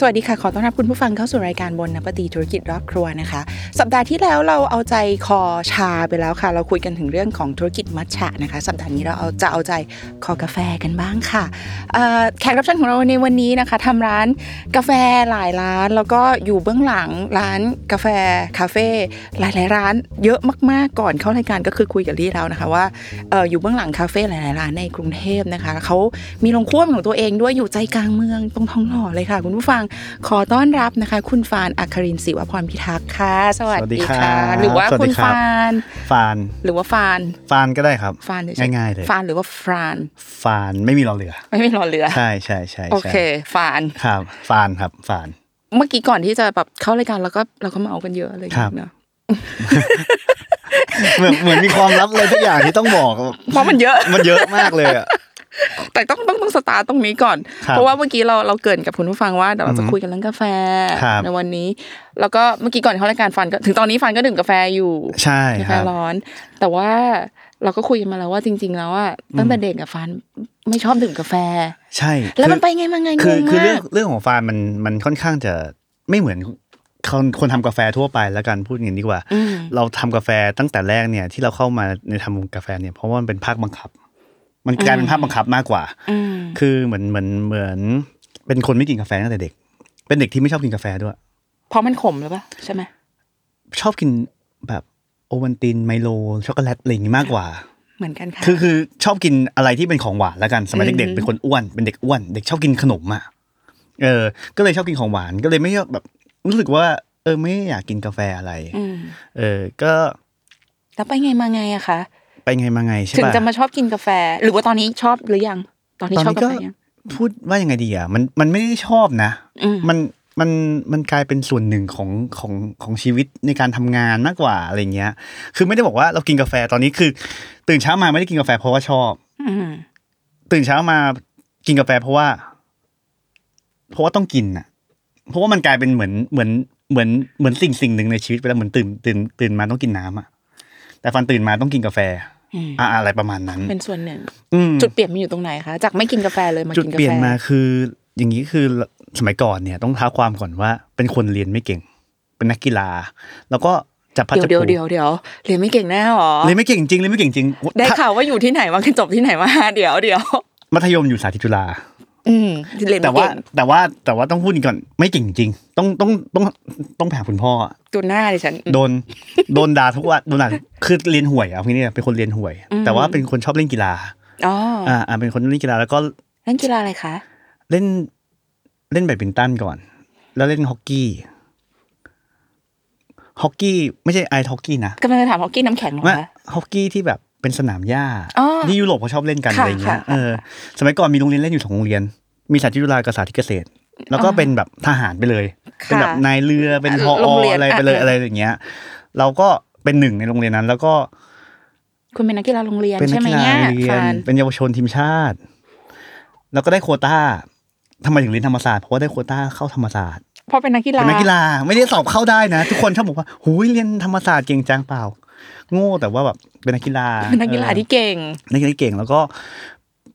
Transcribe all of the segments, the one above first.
สวัสดีค่ะ ขอต้อนรับคุณผู้ฟังเข้าสู่รายการบนนปตีธุรกิจรอบครัวนะคะ สัปดาห์ที่แล้วเราเอาใจคอชาไปแล้วค่ะ เราคุยกันถึงเรื่องของธุรกิจมัทฉะนะคะ สัปดาห์นี้เราเอาจะเอาใจคอกาแฟกันบ้างค่ะเอ่อแขกรับเชิญของเราในวันนี้นะคะทำร้านกาแฟหลายร้าน แล้วก็อยู่เบื้องหลังร้านกาแฟคาเฟ่หลายๆร้านเยอะมากๆก่อนเข้ารายการก็คือคุยกับลี่แล้วนะคะว่า เอ่ออยู่เบื้องหลังคาเฟ่หลายๆร้านในกรุงเทพนะคะเขามีโรงครัวเป็นของตัวเองด้วยอยู่ใจกลางเมืองตรงทองหล่อเลยค่ะ คุณผู้ฟังขอต้อนรับนะคะ คุณฟานอัครินทร์ศิวพรพิทักษ์ค่ะ สวัสดีค่ะ สวัสดีครับ หรือว่า สวัส คุ ดี ณ ครับ ฟาน ฟาน หรือว่าฟาน ฟานก็ได้ครับ ฟานเฉย ง่ายๆเลย ฟานหรือว่าฟราน ฟานไม่มีรอเรือ ไม่ไม่รอเรือ ใช่ใช่ใช่ โอ ใช่ เคฟาน ครับฟานครับฟาน เมื่อกี้ก่อนที่จะแบบเข้ารายการเราก็เราก็เมากันเยอะเลย ครับ เนอะ เหมือนเหมือนมีความลับอะไรทุกอย่างที่ต้องบอก เพราะมันเยอะ มันเยอะมากเลยอ่ะ แต่ต้องต้องต้องสตาร์ตตรงนี้ก่อน ครับ เพราะว่าเมื่อกี้เราเราเกรินกับคุณผู้ฟังว่าเดี๋ยวเราจะ อือฮึ คุยกันเรื่องกาแฟ ครับ ในวันนี้ แล้วก็เมื่อกี้ก่อนเข้ารายการฟันก็ถึงตอนนี้ฟันก็ดื่มกาแฟอยู่ ใช่ กา ค แฟ รับ ร้อน แต่ว่าเราก็คุยกันมาแล้วว่าจริง ๆ แล้วอ่ะตั้งแต่เด็กกับฟันไม่ชอบดื่มกาแฟ ใช่ แล้วมัน คือ ไปไงมาไงง คือง คือเรื่อ มาง ก เรื่องของฟานมันมันค่อนข้างจะไม่เหมือนคนคนทำกาแฟทั่วไปแล้วกันพูดอย่างนี้ดีกว่า อืม เราทำกาแฟตั้งแต่แรกเนี่ยที่เราเข้ามาในทำวงกาแฟเนี่ยเพราะว่ามันเป็นภาคบังคับ มันกลายเป็นภาคบังคับมากกว่า อืม คือเหมือนเหมือนเหมือนเป็นคนไม่กินกาแฟตั้งแต่เด็ก เป็นเด็กที่ไม่ชอบกินกาแฟด้วย เพราะมันขมหรือเปล่าใช่ไหม ชอบกินแบบโอวัลตินไมโลช็อกโกแลตอะไรอย่างงี้มากกว่า เหมือนกันค่ะ คือคือชอบกินอะไรที่เป็นของหวานแล้วกันสมัย อื เด็ก ม ๆเป็นคนอ้วนเป็นเด็กอ้วนเด็กชอบกินขนมอ่ะเออ ก็เลยชอบกินของหวานก็เลยไม่ชอบแบบรู้สึกว่า เออไม่อยากกินกาแฟอะไร ม เออ ก็ แล้วไปไงมาไงอะคะ ไปไงมาไงใช่ ถึง ปะ จะมาชอบกินกาแฟ หรือว่าตอนนี้ชอบหรือยัง ตอนนี้ ตอน ชอบ นี้ กา ก็ แฟยัง พูดว่ายังไงดีอ่ะมันมันไม่ได้ชอบนะ อืม มันมันมันกลายเป็นส่วนหนึ่งของของของชีวิตในการทำงานมากกว่าอะไรเงี้ย คือไม่ได้บอกว่าเรากินกาแฟตอนนี้คือ ตื่นเช้ามาไม่ได้กินกาแฟเพราะว่าชอบ อืม ตื่นเช้ามากินกาแฟเพราะว่า เพราะว่าต้องกินอ่ะ เพราะว่ามันกลายเป็นเหมือนเหมือนเหมือนเหมือนสิ่งสิ่งหนึ่งในชีวิตไปแล้วเหมือนตื่นตื่นตื่นมาต้องกินน้ำอ่ะ แต่ฟันตื่นมาต้องกินกาแฟ อืม อ่ะอะไรประมาณนั้น เป็นส่วนหนึ่ง อืม จุดเปลี่ยนมันอยู่ตรงไหนคะ จากไม่กินกาแฟเลยมา จุด กินกาแฟ เปลี่ยนมาคืออย่างนี้คือสมัยก่อนเนี่ยต้องท้าความก่อนว่า เป็นคนเรียนไม่เก่ง เป็นนักกีฬา แล้วก็จับพัด เดี๋ย จั ว บ เดี๋ยวเดี๋ผูยวเดี๋ยวเรียนไม่เก่งแน่หรอ เรียนไม่เก่งจริงเรียนไม่เก่งจริง ได้ ถ้า ข่าวว่าอยู่ที่ไหนมาจบที่ไหนมา เดี๋ยวเดี๋ยว มัธยมอยู่สาธิตจุฬา อืมเรียน แต่ ไม่ ว่า เก่ง แต่ว่าแต่ว่าต้องพูดก่อนไม่เก่งจริงต้องต้องต้องต้องไปหาคุณพ่ออะ ตัวหน้าดิฉัน โดนโดนด่าทุกวันโดนด่าคือเรียนห่วยเอางี้เนี่ยเป็นคนเรียนห่วย อืม แต่ว่าเป็นคนชอบเล่นกีฬา อ๋ออ อ่าอ่าเป็นคนเล่นกีฬาแล้วก็ เล่นกีฬาอะไรคะ เล่นเล่นแบดมินตันก่อน แล้วเล่นฮอกกี้ฮอกกี้ไม่ใช่ไอซ์ฮอกกี้นะ กำลังจะถามฮอกกี้น้ำแข็งเหรอ ว่า คะ ฮอกกี้ที่แบบเป็นสนามหญ้า อ๋อ ที่ยุโรปเขาชอบเล่นกัน ค่ะ อะไรเงี้ย ค่ะ เออสมัยก่อนมีโรงเรียนเล่นอยู่สองโรงเรียน มีสาธิตจุฬากับสาธิตเกษตร แล้วก็เป็นแบบทหารไปเลย เป็นแบบนายเรือเป็นพอ โรงเรียน อะไรไปเลย อ่ะ อะไรอย่างเงี้ย เราก็เป็นหนึ่งในโรงเรียนนั้น แล้วก็ คุณเป็นนักกีฬาโรงเรียน เป็นนั ใช่ ก ไหม กีฬา เนี่ย โรงเรียน ฟาน เป็นเยาวชนทีมชาติ แล้วก็ได้โควต้าทำไมถึงเรียนธรรมศาสตร์เพราะว่าได้โควต้าเข้าธรรมศาสตร์ เพราะเป็นนักกีฬา เป็นนักกีฬาไม่ได้สอบเข้าได้นะ ทุกคนชอบบอกว่าหูยเรียนธรรมศาสตร์เก่งจังเปล่า โง่แต่ว่าแบบเป็นนักกีฬา เป็นนักกีฬาที่เก่ง นักกีฬาที่เก่งแล้วก็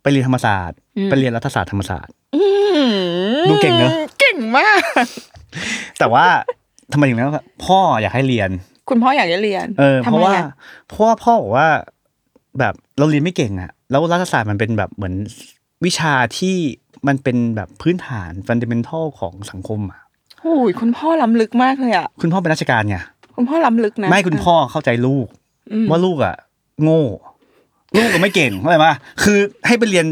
ไปเรียนธรรมศาสตร์ อืม ไปเรียนรัฐศาสตร์ธรรมศาสตร์ อืม ดูเก่งเนอะ เก่งมาก แต่ว่าทำไมถึงนั้นพ่ออยากให้เรียน คุณพ่ออยากจะเรียน เออ ทำ เพ ไม ราะว่า อ เพราะว่าพ่อบอกว่าแบบเราเรียนไม่เก่งอะแล้วรัฐศาสตร์มันเป็นแบบเหมือนวิชาที่มันเป็นแบบพื้นฐานฟันเดเมนทัลของสังคมอะ โอ้ยคุณพ่อล้ำลึกมากเลยอ่ะ คุณพ่อเป็นราชการไง คุณพ่อล้ำลึกนะ ไม่คุณพ่อเข้าใจลูก ม ว่าลูกอ่ะ โง่ ลูกก็ไม่เก่งเข้าใจปะคือให้ไปเรียน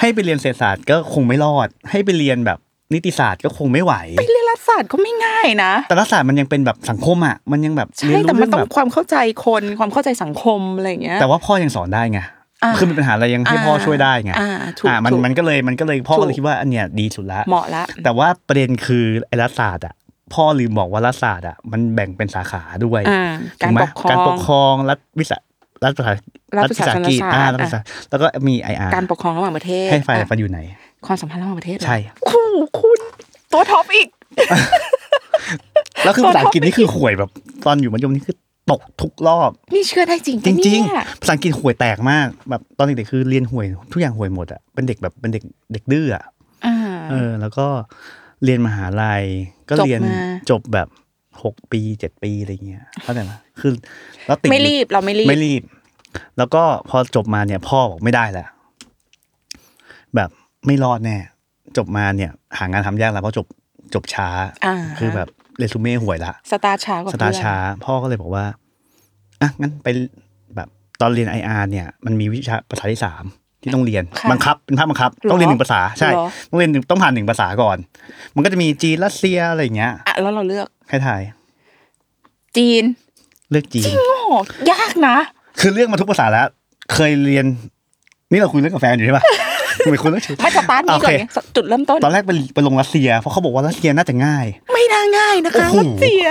ให้ไปเรียนเศรษฐศาสตร์ก็คงไม่รอด ให้ไปเรียนแบบนิติศาสตร์ก็คงไม่ไหว ไปเรียนรัฐศาสตร์ก็ไม่ง่ายนะ แต่รัฐศาสตร์มันยังเป็นแบบสังคมอ่ะมันยังแบบ ใช่ เรียน แต่ รู้ มันเรื่อง ต้อ แบ ง บ ความเข้าใจคนความเข้าใจสังคมอะไรอย่างเงี้ย แต่ว่าพ่อยังสอนได้ไง อ่า คือมันเป็นปัญหาอะไรยังให้ อ่า พ่อช่วยได้ไง อ่าถูก อ่ามัน ถูก มันก็เลยมันก็เลยพ่อก็เล ถู ย ก คิดว่าอันเนี้ยดีสุดละ เหมาะละ แต่ว่าประเด็นคือไอ้รัฐศาสตร์อ่ะพ่อลืมบอกว่ารัฐศาสตร์อ่ะมันแบ่งเป็นสาขาด้วย อ่าการ ถูไหม ปกครอง การปกครองรัฐวิสา รัฐประชา รัฐประชา ฐ ชน กิจ ศาสตร์ อ่ารัฐประชา อ่ะ แล้วก็มีไออาร์ การปกครองระหว่างประเทศ ให้ไฟ อ่ะ ฟันอยู่ไหน ความสัมพันธ์ระหว่างประเทศเหรอ ใช่ คู่คุณตัวท็อปอีก แล้วคือ ตอน ภาษาอังกฤษ เข้าไป นี่คือห่วยแบบ ตอนอยู่มัธยมนี่คือตกทุกรอบ นี่เชื่อได้จริงปะ จริง เนี่ย ๆ ภาษาอังกฤษห่วยแตกมากแบบตอนเด็กๆคือเรียนห่วยทุกอย่างห่วยหมดอ่ะเป็นเด็กแบบเป็นเด็กเด็กดื้ออ่ะ อ่า เออ แล้วก็เรียนมหาลัยก็ จบ เรียน มา จบแบบหกปีเจ็ดปีอะไรเงี้ยเข้าใจไหมคือแล้วติด ไม่รีบเราไม่รีบ ไม่รีบ แล้วก็พอจบมาเนี่ย พ่อบอกไม่ได้แล้วแบบไม่รอดแน่ จบมาเนี่ย หางานทำยากแล้วเพราะจบจบช้า อ่า คือแบบเรซูเม่ห่วยละ สตาร์ช้ากว่า สตาร์ เพื่อน ช้า พ่อก็เลยบอกว่าอ่ะงั้นไปแบบตอนเรียน IR เนี่ย มันมีวิชาภาษาที่สามที่ต้องเรียน ค่ะ บังคับเป็นภาคบังคับ ต้องเรียนหนึ่งภาษา ใช่ เหรอ ต้องเรียนหนึ่งต้องผ่านหนึ่งภาษาก่อน มันก็จะมีจีนรัสเซียอะไรอย่างเงี้ย อ่ะแล้วเราเลือก ให้ทาย จีน เลือกจีน โอ้โหยากนะ คือเรื่องมาทุกภาษาแล้ว เคยเรียน นี่เราคุยเรื่องกาแฟนอยู่ใช่ ปะ ทำไมคุยเรื่องชีวิต ไม่สตาร์ทนี้ก่อนไง โอเค จุดเริ่มต้น ตอนแรกไปไปลงรัสเซีย เพราะเขาบอกว่ารัสเซียน่าจะง่าย ไม่น่าง่ายนะคะ โอ้โห รัสเซีย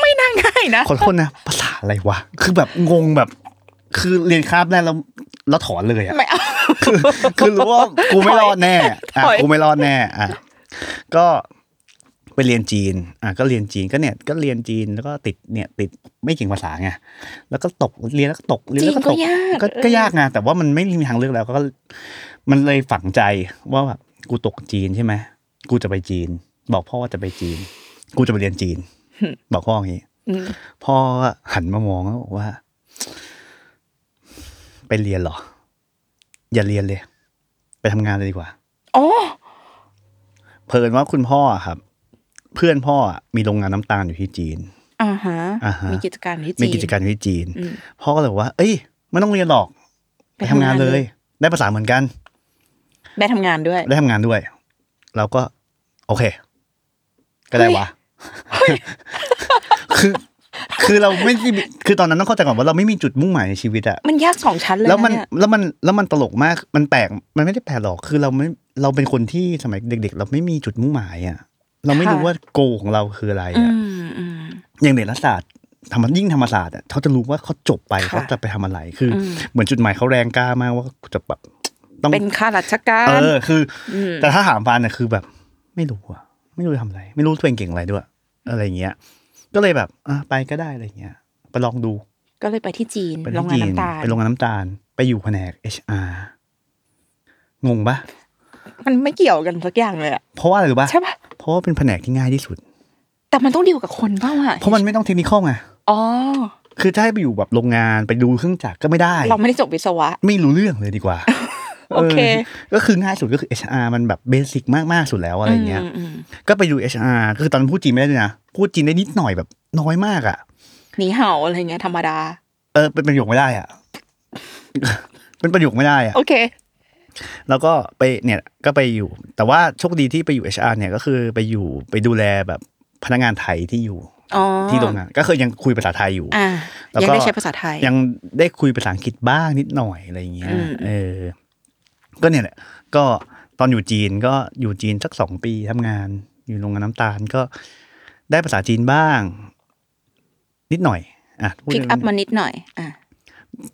ไม่น่าง่ายนะ ขอโทษนะ ภาษาอะไรวะ คือแบบงงแบบ คือเรียนคาบแรกแล้วแล้วถอนเลยอะ ไม่เอา คือ คือรู้ว่ากูไม่รอดแน่ อ่ะ ถอย กูไม่รอดแน่ อ่ะ ก็ไปเรียนจีน อ่ะก็เรียนจีนก็เนี่ยก็เรียนจีนแล้วก็ติดเนี่ยติดไม่เก่งภาษาไงแล้วก็ตกเรียนแล้วก็ตกเรียน จี แล้ว นก็ก็ตก ยาก ก็ เออ ก็ยากไงแต่ว่ามันไม่มีทางเลือกแล้วก็ มันเลยฝังใจว่าแบบกูตกจีนใช่ไหมกูจะไปจีน บอกพ่อว่าจะไปจีน กูจะไปเรียนจีน บอกพ่ออย่างนี้ อืม พ่อก็หันมามองแล้วบอกว่า ไปเรียนเหรอ อย่าเรียนเลย ไปทำงานเลยดีกว่า โอ้ เพลินว่าคุณพ่ออะครับ เพื่อนพ่ออะมีโรงงานน้ำตาลอยู่ที่จีน อ่าฮะ อ่าฮะ มีกิจการอยู่ที่จีน มีกิจการอยู่ที่จีน อืม พ่อก็เลยบอกว่า เอ้ยไม่ต้องเรียนหรอก ไปทำงานเลย ได้ภาษาเหมือนกัน ได้ทำงานด้วย ได้ทำงานด้วย เราก็ โอเค ก็ได้วะ คือ คือเราไม่ได้มีคือตอนนั้นต้องเข้าใจก่อนว่าเราไม่มีจุดมุ่งหมายในชีวิตอะ มันยากสองชั้นเลย แล้วมัน เย แล้วมันแล้วมันตลกมาก มันแปลก มันไม่ได้แปลกหรอก คือเราไม่เราเป็นคนที่สมัยเด็ก ๆ เราไม่มีจุดมุ่งหมายอ่ะ เราไม่รู้ว่าโกของเราคืออะไร อื อะ มอืม อย่างเด็กรัฐศาสตร์ธรรมยิ่งธรรมศาสตร์อะเขาจะรู้ว่าเขาจบไป ค่ะ เขาจะไปทำอะไร คืออ ม เหมือนจุดหมายเขาแรงกล้ามากว่าจะแบบต้อง เป็นข้าราชกา เอ ร อคือ อืม แต่ถ้าถามฟานเนี่ยคือแบบ ไม่รู้อะไม่รู้จะทำอะไร ไม่รู้ตัวเองเก่งอะไรด้วย อะไรอย่างเงี้ย ก็เลยแบบอ่ะไปก็ได้อะไรอย่างเงี้ยไปลองดู ก็เลยไปที่จีน ไป โร ที่ งงาน จีน น้ำตาล ไปโรงงานน้ำตาล ไปอยู่แผนก HR งงปะ มันไม่เกี่ยวกันสักอย่างเลยอะ เพราะว่าอะไรรู้ปะ ใช่ปะ เพราะว่าเป็นแผนกที่ง่ายที่สุด แต่มันต้องดีลกับคนเปล่าอะ เพราะมันไม่ต้องเทคนิคอลไง อ๋อ คือถ้าให้ไปอยู่แบบโรงงานไปดูเครื่องจักรก็ไม่ได้ เราไม่ได้จบวิศวะ ไม่รู้เรื่องเลยดีกว่า โอเค อก็คือง่ายสุดก็คือ HR มันแบบเบสิกมาก ๆ สุดแล้วอะไรเงี้ย มม ก็ไปดู HR ก็คือตอนนั้นพูดจีนไม่ได้ด้วยนะ พูดจีนได้นิดหน่อยแบบน้อยมากอ่ะ หนีเห่าอะไรเงี้ยธรรมดา เออเป็นประโยคไม่ได้อ่ะ เป็นประโยคไม่ได้อ่ะ โอเค แล้วก็ไปเนี่ยก็ไปอยู่ แต่ว่าโชคดีที่ไปอยู่ HR เนี่ยก็คือไปอยู่ไปดูแลแบบพนักงานไทยที่อยู่ อ๋อ ที่โรงงาน ก็คือยังคุยภาษาไทยอยู่ อ่า แล้ว ยัง ก็ ได้ใช้ภาษาไทย ยังได้คุยภาษาอังกฤษบ้างนิดหน่อยอะไรอย่างเงี้ย อืม เออ ก็เนี่ยแหละ ก็ตอนอยู่จีนก็อยู่จีนสักสองปีทำงาน อยู่โรงงานน้ำตาลก็ได้ภาษาจีนบ้าง นิดหน่อยอ่ะพูด พิก เรื่ อั อ พ ง มานิดหน่อย อ่ะ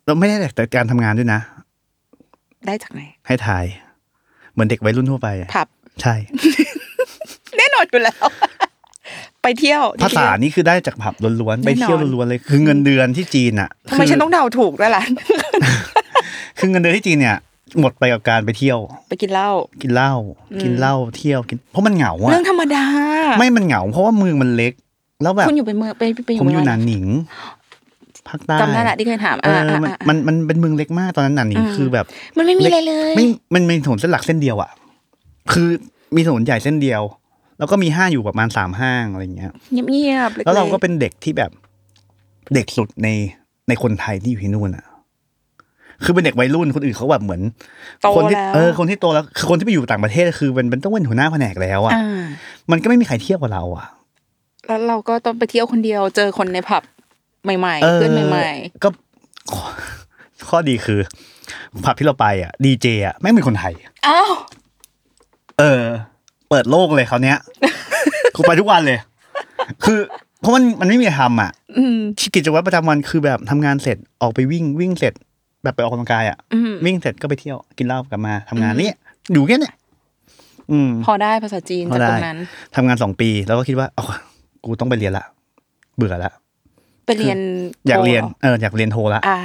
เราไม่ได้แต่การทำงานด้วยนะ ได้จากไหน ให้ทายเหมือนเด็กวัยรุ่นทั่วไปอะ ผับ ใช่ แน่นอนอยู่แล้ว ไปเที่ยว ภาษานี่คือได้จากผับล้วนๆ แน่ ไป นอน เที่ยวล้วนๆเลย คือเงินเดือนที่จีนอ่ะ ทำไม คือ ฉันต้องเดาถูกด้วยล่ะ คือเงินเดือนที่จีนเนี่ย หมดไปกับการไปเที่ยว ไปกินเหล้า กินเหล้า อืม กินเหล้าเที่ยวกิน เพราะมันเหงาอะ เรื่องธรรมดา ไม่มันเหงา เพราะว่าเมืองมันเล็ก แล้วแบบ คุณอยู่เป็นเมืองไปไปอ ผ ยู่ ม เมื อ อง ยู่ห อะไร นานหนิงภาคใต้ จำได้ละที่เคยถาม เอ อ่า อ อ่า มัน อ่า มันมันเป็นเมืองเล็กมากตอนนั้นหนานหนิง อืม คือแบบ มันไม่มีอะไรเลย ไม่มันมีถนนเส้นหลักเส้นเดียวอะคือมีถนนใหญ่เส้นเดียว แล้วก็มีห้างอยู่ประมาณสามห้างอะไรอย่างเงี้ย เงียบๆล็กๆ แล้วเราก็เป็นเด็กที่แบบเด็กสุดในในคนไทยที่อยู่ที่นู่นอ่ะ คือเป็นเด็กวัยรุ่นคนอื่นเขาแบบเหมือน โต คนที่ แล้ว เออคนที่โตแล้วคือคนที่ไปอยู่ต่างประเทศคือมันมันต้องเป็นหัวหน้าแผนกแล้วอ่ะ อ่า มันก็ไม่มีใครเทียบกับเราอ่ะ แล้วเราก็ต้องไปเที่ยวคนเดียวเจอคนในผับใหม่ เอ ๆ อ เพื่อนใหม่ ก็ ข้อข้อดีคือผับที่เราไปอ่ะ ดีเจอ่ะแม่งเป็นคนไทย ๆอ้าว เออ เปิดโลกเลยคราว เนี้ยกูไปทุกวันเลย คือ เพราะมันมันไม่มีอะไรทำอ่ะ อืม กิจวัตรประจำวันคือแบบทำงานเสร็จออกไปวิ่งวิ่งเสร็จ แบบไปออกกำลังกายอ่ะ อืม วิ่งเสร็จก็ไปเที่ยวกินเหล้ากลับมาทำงานเนี่ยอยู่แค่เนี้ยอืม พอได้ภาษาจีน พจาอก ได้ ตรงนั้น ทำงานสองปีแล้วก็คิดว่าเอากูต้องไปเรียนละเบื่อละ ไปเรียน อยากเรียน โทหอ เอออยากเรียนโทละ อ่า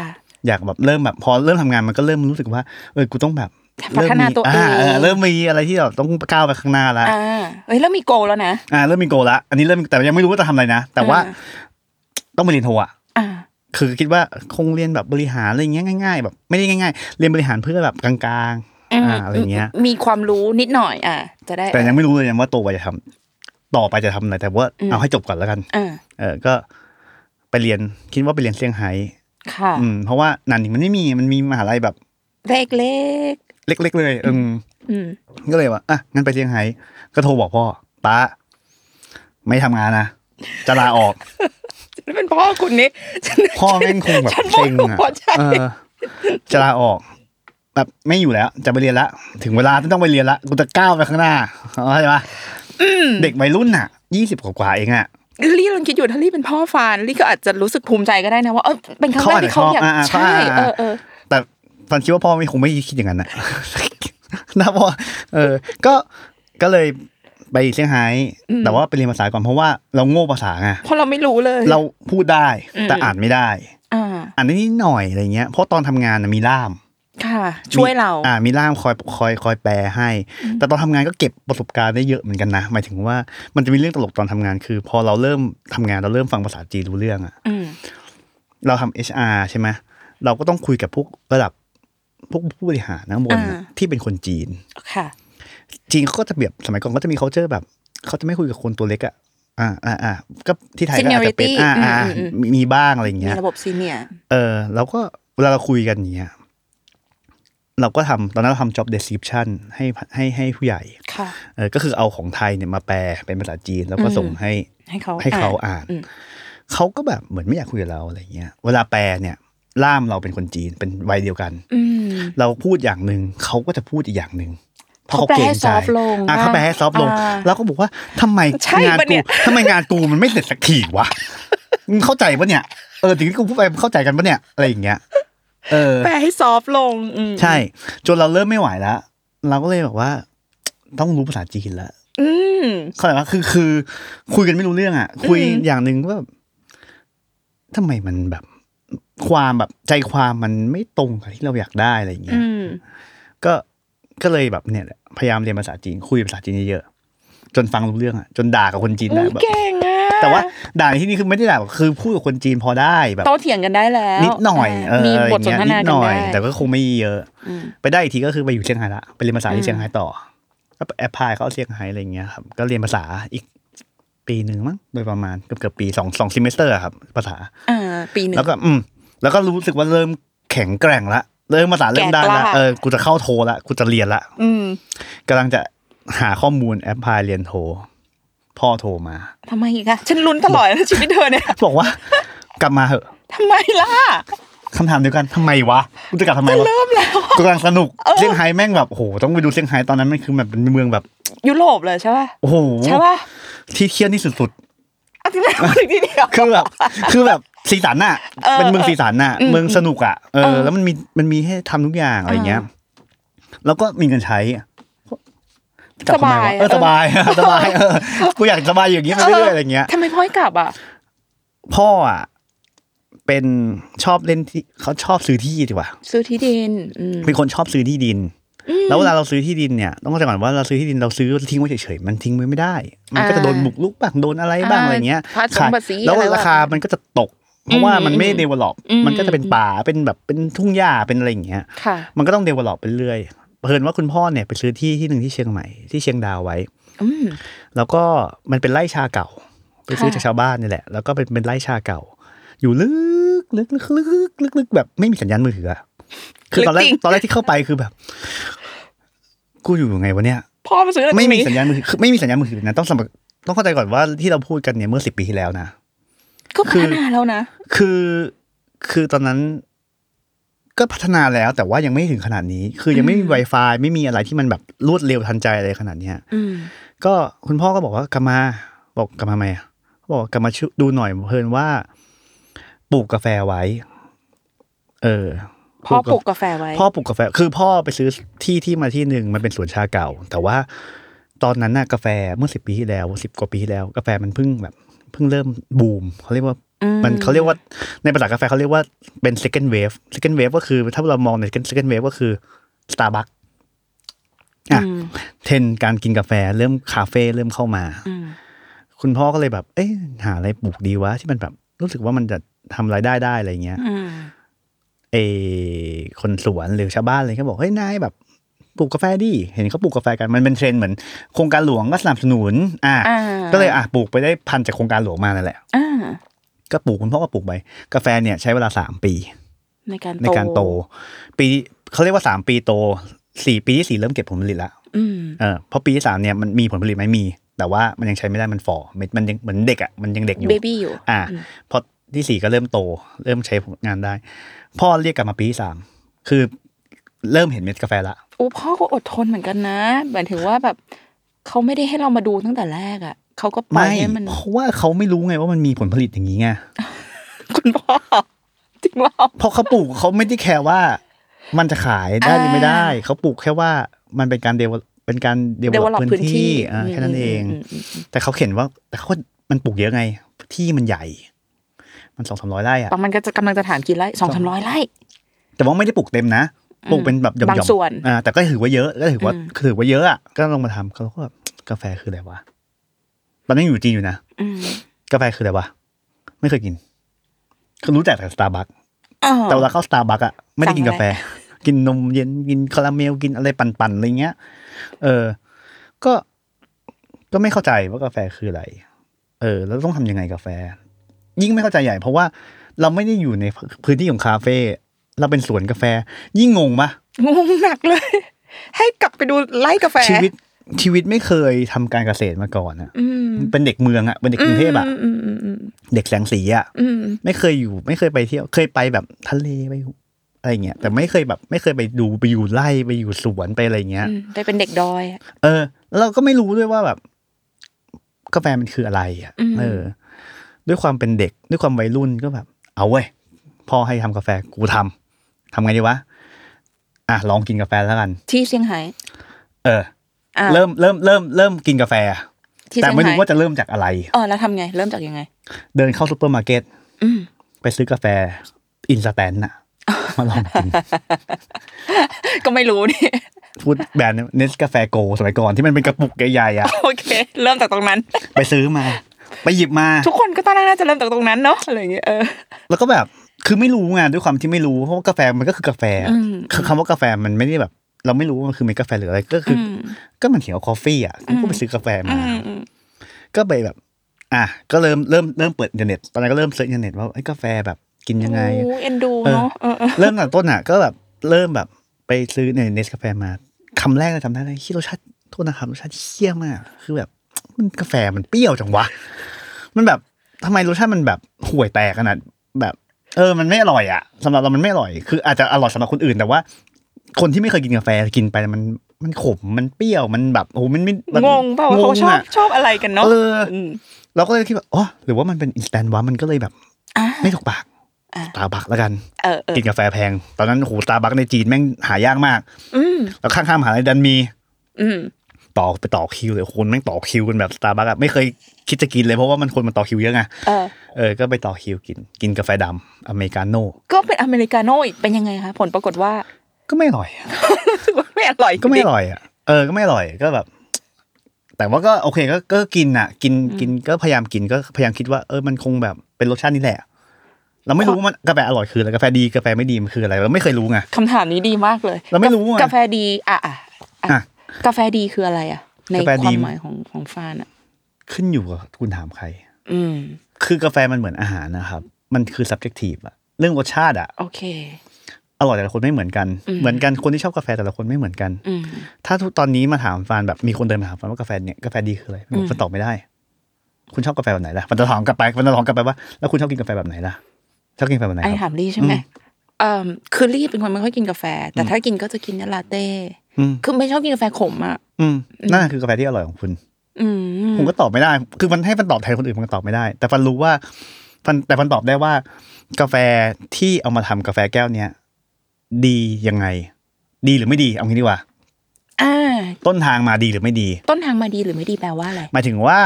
อยากแบบเริ่มแบบพอเริ่มทำงานมันก็เริ่มรู้สึกว่าเออกูต้องแบบ พั เริ่ม ฒนา มี ตัวเอง อ่าเออเริ่มมีอะไรที่แบบต้องก้าวไปข้างหน้าละ อ่าเฮ้ยแล้วมีโกลแล้วนะ อ่าเริ่มมีโกลละอันนี้เริ่มแต่ยังไม่รู้ว่าจะทำอะไรนะแต่ว่า อ่า ต้องไปเรียนโทอะ อ่า คือคิดว่าคงเรียนแบบบริหารอะไรอย่างเงี้ยง่ายๆแบบไม่ได้ง่าย ๆ เรียนบริหารเพื่อแบบกลางๆอ่าอะไรอย่างเงี้ย มีความรู้นิดหน่อย อ่ะ จะได้ แต่ยังไม่รู้เลยยังว่าโตไปจะทำต่อไปจะทำอะไรแต่ว่าเอาให้จบก่อนแล้วกัน อ่า เออก็ไปเรียนคิดว่าไปเรียนเซี่ยงไฮ้ ค่ะ อืมเพราะว่านันนี่มันไม่มีมันมีมหาลัยแบบ เลขเล็ก เล็ก ๆ เลยอืม ๆอืม ก็เลยว่าอ่ะงั้นไปเซี่ยงไฮ้ก็โทรบอกพ่อป้าไม่ทำงานนะจะลาออก แล้วเป็นพ่อคุณนี่ พ่อแม่งคงแบบ ฉันพูด เซ็งอ่ะ หัวใจ เออจะลาออก แบบไม่อยู่แล้ว จะไปเรียนละถึงเวลาที่ต้องไปเรียนละกูจะก้าวไปข้างหน้าเข้าใจปะเด็กวัยรุ่นอ่ะยี่สิบกว่าๆเองอ่ะ ลี่ลองคิดอยู่ถ้าลี่เป็นพ่อฟานลี่ก็อาจจะรู้สึกภูมิใจก็ได้นะว่าเออเป็นครั้งแรกที่เขา เขาอาจอจะยาก ชอบอ่าๆ ใช่เอ เขาอาจจะ อเออ แต่ฟันคิดว่าพ่อไม่คงไม่คิดอย่างนั้นนะ นะพ่อเออ ก็ก็เลยไปเซี่ยงไฮ้แต่ว่าไปเรียนภาษาก่อนเพราะว่าเราโง่ภาษาไง เพราะเราไม่รู้เลย เราพูดได้ อืม แต่อ่านไม่ได้ อ่า อ่านได้นิดหน่อยอะไรเงี้ยเพราะตอนทำงานน่ะมีล่าม ค่ะ ช่วยเรา อ่ามีล่ามคอยคอยคอยแปลให้ แต่ตอนทำงานก็เก็บประสบการณ์ได้เยอะเหมือนกันนะหมายถึงว่ามันจะมีเรื่องตลกตอนทำงานคือ พอเราเริ่มทำงานเราเริ่มฟังภาษาจีนรู้เรื่องอะ อืม เราทำ HR ใช่ไหมเราก็ต้องคุยกับพวกระดับพวกผู้บริหารนะข้างบนน่ะ อ่า ที่เป็นคนจีน ค่ะ จีนเขาก็จะแบบสมัยก่อนก็จะมี culture แบบเขาจะไม่คุยกับคนตัวเล็กอะอ่าอ่าอ่าก็ที่ไทยก็อาจจะเป็น Seniority อ่าอ่า อืมอืมอืม มีมีบ้างอะไรอย่าง มี เงี้ย ระบบซีเนียร์ เออเราก็เวลาเราคุยกันอย่างเนี้ยเราก็ทำตอนนั้นเราทำ job description ให้ให้ให้ผู้ใหญ่ ค่ะ เออก็คือเอาของไทยเนี่ยมาแปลเป็นภาษาจีน แล้วก็ส่ง อืม ให้ ให้เขา ให้เขา อ่ะ อ่าน อืม เขาก็แบบเหมือนไม่อยากคุยกับเราอะไรเงี้ย เวลาแปลเนี่ย ล่ามเราเป็นคนจีนเป็นวัยเดียวกัน อืม เราพูดอย่างหนึ่งเขาก็จะพูดอีกอย่างหนึ่งพระ เขาแปลให้ รงใจ soft ลง อ่ะเขาแปลให้ซอฟลง อ่า เราก็บอกว่าทำไม ใช่ งาน ปะเนี่ กู ย ทำไมงานกูมันไม่เสร็จสักทีวะมึงเข้าใจปะเนี่ยเออถึงที่กูพูดไปเข้าใจกันปะเนี่ยอะไรอย่างเงี้ย เออ แปลให้ซอฟต์ลงอืม ใช่ จนเราเริ่มไม่ไหวแล้วเราก็เลยแบบว่า ต้องรู้ภาษาจีนแล้ว อืม เข้าใจปะคือคือ คุยกันไม่รู้เรื่องอ่ะ คุยอย่างหนึ่งว่าทำไมมันแบบ ความแบบใจความมันไม่ตรงกับที่เราอยากได้อะไรอย่างเงี้ย อืม ก็ก็เลยแบบเนี่ยแหละพยายามเรียนภาษาจีน คุยภาษาจีนเยอะๆจนฟังรู้เรื่องอ่ะ จนด่ากับคนจีนได้ อุ๊ย แบบ เก่งอะ แต่ว่าด่าในที่นี่คือไม่ได้ด่าแบบคือพูดกับคนจีนพอได้แบบ โตเถียงกันได้แล้ว นิดหน่อย า เออ มี อะไร บทสน เงี้ย ท นิ นา ด กั ห น น่อย ได้ แต่ก็คงไม่เยอะ อืม ไปได้อีกทีก็คือไปอยู่เซี่ยงไฮ้ละไปเรียนภาษา อื ที่ ม เซี่ยงไฮ้ต่อก็แอปพลายเข้าเซี่ยงไฮ้อะไรอย่างเงี้ยครับ ก็เรียนภาษาอีกปีหนึ่งมั้งโดยประมาณเกือบเกือบปีสองสองซิมเมสเตอร์ครับ ภาษา อ่า ปีหนึ่ง แล้วก็ อืม แล้วก็รู้สึกว่าเริ่มแข็งแกร่งละเริ่มภาษาเริ่มได้ แก่ก ละ ล้า เออกูจะเข้าโทละกูจะเรียนละ อืม กำลังจะหาข้อมูลแอปพลายเรียนโท พ่อโทรมา ทำไมอีกอะฉันลุ้นตลอดนะชีวิตเธอเนี่ย บอกว่ากลับมาเหอะ ทำไมล่ะ คำถามเดียวกันทำไมวะกูจะกลับทำไมวะ เริ่มแล้ว กำลังสนุกเซี่ยงไฮ้แม่งแบบโอ้โหต้องไปดูเซี่ยงไฮ้ตอนนั้นมันคือแบบเป็นเมืองแบบ ยุโรปเลยใช่ป่ะ โอ้โห ใช่ป่ะ ที่เที่ยวนี่สุด อันนี้ทีเดียว ๆคือแบบ คือแบบสีสันน่ะ เออ เป็นเมืองสีสันน่ะ อืม เมืองสนุกอ่ะเอ เอ อ อ แล้วมันมีมันมีให้ทำทุกอย่างอะไรเงี้ย อ่ แล้วก็มีเงินใช้กลัเข้มวะเออ ส สบา บาย ย สบาย เออกูอยากสบายอย่างเงี้ยไปเรื่อยๆอะไรเงี้ย ทำไมพ่อให้กลับอ่ะ พ่ออ่ะเป็นชอบเล่นที่เขาชอบซื้อที่ดีกว่า ซื้อที่ดิน อืม เป็นคนชอบซื้อที่ดิน แล้วเวลาเราซื้อที่ดินเนี่ย ต้องเข้าใจก่อนว่าเราซื้อที่ดินเราซื้อทิ้งไว้เฉยๆมันทิ้งไว้ไม่ได้ มันก็จะ อ่า โดนบุกลุกบ้างโดนอะไรบ้าง อ่า อะไรเงี้ย ภาษี ขาย ภาษี แล้ว อะไรวะ ราคามันก็จะตก เพราะว่ามันไม่ อืม เดเวล็อป อืม มันก็จะเป็นป่าเป็นแบบเป็นทุ่งหญ้าเป็นอะไรอย่างเงี้ย ค่ะ มันก็ต้องเดเวล็อปไปเรื่อยเพิ่นว่าคุณพ่อเนี่ยไปซื้อที่ที่หนึ่งที่เชียงใหม่ที่เชียงดาวไว้ อืม แล้วก็มันเป็นไร่ชาเก่า ไปซื้อ ค่ะ จากชาวบ้านนี่แหละ แล้วก็เป็นเป็นไร่ชาเก่า อยู่ลึกลึกลึกลึกลึกลึกแบบไม่มีสัญญาณมือถืออะคือตอนแรกตอนแรกที่เข้าไปคือแบบ กูอยู่ยังไงวะเนี่ย พ่อมาซื้ออะไร ไม่มี ตรงนี้ สัญญาณมือถือคือไม่มีสัญญาณมือถือนะต้องสมัครต้องเข้าใจก่อนว่าที่เราพูดกันเนี่ยเมื่อสิบปีที่แล้วนะ ก็ คื พั อ ฒนาแล้วนะ คือคือตอนนั้น ก็พัฒนาแล้วแต่ว่ายังไม่ถึงขนาดนี้ คือยังไม่มี Wi-Fi ไม่มีอะไรที่มันแบบรวดเร็วทันใจอะไรขนาดเนี้ย อืม ก็คุณพ่อก็บอกว่ากลับมาบอกกลับมาไหมอะบอกกลับมาช่วยดูหน่อยเพิ่นว่าปลูกกาแฟไว้ เออ พ่อ ป ป ลู ลู ก ก กาแฟ กาแฟไว้ พ่อปลูกกาแฟ คือพ่อไปซื้อที่ที่มาที่หนึ่งมันเป็นสวนชาเก่า แต่ว่าตอนนั้นน่ะกาแฟเมื่อสิบปีที่แล้วสิบกว่าปีที่แล้ว กาแฟมันเพิ่งแบบเพิ่งเริ่มบูมเขาเรียกว่า อืม มันเขาเรียกว่าในภาษากาแฟเขาเรียกว่าเป็น second wave second wave ก็คือถ้าเรามองใน second wave ก็คือ Starbucks อ่ะเทรนด์การกินกาแฟเริ่มคาเฟ่เริ่มเข้ามา อืม คุณพ่อก็เลยแบบ เอ๊ะหาอะไรปลูกดีวะที่มันแบบ รู้สึกว่ามันจะทำรายได้ได้อะไรเงี้ย อืม เออคนสวนหรือชาวบ้านอะไรก็บอกเฮ้ยนายแบบปลูกกาแฟดิเห็นเขาปลูกกาแฟกันมันเป็นเทรนด์เหมือนโครงการหลวงก็สนับสนุน อ่ะ อ่า ก็เลยอ่ะปลูกไปได้พันธุ์จากโครงการหลวงมานั่นแหละ อ่า ก็ปลูกคุณพ่อก็ปลูกไปกาแฟเนี่ยใช้เวลาสามปี ในการ ในการโต ปีเขาเรียกว่าสามปีโตสี่ปีที่สี่เริ่มเก็บผลผลิตละ อืม เออเพราะปีที่สามเนี่ยมันมีผลผลิตไหมมี แต่ว่ามันยังใช้ไม่ได้มันฝ่อเม็ดมันยังเหมือนเด็กอ่ะมันยังเด็กอยู่ เบบี้อยู่ อ่าพอที่สี่ก็เริ่มโต เริ่มใช้งานได้ พ่อเรียกกลับมาปีที่สามคือเริ่มเห็นเม็ดกาแฟละ โอ้พ่อก็อดทนเหมือนกันนะหมายถึงว่าแบบเขาไม่ได้ให้เรามาดูตั้งแต่แรกอ่ะเขาก็ปล่อยไม่ให้ มัน เพราะว่าเขาไม่รู้ไงว่ามันมีผลผลิตอย่างนี้ไง คุณพ่อ จริงเหรอ เพราะเขาปลูกเขาไม่ได้แคร์ว่า มันจะขายได้หรือไม่ได้ อ่า เขาปลูกแค่ว่ามันเป็นการเดวเป็นการเดว เดเวลลอป พื้ พื้ น น ที่ ที่ อ่าแค่นั้นเอง มมอืม แต่เขาเห็นว่าแต่เขามันปลูกเยอะไง ที่มันใหญ่ มันสองสามร้อยไร่อะ ประมาณก็จะกำลังจะถามกี่ไร่สองสามร้อยไร่ แต่ว่าไม่ได้ปลูกเต็มนะปลูกเป็นแบบหย่อมๆ บางส่วน อ่าแต่ก็ถือว่าเยอะก็ถือว่า อืม ถือว่าเยอะอะก็ลองมาทำเขาก็แบบกาแฟคืออะไรวะตอนนั้นอยู่จีนอยู่นะ อืม กาแฟคืออะไรวะ ไม่เคยกินคือรู้จักแต่สตาร์บัค อ้าว แต่เวลาเข้าสตาร์บัคอะไม่ได้กิน สั่ กาง อะไร แฟ กินนมเย็นกินคาราเมลกินอะไรปั่นๆอะไรเงี้ย เออ ก็ก็ไม่เข้าใจว่ากาแฟคืออะไร เออ แล้วต้องทำยังไงกาแฟ ยิ่งไม่เข้าใจใหญ่ เพราะว่าเราไม่ได้อยู่ในพื้นที่ของคาเฟ่เราเป็นสวนกาแฟ ยิ่งงงปะ งงหนักเลย ให้กลับไปดูไล่กาแฟ ชีวิตชีวิตไม่เคยทำการเกษตรมาก่อนอะ อืม เป็นเด็กเมืองอะเป็นเด็กกรุงเทพอะ อืมอืมอืม เด็กแสงสีอะ อืม ไม่เคยอยู่ไม่เคยไปเที่ยวเคยไปแบบทะเลไปอะไรเงี้ยแต่ไม่เคยแบบไม่เคยไปดูไปอยู่ไร่ไปอยู่สวนไปอะไรเงี้ย อืมได้เป็นเด็กดอยอะ เออแล้วเราก็ไม่รู้ด้วยว่าแบบ กาแฟมันคืออะไรอ่ะ อืม เออ ด้วยความเป็นเด็ก ด้วยความวัยรุ่นก็แบบ เอาเว้ยพ่อให้ทำกาแฟกูทำทำไงดีวะอ่ะลองกินกาแฟแล้วกัน ที่เซี่ยงไฮ้ เออ อ่ะ เริ่มเริ่มเริ่มเริ่มกินกาแฟ ที่ แต่ เซี่ยง ไม่ ไฮ้ รู้ว่าจะเริ่มจากอะไร อ๋อแล้วทำไง เริ่มจากยังไง เดินเข้าซูเปอร์มาร์เก็ต อืม ไปซื้อกาแฟอินสแตนต์น่ะมาลองกิน ก็ไม่รู้นี่ พูดแบรนด์เนสกาแฟโกสมัยก่อนที่มันเป็นกระปุกใหญ่ๆอ่ะ โอเค เริ่มจากตรงนั้น ไปซื้อมา ไปหยิบมา ทุกคนก็ตอนแรกน่าจะเริ่มจากตรงนั้นเนาะอะไรอย่างเงี้ยเออ แล้วก็แบบ คือไม่รู้ไงด้วยความที่ไม่รู้ เพราะว่ากาแฟมันก็คือกาแฟ อืม คือคำว่ากาแฟมันไม่ได้แบบ เราไม่รู้ว่ามันคือเมดกาแฟหรืออะไรก็คืออ อืม ก็มันเขียนว่ากาแฟอ่ะก็ไปซื้อกาแฟ อื มา มอืม ก็ไปแบบ อ่ะก็เริ่มเริ่มเริ่มเปิดอินเทอร์เน็ตตอนนั้นก็เริ่มเซิร์ชอินเทอร์เน็ตว่าไอ้ยกาแฟแบบกินยังไง โอ้เอ็นดู เออ เนาะเออเออ เริ่มตั้งแต่ต้นอ่ะก็แบบเริ่มแบบไปซื้อในเนสกาแฟมาคำแรกเลยจำได้เลยที่รสชาติโทษนะครับรสชาติเคี้ยมาก คือแบบ มันกาแฟมันเปรี้ยวจังวะ มันแบบทำไมรสชาติมันแบบห่วยแตกขนาดแบบ เออ มันไม่อร่อยอ่ะสำหรับเรามันไม่อร่อย คืออาจจะอร่อยสำหรับคนอื่น แต่ว่า คนที่ไม่เคยกินกาแฟกินไปมันมันขมมันเปรี้ยวมันแบบโอ้โหมันไม่มัน งงเปล่าว่าเขาชอบ งงะ ชอบอะไรกันเนาะ เอออื ม เราก็เลยคิดว่าอ๋อหรือว่ามันเป็นอินสแตนต์วะมันก็เลยแบบ อ่ะ ไม่ถูกปาก อ่ะ ตาบักแล้วกัน เออเออ กินกาแฟแพง ตอนนั้นโหตาบักในจีนแม่งหายากมาก อืม แล้วข้างๆมหาลัยดันมี อืม ต่อไปต่อคิวเลยคนแม่งต่อคิวกันแบบสตาร์บัคอะไม่เคยคิดจะกินเลยเพราะว่ามันคนมันต่อคิวเยอะไง เออ เออก็ไปต่อคิวกิน กินกาแฟดำอเมริกาโน่ ก็เป็นอเมริกาโน่อีกเป็นยังไงคะผลปรากฏ ว่า ก็ไม่อร่อย รู้สึกว่าไม่อร่อย ก็ไม่อร่อยอ่ะเออก็ไม่อร่อยก็แบบ แต่ว่าก็โอเคก็ก็กินอ่ะ กินกินก็พยายามกินก็พยายามคิดว่าเออมันคงแบบเป็นรสชาตินี่แหละ เราไม่รู้ว่ามันกาแฟอร่อยคืออะไรกาแฟดีกาแฟไม่ดีมันคืออะไรเราไม่เคยรู้ไง คำถามนี้ดีมากเลย เราไม่รู้อะ กาแฟดีอ่ะอ่ะอ่ะ อ่ะ กาแฟดีคืออะไรอ่ะ ใน กาแฟ ค ดี วามหมายของของฟานอ่ะ ขึ้นอยู่กับคุณถามใคร อืม คือกาแฟมันเหมือนอาหารนะครับ มันคือ subjective อะเรื่องรสชาติอะ โอเค อร่อยแต่ละคนไม่เหมือนกัน เหมือนกันคนที่ชอบกาแฟแต่ละคนไม่เหมือนกัน อืม ถ้าทุกตอนนี้มาถามฟานแบบมีคนเดินมาถามฟานว่ากาแฟเนี่ยกาแฟดีคืออะไรผมฟันตอบไม่ได้ คุณชอบกาแฟแบบไหนล่ะฟันจะถามกลับไปฟันจะถามกลับไปว่าแล้วคุณชอบกินกาแฟแบบไหนล่ะชอบกินกาแฟแบบไหน ไอ้ ครับ ถามลี่ใช่ไหม อืม เอ่อคือลี่เป็นคนไม่ค่อยกินกาแฟ แต่ถ้ากินก็จะกินเนี่ยลาเต้ อืม คือไม่ชอบกินกาแฟขมอ่ะ อืมนั่นคือกาแฟที่อร่อยของคุณ อืม ผมก็ตอบไม่ได้ คือมันให้ฟันตอบแทนคนอื่นมันก็ตอบไม่ได้ แต่ฟันรู้ว่าฟันแต่ฟันตอบได้ว่ากาแฟที่เอามาทำกาแฟแก้วเนี้ย ดียังไง ดีหรือไม่ดีเอางี้ดีกว่า อ่า ต้นทางมาดีหรือไม่ดี ต้นทางมาดีหรือไม่ดีแปลว่าอะไร หมายถึงว่า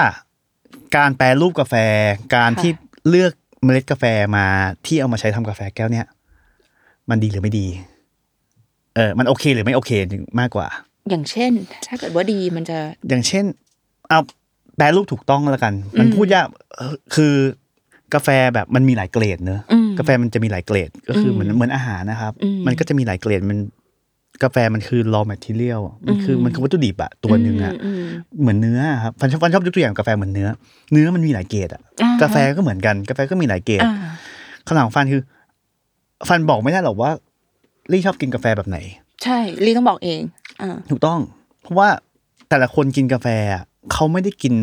การแปรรูปกาแฟ การ ค่ะ ที่เลือกเมล็ดกาแฟมาที่เอามาใช้ทำกาแฟแก้วเนี่ย มันดีหรือไม่ดี เออมันโอเคหรือไม่โอเคมากกว่า อย่างเช่น ถ้าเกิดว่าดีมันจะ อย่างเช่น เอาแปรรูปถูกต้องแล้วกัน มัน อืม พูดยากเอ่อคือกาแฟแบบมันมีหลายเกรดเนอะ อืม กาแฟมันจะมีหลายเกรด ก็คือมอเหมือนเหมือนอาหารนะครับ อืม มันก็จะมีหลายเกรดมันกาแฟมันคือ raw material มันคืออ ม มันคือวัตถุดิบอะตัวหนึ่งอะ อืม เหมือนเนื้อครับฟันชอบฟันชอบยกตัวอย่างกาแฟเหมือนเนื้อ เนื้อมันมีหลายเกรดอะ อ่าฮะ กาแฟก็เหมือนกัน กาแฟก็มีหลายเกรด อ่า คำถามของฟันคือ ฟันบอกไม่ได้หรอกว่าลี่ชอบกินกาแฟแบบไหน ใช่ลีต้องบอกเองอ่า ถูกต้อง เพราะว่าแต่ละคนกินกาแฟอะเขาไม่ได้กิน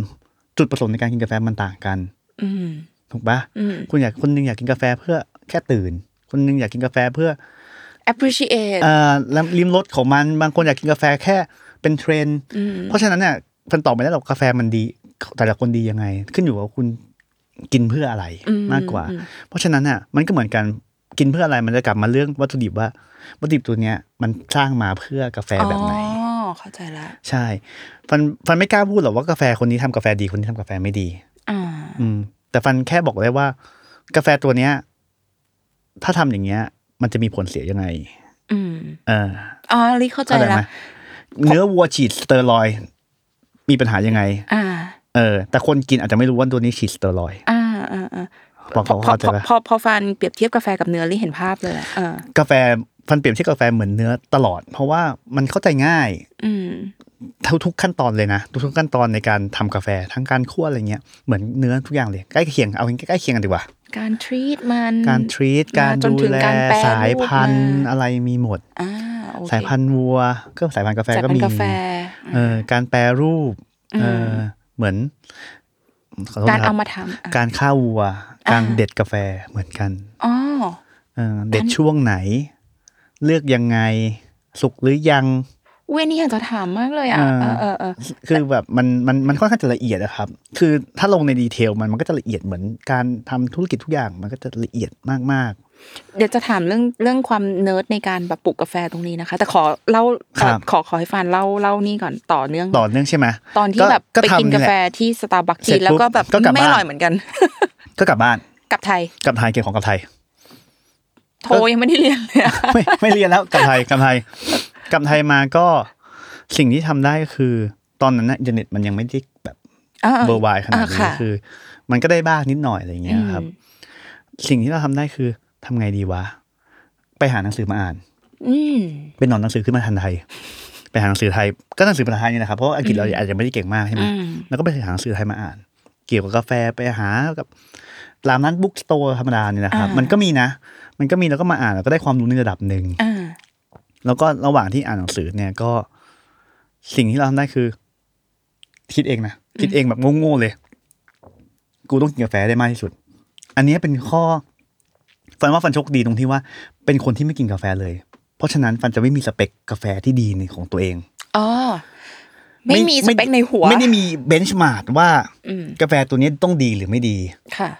จุดประสงค์ในการกินกาแฟมันต่างกัน อืม ถูกปะ อืม คุณอยากคนหนึงอยากกินกาแฟเพื่อแค่ตื่น คนหนึงอยากกินกาแฟเพื่อ appreciate เอ่อแล้วลิ้มรสของมันบางคนอยากกินกาแฟแค่เป็นเทรนด์ อืม เพราะฉะนั้นเนี่ยมันตอบไม่ได้หรอกกาแฟมันดี แต่ละคนดียังไง ขึ้นอยู่ว่าคุณกินเพื่ออะไร อืม มากกว่า อืม เพราะฉะนั้นน่ะมันก็เหมือนกันกินเพื่ออะไรมันจะกลับมาเรื่องวัตถุดิบว่าวัตถุดิบตัวเนี้ยมันสร้างมาเพื่อกาแฟแบบไหน อ๋อเข้าใจละ ใช่ฟันฟันไม่กล้าพูดหรอกว่ากาแฟคนนี้ทำกาแฟดีคนนี้ทำกาแฟไม่ดี อ่า อืม แต่ฟันแค่บอกได้ว่า กาแฟตัวเนี้ยถ้าทำอย่างเงี้ย มันจะมีผลเสียยังไง อืม เออ อ๋อลีเข้าใจ เข้าใจไห ละ มเนื้อวัวฉีดสเตอรอยด์มีปัญหายังไง อ่า เออ แต่คนกินอาจจะไม่รู้ว่าตัวนี้ฉีดสเตอรอยด์ อ่าอ่าอ่า บอก พอ เขา พอ เข้าใจปะ พอพอฟันเปรียบเทียบกาแฟกับเนื้อลีเห็นภาพเลยอะอ่าก าแฟฟันเปรียบเทียบกาแฟเหมือนเนื้อตลอด เพราะว่ามันเข้าใจง่าย อืม ทุกทุกขั้นตอนเลยนะทุกทุกขั้นตอนในการทำกาแฟทั้งการคั่วอะไรเงี้ยเหมือนเนื้อทุกอย่างเลยใกล้เคียงเอาใกล้เคียงกันดีกว่า การ treat มัน การทรีต มา การ จน ดู ถึง แล การแปรรูป สายพันธุ์ มา อะไรมีหมด อ่าโอเค สายพันธุ์วัว ก็สายพันธุ์กาแฟ สาย ก็ พัน มี ธุ์กาแฟ เออการแปรรูปเอออ ม เหมือนขอโทษ การ นะค เอา บ มาทำอ่ะ การฆ่าวัว อ่า การเด็ดกาแฟเหมือนกัน อ๋อ เออเด็ดช่วงไหน เลือกยังไง สุกหรือยัง เวยนี่อยากจะถามมากเลยอ่ะเอ อ่า อเออเออ คือแบบมันมันมันค่อนข้างจะละเอียดนะครับ คือถ้าลงในดีเทลมันมันก็จะละเอียดเหมือนการทำธุรกิจทุกอย่างมันก็จะละเอียดมาก เดี๋ยวจะถามเรื่องเรื่องความเนิร์ดในการแบบปลูกกาแฟตรงนี้นะคะ แต่ขอเล่า ครับ ขอขอให้ฟันเล่าเล่านี่ก่อนต่อเนื่อง ๆ ต่อเนื่องใช่ไหม ตอนที่แบบไปกิน ทำ กาแฟ แหละ ที่สตาร์บัค เสร็ จี จ นแล้วก็แบบ ปุ๊บก็กลับ ไม่อร่อย บ้าน เหมือนกัน ก็กลับบ้าน กลับไทย กลับไทยเก็บของกลับไทย โทรยังไม่ได้เรียนเลย อะ ไม่ไม่เรียนแล้วกลับไทยกลับไทยกลับไทยมาก็สิ่งที่ทำได้ก็คือ ตอนนั้นนะอินเทอร์เน็ตมันยังไม่ได้แบบ อ่า เบอร์ไวขนาด อ่า นี้ ค่ะ คือ มันก็ได้บ้างนิดหน่อยอะไรอย่างเงี้ยครับ อืม สิ่งที่เราทำได้คือทำไงดีวะ ไปหาหนังสือมาอ่าน อืม เป็นหนอนหนังสือขึ้นมาทันไทย ไปหาหนังสือไทย ก็หนังสือภาษาไทยนี่แหละครับเพราะว่าอังกฤษเราอาจจะไม่ได้เก่งมากใช่ไหม อืม แล้วก็ไปหาหนังสือไทยมาอ่าน เกี่ยวกับกาแฟไปหากับตามร้านบุ๊กสโตร์ธรรมดาเนี่ยนะครับ อ่ามั มันก็มีนะ มันก็มีแล้วก็มาอ่านแล้วก็ได้ความรู้ในระดับหนึ่ง อ่า แล้วก็ระหว่างที่อ่านหนังสือเนี่ยก็ สิ่งที่เราทำได้คือ คิดเองนะคิดเองแบบโง่ๆเลย กูต้องกินกาแฟได้มากที่สุด อันเนี้ยเป็นข้อ ฟันว่าฟันโชคดีตรงที่ว่า เป็นคนที่ไม่กินกาแฟเลย เพราะฉะนั้นฟันจะไม่มีสเปคกาแฟที่ดีในของตัวเอง อ๋อ ไม่มีสเปคในหัว ไม่ได้มีเบนช์มาร์ว่า อืม กาแฟตัวเนี้ยต้องดีหรือไม่ดี ค่ะ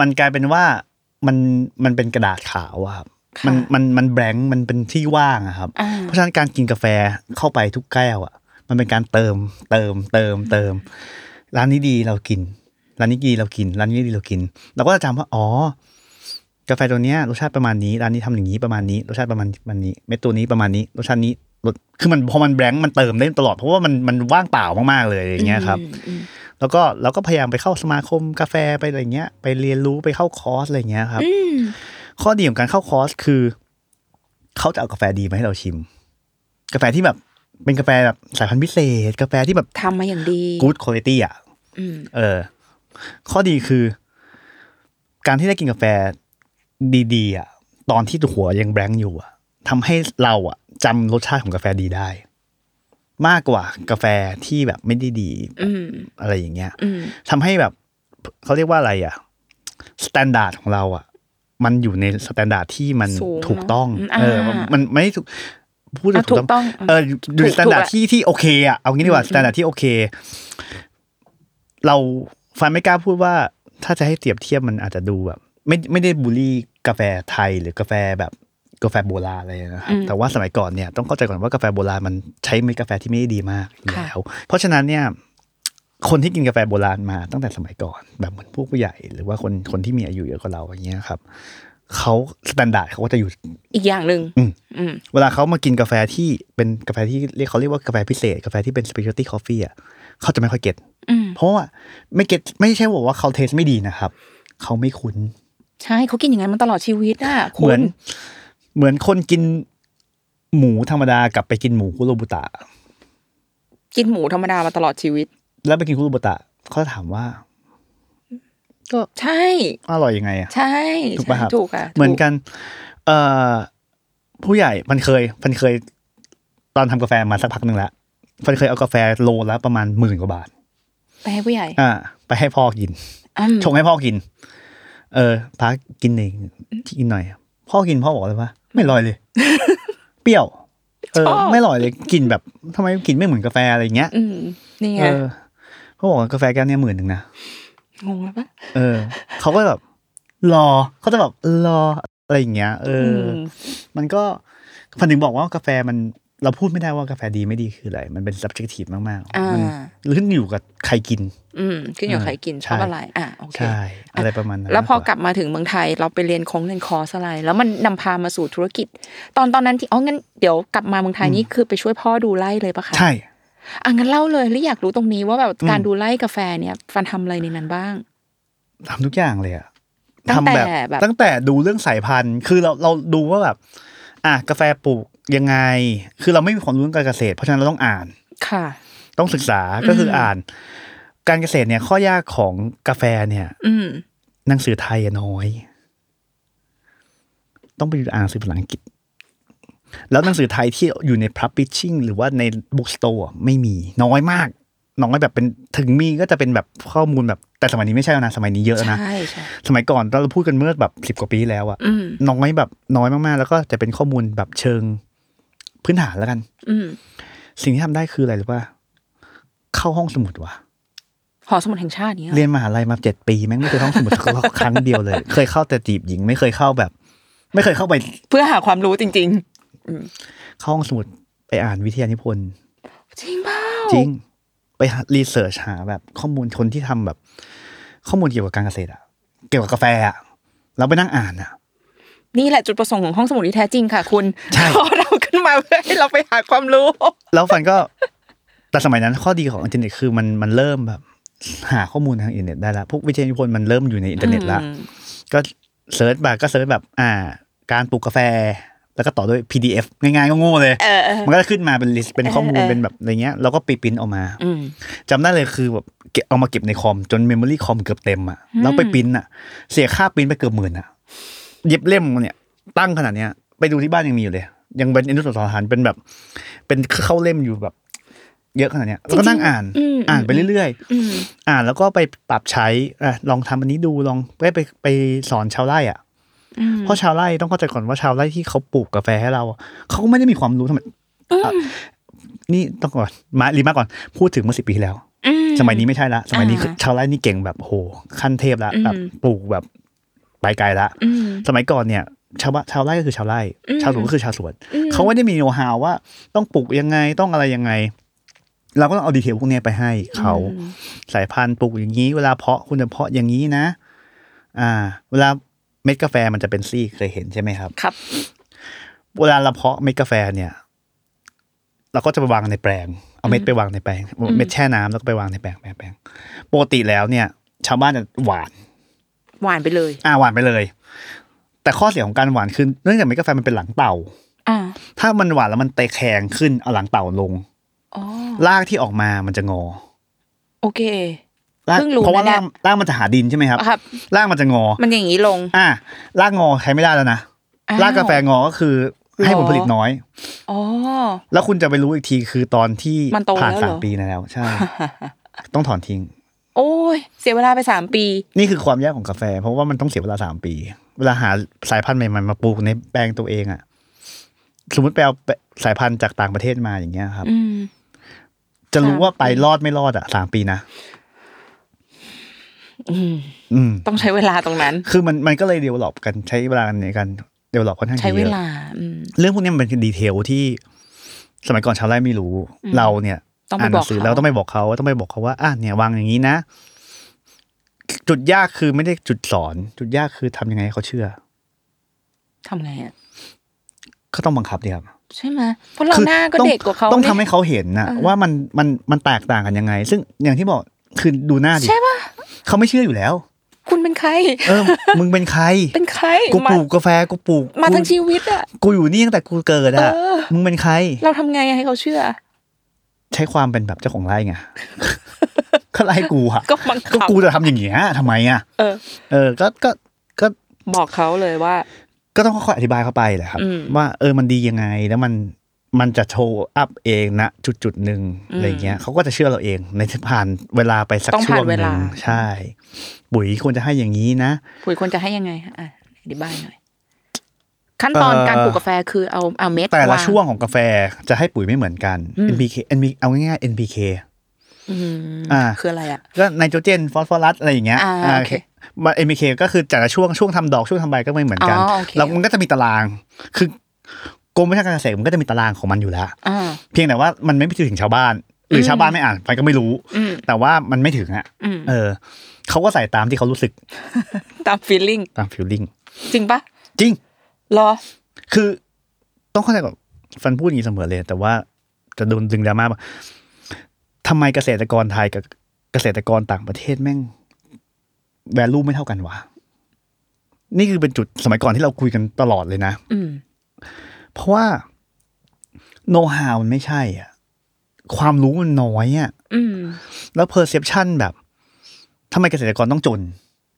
มันกลายเป็นว่ามันมันเป็นกระดาษขาวอะครับ ค่ะ มันมันมันแบงค์มันเป็นที่ว่างอะครับ อ่า เพราะฉะนั้นการกินกาแฟเข้าไปทุกแก้วอะมันเป็นการเติมเติมเติมเติม ร้านนี้ดีเรากิน ร้านนี้ดีเรากิน ร้านนี้ดีเรากิน เราก็จะจำว่าอ๋อ กาแฟตัวเนี้ยรสชาติประมาณนี้ร้านนี้ทำอย่างนี้ประมาณนี้รสชาติประมาณมันนี้เม็ดตัวนี้ประมาณนี้รสชาตินี้รสคือมันพอมันแบงค์มันเติมได้ตลอดเพราะว่ามันมันว่างเปล่ามากๆเลยอย่างเงี้ยครับ อืมอืม แล้วก็เราก็พยายามไปเข้าสมาคมกาแฟไปอะไรเงี้ย ไปเรียนรู้ไปเข้าคอร์สอะไรเงี้ยครับ อืม ข้อดีของการเข้าคอร์สคือ เขาจะเอากาแฟดีมาให้เราชิม กาแฟที่แบบเป็นกาแฟแบบสายพันธุ์พิเศษ กาแฟที่แบบ ทำมาอย่างดี good quality อ่ะ อืม เออ ข้อดีคือ การที่ได้กินกาแฟดีๆอ่ะตอนที่หัวยังแบงค์อยู่อ่ะทำให้เราอ่ะจำรสชาติของกาแฟดีได้ มากกว่ากาแฟที่แบบไม่ได้ดี อืม อะไรอย่างเงี้ย อืม ทำให้แบบเขาเรียกว่าอะไรอ่ะสแตนดาร์ดของเราอ่ะ มันอยู่ในสแตนดาร์ดที่มัน สูงเนอะ ถูกต้อง อืมอ่า เออ มันไม่ถูกพูด อ่ะถูกต้อง เอออยู่อยู่ ถู ใน ก สแตนดาร์ด ถูกอะ ที่ที่โอเคอ่ะเอางี้ดีกว่าสแตนดาร์ดที่โอเค เราฟันไม่กล้าพูดว่า ถ้าจะให้เปรียบเทียบมันอาจจะดูแบบ ไม่ไม่ได้บูลลี่กาแฟไทยหรือกาแฟแบบ กาแฟโบราณอะไรนะครั อื บ ม แต่ว่าสมัยก่อนเนี่ยต้องเข้าใจก่อนว่ากาแฟโบราณมันใช้เม็ดกาแฟที่ไม่ได้ดีมากอยู่ ค่ะ แล้วเพราะฉะนั้นเนี่ยคนที่กินกาแฟโบราณมาตั้งแต่สมัยก่อน แบบเหมือนผู้ผู้ใหญ่ หรือว่าคนคนที่มีอายุเยอะกว่าเราอย่างเงี้ยครับเขาสแตนดาร์ดเขาก็จะอยู่ อีกอย่างหนึ่ง อืม อืม เวลาเขามากินกาแฟที่เป็นกาแฟที่เรียกเขาเรียกว่ากาแฟพิเศษ กาแฟที่เป็น specialty coffee อ่ะเขาจะไม่ค่อยเก็ต อืม เพราะว่าไม่เก็ตไม่ใช่บอกว่าเขาเทสไม่ดีนะครับ เขาไม่คุ้น ใช่เขากินอย่างนั้นมาตลอดชีวิตอ่ะคุ เหมือ ณ นเหมือนคนกินหมูธรรมดากลับไปกินหมูคุโรบุตะ กินหมูธรรมดามาตลอดชีวิต แล้วไปกินคุโรบุตะเขาจะถามว่า ก็ ใช่ อร่อยยังไงอะ ใช่ ถูกปะครับ ถูกอ่ะ เหมือนกัน เอ่อผู้ใหญ่มันเคย มันเคย ตอนทำกาแฟมาสักพักหนึ่งแล้วมันเคยเอากาแฟโลละประมาณหมื่นกว่าบาท ไปให้ผู้ใหญ่ อ่า ไปให้พ่อกิน อืม ชงให้พ่อกิน เออพากินเองกินหน่อย พ่อกินพ่อบอกเลยว่าไม่อร่อย เลย เปรี้ยว เออ ไม่อร่อยเลยกลินแบบทำไมกลินไม่เหมือนกาแฟอะไรอย่างเงี้ย อืมนี่ไง เออเขาบอกว่ากาแฟแก้วเนี้ยหมื่นหนึ่งนะ งงแล้วปะ เออ เขาก็แบบรอ เขาจะแบบรออะไรอย่างเงี้ย เอออ ม มันก็พันถึงบอกว่ากาแฟมันเราพูดไม่ได้ว่ากาแฟดีไม่ดีคืออะไร มันเป็น subjective มาก อ่า ๆ มั มันขึ้นอยู่กับใครกิน อืมขึ้นอยู่กับ เออ ใครกินช ใช่ อบอะไรอ่ะโอเค ใช่ อะไรประมาณนั้น แล้วพอ มาก ก ลับมาถึงเมืองไทยเราไปเรียนคงเรียนคอร์สอะไร แล้วมันนำพามาสู่ธุรกิจ ตอนตอนนั้นที่อ๋องั้นเดี๋ยวกลับมาเมืองไทยนี่คือไปช่วยพ่อดูไร่เลยปะคะ ใช่ อ่ะงั้นเล่าเลยแล้วอยากรู้ตรงนี้ว่าแบบ อืม การดูไร่กาแฟเนี่ยฟันทำอะไรในนั้นบ้าง ทำทุกอย่างเลยอะ ตั้งแต่ ทำแบบ แบบ ตั้งแต่ดูเรื่องสายพันธุ์ คือเราเราดูว่าแบบ อ่ะกาแฟปลูกยังไง คือเราไม่มีความรู้เรื่องการเกษตร เพราะฉะนั้นเราต้องอ่าน ค่ะ ต้องศึกษา ก็คืออ ม อ่าน การเกษตรเนี่ย ข้อยากของกาแฟเนี่ย อืม หนังสือไทยอะน้อย ต้องไปอ่านหนังสือภาษาอังกฤษ แล้วหนังสือไทยที่อยู่ใน publishing หรือว่าใน bookstore อะไม่มี น้อยมาก น้อยแบบเป็นถึงมีก็จะเป็นแบบข้อมูลแบบ แต่สมัยนี้ไม่ใช่แล้วนะ สมัยนี้เยอะแล้วนะ ใช่ใช่ สมัยก่อนเราพูดกันเมื่อแบบสิบ10 กว่าปีแล้วอะ อืม น้อยแบบน้อยมากๆ แล้วก็จะเป็นข้อมูลแบบเชิงพื้นฐานแล้วกัน อืม สิ่งที่ทำได้คืออะไรหรือว่า เข้าห้องสมุดว่ะ หอสมุดแห่งชาติเนี้ย เรียนมหาลัยมาเจ็ดปีแม่งไม่เคยเข้าห้องสมุดสักครั้งเดียว เลย เคยเข้าแต่จีบหญิงไม่เคยเข้าแบบ ไม่เคยเข้าไป เพื่อหาความรู้จริง เข้าห้องสมุดไปอ่านวิทยานิพนธ์ ๆ จริงเปล่า จริง ไปหารีเสิร์ชหาแบบข้อมูลคนที่ทำแบบ ข้อมูลเกี่ยวกับการเกษตรอะเกี่ยวกับกาแฟอะเราไปนั่งอ่านอะ นี่แหละจุดประสงค์ของห้องสมุดที่แท้จริงค่ะ คุณ ใช่ ขอ เราขึ้นมาเพื่อให้เราไปหาความรู้ แล้วฟันก็ แต่สมัยนั้นข้อดีของอินเทอร์เน็ตคือมันมันเริ่มแบบ หาข้อมูลทางอินเทอร์เน็ตได้ละพวกวิทยานิพนธ์มันเริ่มอยู่ในอินเทอร์เน็ตละ อืม ก็เซิร์ชแบบก็เซิร์ชแบบ อ่า การปลูกกาแฟ แล้วก็ต่อด้วย PDF ง่ายๆก็โง่เลย เออเออ มันก็จะขึ้นมาเป็นลิสต์เป็นข้อมูล เออ เป็นแบบอะไรเงี้ย แล้วก็ปีปริ้นออกมา อืม จำได้เลยคือแบบเก็บเอามาเก็บในคอมจนเมมโมรี่คอมเกือบเต็มอ่ะ อืม แล้วไปปริ้นอ่ะ เสียค่าปริ้นไปเกือบหมื่นอ่ะเย็บเล่มเนี่ย ตั้งขนาดเนี้ย ไปดูที่บ้านยังมีอยู่เลย ยังเป็นอนุสาวรีย์เป็นแบบ เป็นเข้าเล่มอยู่แบบ เยอะขนาดเนี้ยแล้วก็นั่งอ่าน อืม อ่านไปเรื่อยๆ อืม อ่านแล้วก็ไปปรับใช้อ่ะลองทำอันนี้ดูลองไปไปไปสอนชาวไร่อ่ะ อืม เพราะชาวไร่ต้องเข้าใจก่อนว่าชาวไร่ที่เขาปลูกกาแฟให้เราอ่ะเขาก็ไม่ได้มีความรู้ทำไมอ่ะนี่ต้องก่อนมารีมาก่อนพูดถึงเมื่อสิบปีที่แล้ว อื สมัยนี้ไม่ใช่ละสมัยนี้ อ่า คือชาวไร่นี่เก่งแบบโหขั้นเทพละ อืม แบบปลูกแบบไปไกลละ อืม สมัยก่อนเนี่ย ชาวบ้านชาวไร่ก็คือชาวไร่ อืม ชาวสวนก็คือชาวสวน อืม เขาไม่ได้มีโน้ตฮาวว่าต้องปลูกยังไงต้องอะไรยังไง เราก็ต้องเอาดีเทลพวกเนี้ยไปให้เขา อืม สายพันธุ์ปลูกอย่างนี้ เวลาเพาะคุณจะเพาะอย่างนี้นะ อ่า เวลาเม็ดกาแฟมันจะเป็นซี่เคยเห็นใช่ไหมครับ ครับ เวลาเราเพาะเม็ดกาแฟเนี่ย เราก็จะไปวางในแปลง เอาเม็ดไปวางในแปลง เม็ดแช่น้ำแล้วก็ไปวางในแปลงแปลงแปลงปกติแล้วเนี่ย ชาวบ้านจะหวาน หวานไปเลย อ่าหวานไปเลย แต่ข้อเสียของการหวานคือเนื่องจากเม็ดกาแฟมันเป็นหลังเต่า อ่า ถ้ามันหวานแล้วมันเตะแข็งขึ้นเอาหลังเต่าลง อ๋อ รากที่ออกมามันจะงอ โอเค ราก เพิ่งรู้ เพราะว่า นะเนี่ ราย กรากมันจะหาดินใช่ไหมครับ ครับ รากมันจะงอ มันอย่างนี้ลง อ่ะรากงอใช้ไม่ได้แล้วนะ อ้ว รากกาแฟงอก็คือให้ หรอ ผลผลิตน้อย อ๋อ แล้วคุณจะไปรู้อีกทีคือตอนที่ มันโต ผ่าน แล้ว สา เหร ม อ ปีแล้ว ใช่ ต้องถอนทิ้ง โอ้ย เสียเวลาไปสามปี นี่คือความยากของกาแฟ เพราะว่ามันต้องเสียเวลาสามปี เวลาหาสายพันธุ์ใหม่ๆมาปลูกในแปลงตัวเองอ่ะสมมติไปเอาสายพันธุ์จากต่างประเทศมาอย่างเงี้ยครับ อืม จะรู้ สาม ว่าไป ปี รอดไม่รอดอ่ะสามปีนะ อืม อืม ต้องใช้เวลาตรงนั้น คือมันมันก็เลยเดียวหลอปกันใช้เวลาในการ เดเวลลอปค่อนข้าง ใช้ เย เว อะ ลาอืม เรื่องพวกนี้มันเป็นดีเทลที่สมัยก่อนชาวไร่ไม่รู้ อืม เราเนี่ย ต้องไป อ่าน บ ห อ นั ก งสือ เขา แล้วต้องไปบอกเขาต้องไปบอกเขาว่าอ่ะเนี่ยวางอย่างนี้นะ จุดยากคือไม่ได้จุดสอน จุดยากคือทำยังไงให้เขาเชื่อ ทำไงอ่ะ ก็ต้องบังคับดิครับ ใช่ไหมเพราะเรา คือ หน้าก็ ต้อง เด็กกว่าเขา ต้องทำ เนี่ย ให้เขาเห็นนะ เออ ว่ามันมันมันแตกต่างกันยังไง ซึ่งอย่างที่บอกคือดูหน้าดิ ใช่ป่ะ เขาไม่เชื่ออยู่แล้ว คุณเป็นใคร เออ มึงเป็นใคร เป็นใคร กู มา ปลูกกาแฟกูปลูก มาทั้ง กู ชีวิตอ่ะ กูอยู่นี่ตั้งแต่กูเกิดอะ เออ มึงเป็นใคร เราทำไงให้เขาเชื่อ ใช้ความเป็นแบบเจ้าของไร่ไง ก็ไล่กูอะ ก็บัง ก็ คับ กูจะทำอย่างเงี้ยทำไมอะ เออ เออ ก็ก็ก็ บอกเขาเลยว่า ก็ต้องค่อยๆอธิบายเข้าไปแหละครับ อืม ว่าเออมันดียังไงแล้วมันมันจะโชว์อัพเองนะจุดจุดๆหนึ่ง อืม อะไรเงี้ยเขาก็จะเชื่อเราเอง ในที่ผ่านเวลาไปสัก ต้อง ช่ ผ่าน วงห เว นึ่ ลา งใช่ ปุ๋ยควรจะให้อย่างนี้นะ ปุ๋ยควรจะให้ยังไงฮะอ่ะอธิบายหน่อย ขั้นตอน เอ่อ การปลูกกาแฟคือเอาเอาเม็ด แต่ละ าง ช่วงของกาแฟจะให้ปุ๋ยไม่เหมือนกัน อืม NPK NPK เอาง่ายๆ NPK อืม อ่า คืออะไรอ่ะ ก็ไนโตรเจนฟอสฟอรัสอะไรอย่างเงี้ย อ่าโอเค มันเอ็มเคก็คือแต่ละช่วงช่วงทำดอกช่วงทำใบก็ไม่เหมือนกัน อ๋อโอเค แล้วมันก็จะมีตาราง คือกรมวิชาการเกษตรมันก็จะมีตารางของมันอยู่แล้ว อ่า เพียงแต่ว่ามันไม่ไปถึงชาวบ้าน หรืออ ม ชาวบ้านไม่อ่านไปก็ไม่รู้ อืม แต่ว่ามันไม่ถึงอ่ะ อืม เออเขาก็ใส่ตามที่เขารู้สึก ตามฟีลลิ่ง ตามฟิลลิ่ง จริงปะ จริง เหรอ คือต้องเข้าใจก่อนฟันพูดอย่างนี้เสมอเลย แต่ว่าจะโดนดึงดราม่าปะทำไมเกษตรกรไทยกับเกษตรกรต่างประเทศแม่ง แวลูไม่เท่ากันวะนี่คือเป็นจุดสมัยก่อนที่เราคุยกันตลอดเลยนะ อืม เพราะว่าโน w ฮาวมันไม่ใช่อ่ะ ความรู้มันน้อยอ่ะ อืม แล้วเพอร์เซพชันแบบทำไมเกษตรกรต้องจน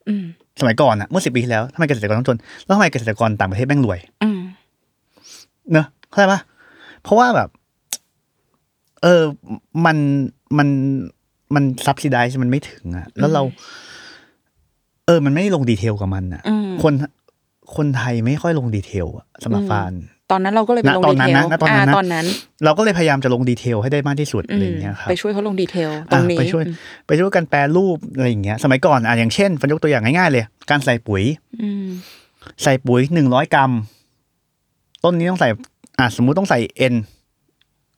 อืม สมัยก่อนอะเมื่อสิบปีที่แล้วทำไมเกษตรกรต้องจน แล้วทำไมเกษตรกรต่างประเทศแม่งรวย อืม เนอะเข้าใจปะเพราะว่าแบบ เออ มันมันมันซับซิได้มันไม่ถึงอะแล้วเรา เออ มันไม่ได้ลงดีเทลกับมันอะ อืม คนคนไทยไม่ค่อยลงดีเทลอะสำหรับ อืม ฟาน ตอนนั้นเราก็เลยไป ณ ลง ตอ ดี นนั้ เท น ล นะณตอนนั้นนะ าตอนนั้น เราก็เลยพยายามจะลงดีเทลให้ได้มากที่สุด อื อะไรอ ม ย่างเงี้ยครับ ไปช่วยเขาลงดีเทลตรงนี้ อ่ะไปช่วย อืม ไปช่วยกันแปรรูปอะไรอย่างเงี้ย สมัยก่อนอ่ะอย่างเช่นฟันยกตัวอย่างง่ายๆเลย การใส่ปุ๋ย อืม ใส่ปุ๋ยหนึ่งร้อยกรัม ต้นนี้ต้องใส่ อ่ะสมมุติต้องใส่เอ็น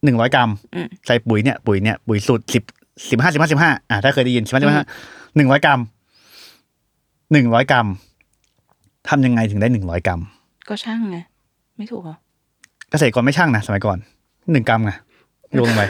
หนึ่งร้อยกรัม อืม ใส่ปุ๋ยเนี่ย ปุ๋ยเนี่ยปุ๋ยสูตรสิบสิบห้าสิบห้าสิบห้าอ่ะถ้าเคยได้ยินสิบห้าสิบ อืม ห้าหนึ่งร้อยกรัมหนึ่งร้อยกรัมทำยังไงถึงได้หนึ่งร้อยกรัม ก็ช่างไงไม่ถูกเหรอ เกษตรกรไม่ช่างนะสมัยก่อนหนึ่งกรัมไงโยนลงไป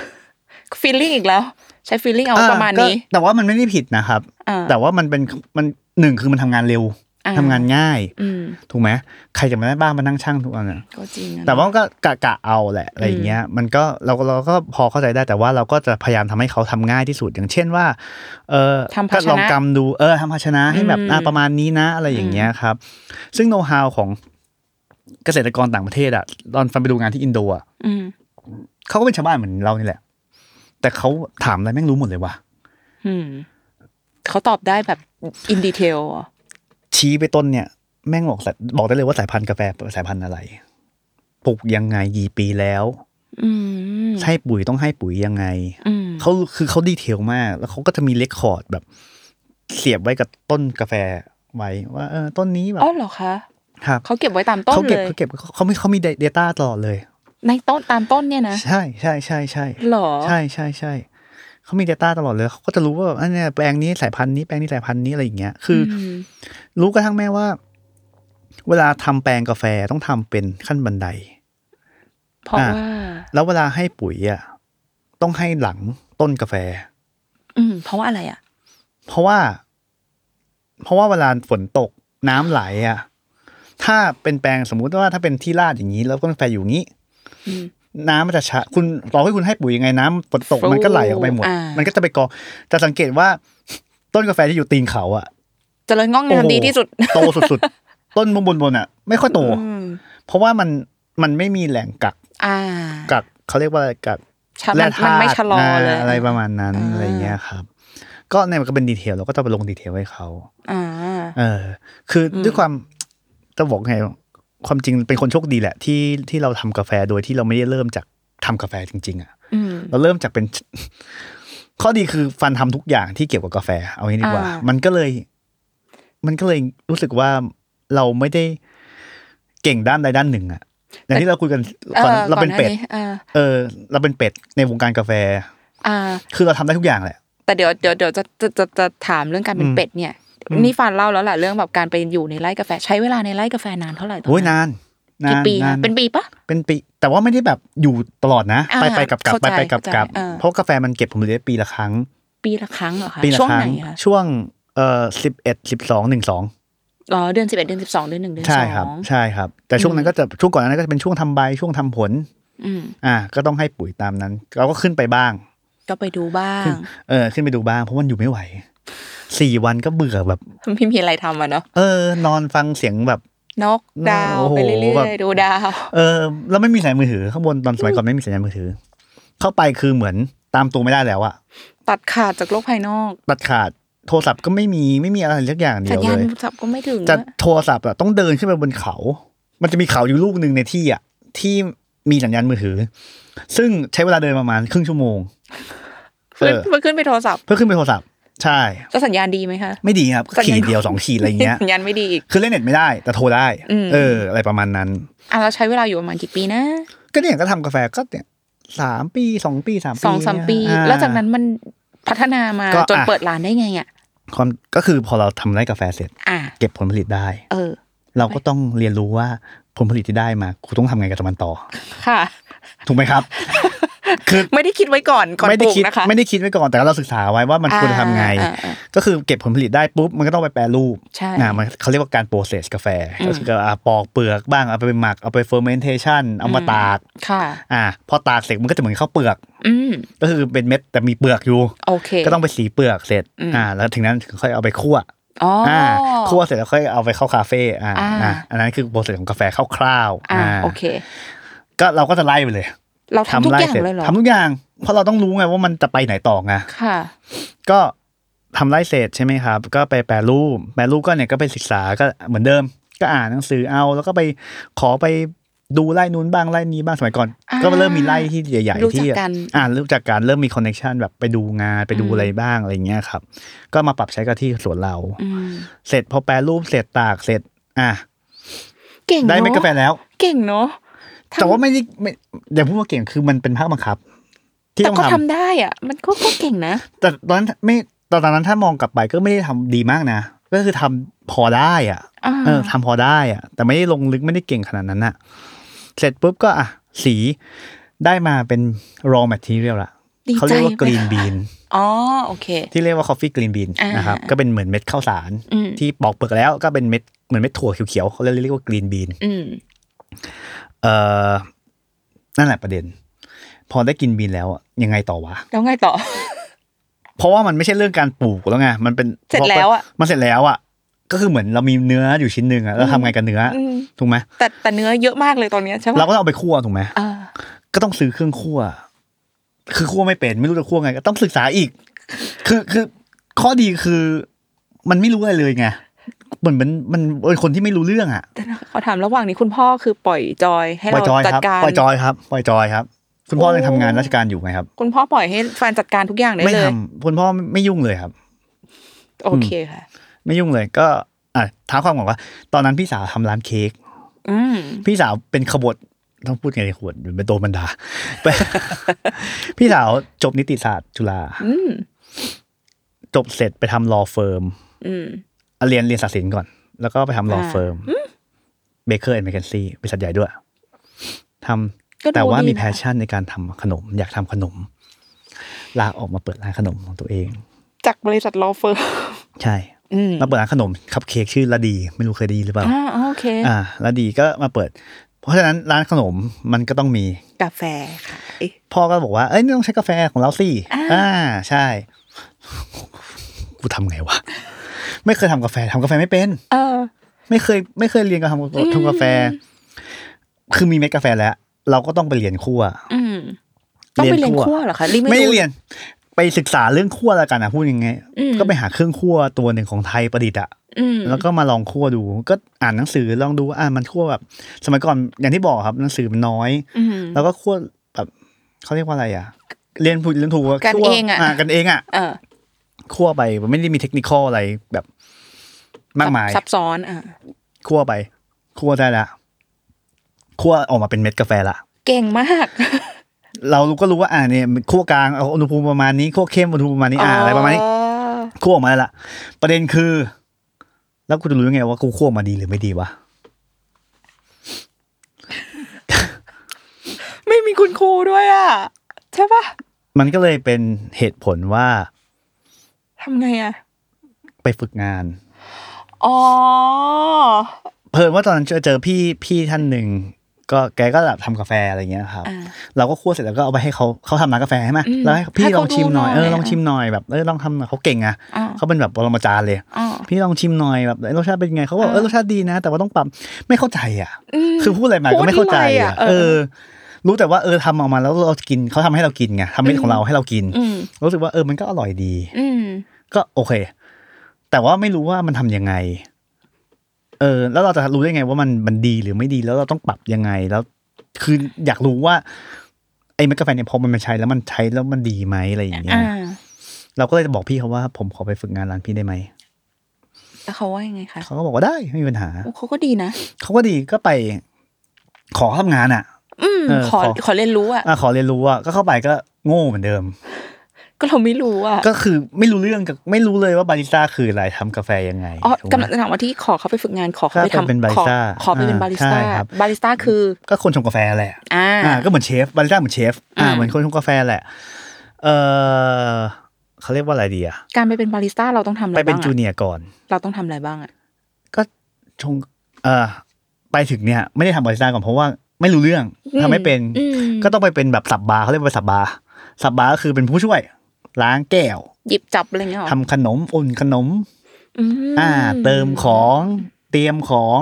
ฟีลลิ่งอีกแล้ว ใช้ฟีลลิ่งเอา อ่ ประมาณ ก็ นี้ แต่ว่ามันไม่ได้ผิดนะครับ อ่า แต่ว่ามันเป็นมันหนึ่งคือมันทำงานเร็ว อ่ ทำงานง่าย อืม ถูกไหมใครจะมาได้บ้างมานั่งช่างทุกวันอะ ก็จริงอะนะ แต่ว่าก็กะกะเอาแหละอะไรอย่างเงี้ย มันก็เราก็เราก็พอเข้าใจได้แต่ว่าเราก็จะพยายามทำให้เขาทำง่ายที่สุดอย่างเช่นว่า เออ ทำภาชนะ ก็ลองกำดูเออทำภาชนะให้แบบ อืม อ่ะประมาณนี้นะ อะไรอย่างเงี้ยครับ ซึ่งโน้ตฮาวของเกษตรกรต่างประเทศอะตอนฟันไปดูงานที่อินโดอะ อืม เขาก็เป็นชาวบ้านเหมือนเรานี่แหละ แต่เขาถามอะไรแม่งรู้หมดเลยว่ะ อืมเขาตอบได้แบบอินดีเทลอ่ะ ชี้ไปต้นเนี่ย แม่งบอกสายบอกได้เลยว่าสายพันธุ์กาแฟสายพันธุ์อะไรปลูกยังไงกี่ปีแล้ว อืม ให้ปุ๋ยต้องให้ปุ๋ยยังไง อืม เขาคือเขาดีเทลมาก แล้วเขาก็จะมีเรคคอร์ดแบบ เสียบไว้กับต้นกาแฟไว้ว่าเออต้นนี้แบบ อ๋อเหรอคะ ครับ เขาเก็บไว้ตามต้น เขาเก็บ เลย เขาเก็บเขาไม่เขามีเดต้าตลอดเลย ในต้นตามต้นเนี่ยนะ ใช่ใช่ใช่ใช่ เหรอ ใช่ใช่ใช่เขามี Data ตลอดเลยเขาก็จะรู้ว่าอันเนี้ยแปลงนี้สายพันธุ์นี้แปลงนี้สายพันธุ์นี้อะไรอย่างเงี้ยคืออ ม รู้กระทั่งแม่ว่า เวลาทำแปลงกาแฟต้องทำเป็นขั้นบันได เพราะ อ่ะ ว่า แล้วเวลาให้ปุ๋ยอ่ะต้องให้หลังต้นกาแฟ อืม เพราะว่าอะไรอ่ะ เพราะว่า เพราะว่าเวลาฝนตกน้ำไหลอ่ะ ถ้าเป็นแปลงสมมุติว่าถ้าเป็นที่ลาดอย่างนี้ แล้วก็แปลงอยู่อย่างนี้ อืม น้ำมันจะชะคุณต่อให้คุณให้ปุ๋ยยังไงน้ำฝนตก Flow มันก็ไหลออกไปหมด อ่ามั มันก็จะไปกองแต่สังเกตว่า ต้นกาแฟที่อยู่ตีนเขาอ่ะ เจริญงอกงาม โโห ดีที่สุด โตสุดๆ ต้นบนบนๆอ่ะ ไม่ค่อยโต อืม เพราะว่ามันมันไม่มีแหล่งกัก อ่า กักเขาเรียกว่าอะไรกัก ชะมันมันไม่ชะลอเลย อะไรประมาณนั้น อ่า อะไรอย่างเงี้ยครับ ก็เนี่ยมันก็เป็นดีเทลเราก็ต้องไปลงดีเทลให้เขา อ่า เออ คืออ ม ด้วยความจะบอกไง ความจริงเป็นคนโชคดีแหละ ที่ที่เราทำกาแฟโดยที่เราไม่ได้เริ่มจากทำกาแฟจริง ๆอะ อืม เราเริ่มจากเป็น ข้อดีคือฟันทำทุกอย่างที่เกี่ยวกับกาแฟ เอางี้ดีกว่า อ่ามั มันก็เลย มันก็เลยรู้สึกว่าเราไม่ได้เ ก่งด้านใดด้านหนึ่งอะอย่างที่เราคุยกัน อ่อ ก่อนเราเป็นเป็ด ก่อหอ่า เออ เราเป็นเป็ดในวงการกาแฟ อ่า คือเราทำได้ทุกอย่างแหละ แต่เดี๋ยวเดี๋ยวเดี๋ยวจะจะจะจะถามเรื่องการเป็น อืม เป็ดเนี่ย อืม นี่ฟันเล่าแล้วแหละเรื่องแบบการไปอยู่ในไร่กาแฟ ใช้เวลาในไร่กาแฟนานเท่าไหร่ตอน โอ้ย นั้น นาน กี่ปีนานนา นะ น เป็นปีปะ เป็นปี แต่ว่าไม่ได้แบบอยู่ตลอดนะ อ่า ไปไปกลับกลับ เข้า ไป ใจ ไปกลับกลับ เข้าใจอ่า เพราะกาแฟมันเก็บผมเลยญได้ปีละครั้ง ปีละครั้งเหรอคะ ปีละ ช่วง ครั้ ไหน ง คะ ช่วงเอ่อสิบเอ็ดสิบสองหนึ่งสอง อ๋อเดือนสิบเอ็ดเดือนสิบสองเดือนหนึ่งเดือนส ใช่ อ ครับ ง ใช่ครับ แต่ช่วงนั้นก็จะช่วงก่อนนั้นก็จะเป็นช่วงทำใบช่วงทำผล อืม อ่า ก็ต้องให้ปุ๋ยตามนั้น เราก็ขึ้นไปบ้าง ก็ไปดูบ้าง เออ ขึ้นไปดูบ้างเพราะมันอยู่ไม่ไหวสี่วันก็เบื่อแบบ ไม่มีอะไรทำอะเนาะ เออ นอนฟังเสียงแบบ นกดาว โอ้โห ไปเรื่ แบ อย บ ๆดูดาว เออแล้วไม่มีสัญญาณมือถือข้างบนตอนสมัยก่อนไม่มีสัญญาณมือถือ เข้าไปคือเหมือนตามตัวไม่ได้แล้วอะ ตัดขาดจากโลกภายนอก ตัดขาดโทรศัพท์ก็ไม่มีไม่มีอะไรสักอย่างเดี สัญ ยว ญาณ เลย โทรศัพท์ก็ไม่ถึง จะ ด้วย โทรศัพท์อะต้องเดินขึ้นไปบนเขา มันจะมีเขาอยู่ลูกหนึ่งในที่อะที่มีสัญญาณมือถือ ซึ่งใช้เวลาเดินประมาณครึ่งชั่วโมง เอ ขึ้น อ มันขึ้นไปโทรศัพท์ เพื่อขึ้นไปโทรศัพท์ใช่ ก็สัญญาณดีไหมคะ ไม่ดีครับก็ สัญญาณ ขีดเดียวสองขีดอะไรอย่างเงี้ย สัญญาณไม่ดีอีก คือเล่นเน็ตไม่ได้ แต่โทรได้ อืม เออ อะไรประมาณนั้น อ่ะเราใช้เวลาอยู่ประมาณกี่ปีนะ ก็เนี่ยก็ทำกาแฟก็เนี่ยสามปีสองปีสามปี สองสามปี อ่ แล้วจากนั้นมันพัฒนามา ก็ จน อ่ะ เปิดร้านได้ไงอ่ะ ความก็คือพอเราทำได้กาแฟเสร็จ อ่ะ เก็บผลผลิตได้ เออ เราก็ต้องเรียนรู้ว่าผลผลิตที่ได้มากูต้องทำไงกับมันต่อ ค่ะ ถูกไหม ครับ คือ ไม่ได้คิดไว้ก่อนก่อนปไม่ได้ ลูก คิด นะคะ ไม่ได้คิดไว้ก่อนแต่เราศึกษาไว้ว่ามันควรจะทำไง อ่าอ่า ก็คือเก็บผลผลิตได้ปุ๊บมันก็ต้องไปแปรรูป ใช่ นะมันเขาเรียกว่าการโปรเซสกาแฟ อืม ก็คือเอาปอกเปลือกบ้างเอาไปหมักเอาไปเฟอร์เมนเทชันเอามาตาก ค่ะ อ่าพอตากเสร็จมันก็จะเหมือนข้าวเปลือก อืม ก็คือเป็นเม็ดแต่มีเปลือกอยู่ โอเค ก็ต้องไปสีเปลือกเสร็จ อืม อ่า แล้วถึงนั้นถึงค่อยเอาไปคั่ว อ๋ออ อ่าคั่วเสร็จแล้วค่อยเอาไปเข้าคาเฟ่อ่า อ่า อ่าอันนั้นคือโปรเซสของกาแฟคร่าวๆ อ่าโอเค ก็เราก็จะไล่ไปเลย เราทำทุก ไล่ อย่าง เสร็จ เลยเหรอ ทำทุกอย่างเพราะเราต้องรู้ไงว่ามันจะไปไหนต่อไง ค่ะ ก็ทำไล่เสร็จใช่ไหมครับ ก็ไปแปรรูปแปรรูปก็เนี่ยก็ไปศึกษาก็เหมือนเดิม ก็อ่านหนังสือเอา แล้วก็ไปขอไปดูไล่นู้นบ้างไล่นี้บ้างสมัยก่อน อ่า ก็เริ่มมีไล่ที่ใหญ่ รู้ ๆที่ จักกัน อ่ารู้จักการเริ่มมีคอนเนคชันแบบไปดูงานไปดูอะไรบ้างอะไรอย่างเงี้ยครับ ก็มาปรับใช้กับที่สวนเรา อืม เสร็จพอแปรรูปเสร็จตากเสร็จ อ่ะ เก่ง ได้ เน เม็ดกาแฟ อะ แล้ว เก่งเนาะทำ แต่ว่าไม่ได้ไม่อย่าพูดว่าเก่งคือมันเป็นภาคบังคับ ที่ แต่ ต้อง ก็ ท ทำได้อ่ะ มันก็ก็เก่งนะ ำแต่ตอนนั้นไม่ตอนนั้นถ้ามองกลับไปก็ไม่ได้ทำดีมากนะ ก็คือทำพอได้อ่ะ อ่า เออทำพอได้อ่ะ แต่ไม่ได้ลงลึกไม่ได้เก่งขนาดนั้นอ่ะ เสร็จปุ๊บก็อ่ะสีได้มาเป็น raw material ละ ดี เขา ใจ เรียกว่า ไหม green bean อ๋อโอเค ที่เรียกว่า coffee green bean อ่าน นะครับก็เป็นเหมือนเม็ดข้าวสาร อืม ที่ปอกเปลือกแล้วก็เป็นเม็ดเหมือนเม็ดถั่วเขียวๆเขาเรียกเรียกว่า green bean อืม เอ่อนั่นแหละประเด็น พอได้กินบีนแล้วอะยังไงต่อวะ แล้วไงต่อ เพราะว่ามันไม่ใช่เรื่องการปลูกแล้วไงมันเป็น เสร็จแล้วอะ มันเสร็จแล้วอ่ะก็คือเหมือนเรามีเนื้ออยู่ชิ้นหนึ่งอ่ะแล้วทำไงกับเนื้ออ อืม ถูกไหม แต่แต่เนื้อเยอะมากเลยตอนเนี้ยใช่ เรา ปะ ก็ต้องเอาไปคั่วถูกไหม อ่า ก็ต้องซื้อเครื่องคั่ว คือคั่วไม่เป็นไม่รู้จะคั่วไง ก็ต้องศึกษาอีก คือคือข้อดีคือ มันไม่รู้อะไรเลยไงเหมือนมันมันเป็นคนที่ไม่รู้เรื่องอ่ะ แต่ขอถามระหว่างนี้คุณพ่อคือปล่อยจอยให้ ปล่ เรา อยจอย จั ค ด รับ การ ปล่อยจอยครับปล่อยจอยครับ คุณพ่อ โอ้ ยังทำงานราชการอยู่ไงครับ คุณพ่อปล่อยให้แฟนจัดการทุกอย่างได้ ไม่ เลยทำคุณพ่อไม่ยุ่งเลยครับ โอเคค่ะ ไม่ยุ่งเลยก็อ่ะท้าความก่อนว่า ตอนนั้นพี่สาวทำร้านเค้ก อืม พี่สาวเป็นขบวนต้องพูดไงดีขบวนเป็นโดนบันดา พี่สาวจบนิติศาสตร์จุฬา อืม จบเสร็จไปทำ law firm อืม อ่ะเรียนเรียนศาสตร์ศิลป์ก่อน แล้วก็ไปทำ law อ่า firm เบเกอร์แอนด์เมคันซีบริษัทใหญ่ด้วยท ก็ดู ำแต่ว่ามี ดีนะ แพชชั่นในการทำขนม อยากทำขนม ลาออกมาเปิดร้านขนมของตัวเอง จากบริษัทลอเฟิร์ม ใช่ อืม มาเปิดร้านขนมคัพเค้กชื่อละดี ไม่รู้เคยได้ยินหรือเปล่า อ่าโอเค อ่าละดีก็มาเปิด เพราะฉะนั้นร้านขนมมันก็ต้องมี กาแฟค่ะเอ๊ะ พ่อก็บอกว่า เอ้ยนี่ต้องใช้กาแฟของเราสิ อ่า อ่าใช่ กูทำไงวะ ไม่เคยทำกาแฟทำกาแฟไม่เป็น เออ ไม่เคย ไม่เคยเรียนการทำทำกาแฟ คือมีเม็ดกาแฟแล้ว เราก็ต้องไปเรียนคั่ว อืม ต้องไปเรียนคั่วเหรอคะลิ ไม่ได้เรียน ไปศึกษาเรื่องคั่วแล้วกันนะพูดยังไง อืม ก็ไปหาเครื่องคั่วตัวหนึ่งของไทยประดิษฐ์อะ อืม แล้วก็มาลองคั่วดู ก็อ่านหนังสือลองดูว่าอ่ามันคั่วแบบ สมัยก่อนอย่างที่บอกครับหนังสือมันน้อย อืม แล้วก็คั่วแบบเขาเรียกว่าอะไรอ่ะ เรียนผูกเรียนถูกว่า กัน คั่ว เองอะ กันเองอ่ะ เออ คั่วไปมันไม่ได้มีเทคนิคอลอะไรแบบมากมาย ซับซ้อนอ่ะ คั่วไปคั่วได้ละ คั่วออกมาเป็นเม็ดกาแฟละ เก่งมาก เราก็รู้ว่าอ่าเนี่ยคั่วกลางเอาอุณหภูมิประมาณนี้คั่วเข้มอุณหภูมิประมาณนี้อ่าอะไรประมาณนี้คั่วออกมาแล้วล่ะ ประเด็นคือ แล้วกูจะรู้ยังไงว่ากูคั่วมาดีหรือไม่ดีวะ ไม่มีคุณครูด้วยอ่ะ ใช่ปะ มันก็เลยเป็นเหตุผลว่า ทำไงอ่ะ ไปฝึกงาน อ๋อ เพิ่นว่าตอนนั้นเจอพี่พี่ท่านหนึ่งก็แกก็แบบทำกาแฟอะไรเงี้ยครับ อ่า เราก็คั่วเสร็จแล้วก็เอาไปให้เขาเขาทำร้านกาแฟใช่ไหม อืม แล้วให้พี่ ให้ ล เขา องชิมหน่อย ดูหน่อย เออลอง อ่ะ ชิมหน่อยแบบเออลองทำหน่อยเขาเก่งอะ อ๋อ เขาเป็นแบบปรมาจารย์เลย อ๋อ พี่ลองชิมหน่อยแบบเอ้ยรสชาติเป็นไงเขาบอก อ่า เออรสชาติดีนะ แต่ว่าต้องปรับไม่เข้าใจอ่ะ ม คือพูดอะไรมาก็ไม่เข้าใจ พูดอะไร อ่ะ อ่ะ เอ เอ อ อ รู้แต่ว่าเออทำออกมาแล้วเรากินเขาทำให้เรากินไงทำเม็ดของเราให้เรากิน อืม รู้สึกว่าเออมันก็อร่อยดี อืม ก็โอเค แต่ว่าไม่รู้ว่ามันทำยังไง เออ แล้วเราจะรู้ได้ไงว่ามันมันดีหรือไม่ดีแล้วเราต้องปรับยังไง แล้ว คืออยากรู้ว่า ไอ้เมดกาแฟเนี่ยพอมันมาใช้แล้วมันใช้แล้วมันดีไหมอะไรอย่างเงี้ย อ่า เราก็เลยจะบอกพี่เขาว่า ผมขอไปฝึกงานร้านพี่ได้ไหม แล้วเขาว่ายังไงคะ เขาก็บอกว่าได้ไม่มีปัญหา โอ้เขาก็ดีนะ เขาก็ดีก็ไป ขอทำงานอ่ะ อืม เออ ขอ ขอ ขอเรียนรู้อ่ะ อ่ะขอเรียนรู้อ่ะก็เข้าไปก็โง่เหมือนเดิม ก็เราไม่รู้อ่ะ ก็คือไม่รู้เรื่องกับไม่รู้เลยว่าบาริสต้าคืออะไรทำกาแฟยังไง อ๋อ ถูไหม กำลังจะถามว่าที่ขอเขาไปฝึกงานขอเขาไป ก็ไปเป็น ทำ บาริ ขอ สต้า ขอไปเป็น อ่า บาริสต้า ใช่ครับ บาริสต้าคือ ก็คนชงกาแฟแหละ อ่า อ่าก็เหมือนเชฟบาริสต้าเหมือนเชฟอ่า อ่า เหมือนคนชงกาแฟแหละ เออเขาเรียกว่าอะไรดีอะ การไปเป็นบาริสต้าเราต้องทำอะไร ไป บ้าง เป็นจู อะ เนียร์ก่อน เราต้องทำอะไรบ้างอ่ะ ก็ชงเออไปถึงเนี่ยไม่ได้ทำบาริสต้าก่อนเพราะว่าไม่รู้เรื่องทำไม่เป็น อืม ก็ต้องไปเป็นแบบสับบาร์เขาเรียกว่าสับบาร์สับบาร์ก็คือเป็นผู้ช่วย ล้างแก้ว หยิบจับอะไรเงี้ยเหรอ ทำขนมอุ่นขนม อืม อ่า เติมของเตรียมของ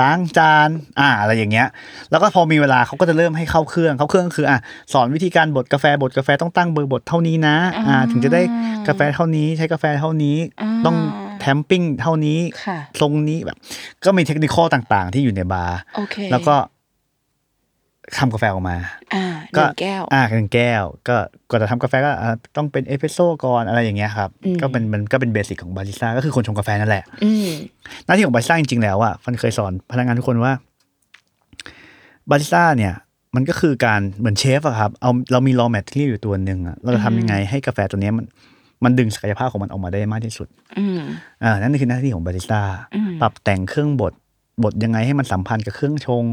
ล้างจาน อ่า อะไรอย่างเงี้ย แล้วก็พอมีเวลาเขาก็จะเริ่มให้เข้าเครื่องเข้าเครื่องคืออ่ะสอนวิธีการบดกาแฟบดกาแฟต้องตั้งเบอร์บดเท่านี้นะ อ่า ถึงจะได้กาแฟเท่านี้ใช้กาแฟเท่านี้ า ต้องแทมปิ้งเท่านี้ ค่ะ ทรงนี้แบบ ก็มีเทคนิคข้อต่างๆ ที่อยู่ในบาร์ โอเค แล้วก็ทำกาแฟออกมา อ่า ก็ ก็แก้ว อ่าหนึ่งแก้ว ก็ก่อนจะทำกาแฟก็อ่ะต้องเป็นเอสเปรสโซ่ก่อนอะไรอย่างเงี้ยครับ อืม ก็เป็นมันก็เป็นเบสิกของบาริสต้าก็คือคนชงกาแฟนั่นแหละ อืม หน้าที่ของบาริสต้าจริงๆแล้วอะฟันเคยสอนพนักงานทุกคนว่าบาริสต้าเนี่ย มันก็คือการเหมือนเชฟอะครับเอาเรามี raw material อยู่ตัวหนึ่งอะเราจะทำยังไงให้กาแฟตัวเนี้ยมัน มันดึงศักยภาพของมันออกมาได้มากที่สุด อืม อ่านั่นคือหน้าที่ของบาริสต้า อืม ปรับแต่งเครื่องบดบดยังไงให้มันสัมพันธ์กับเครื่องชง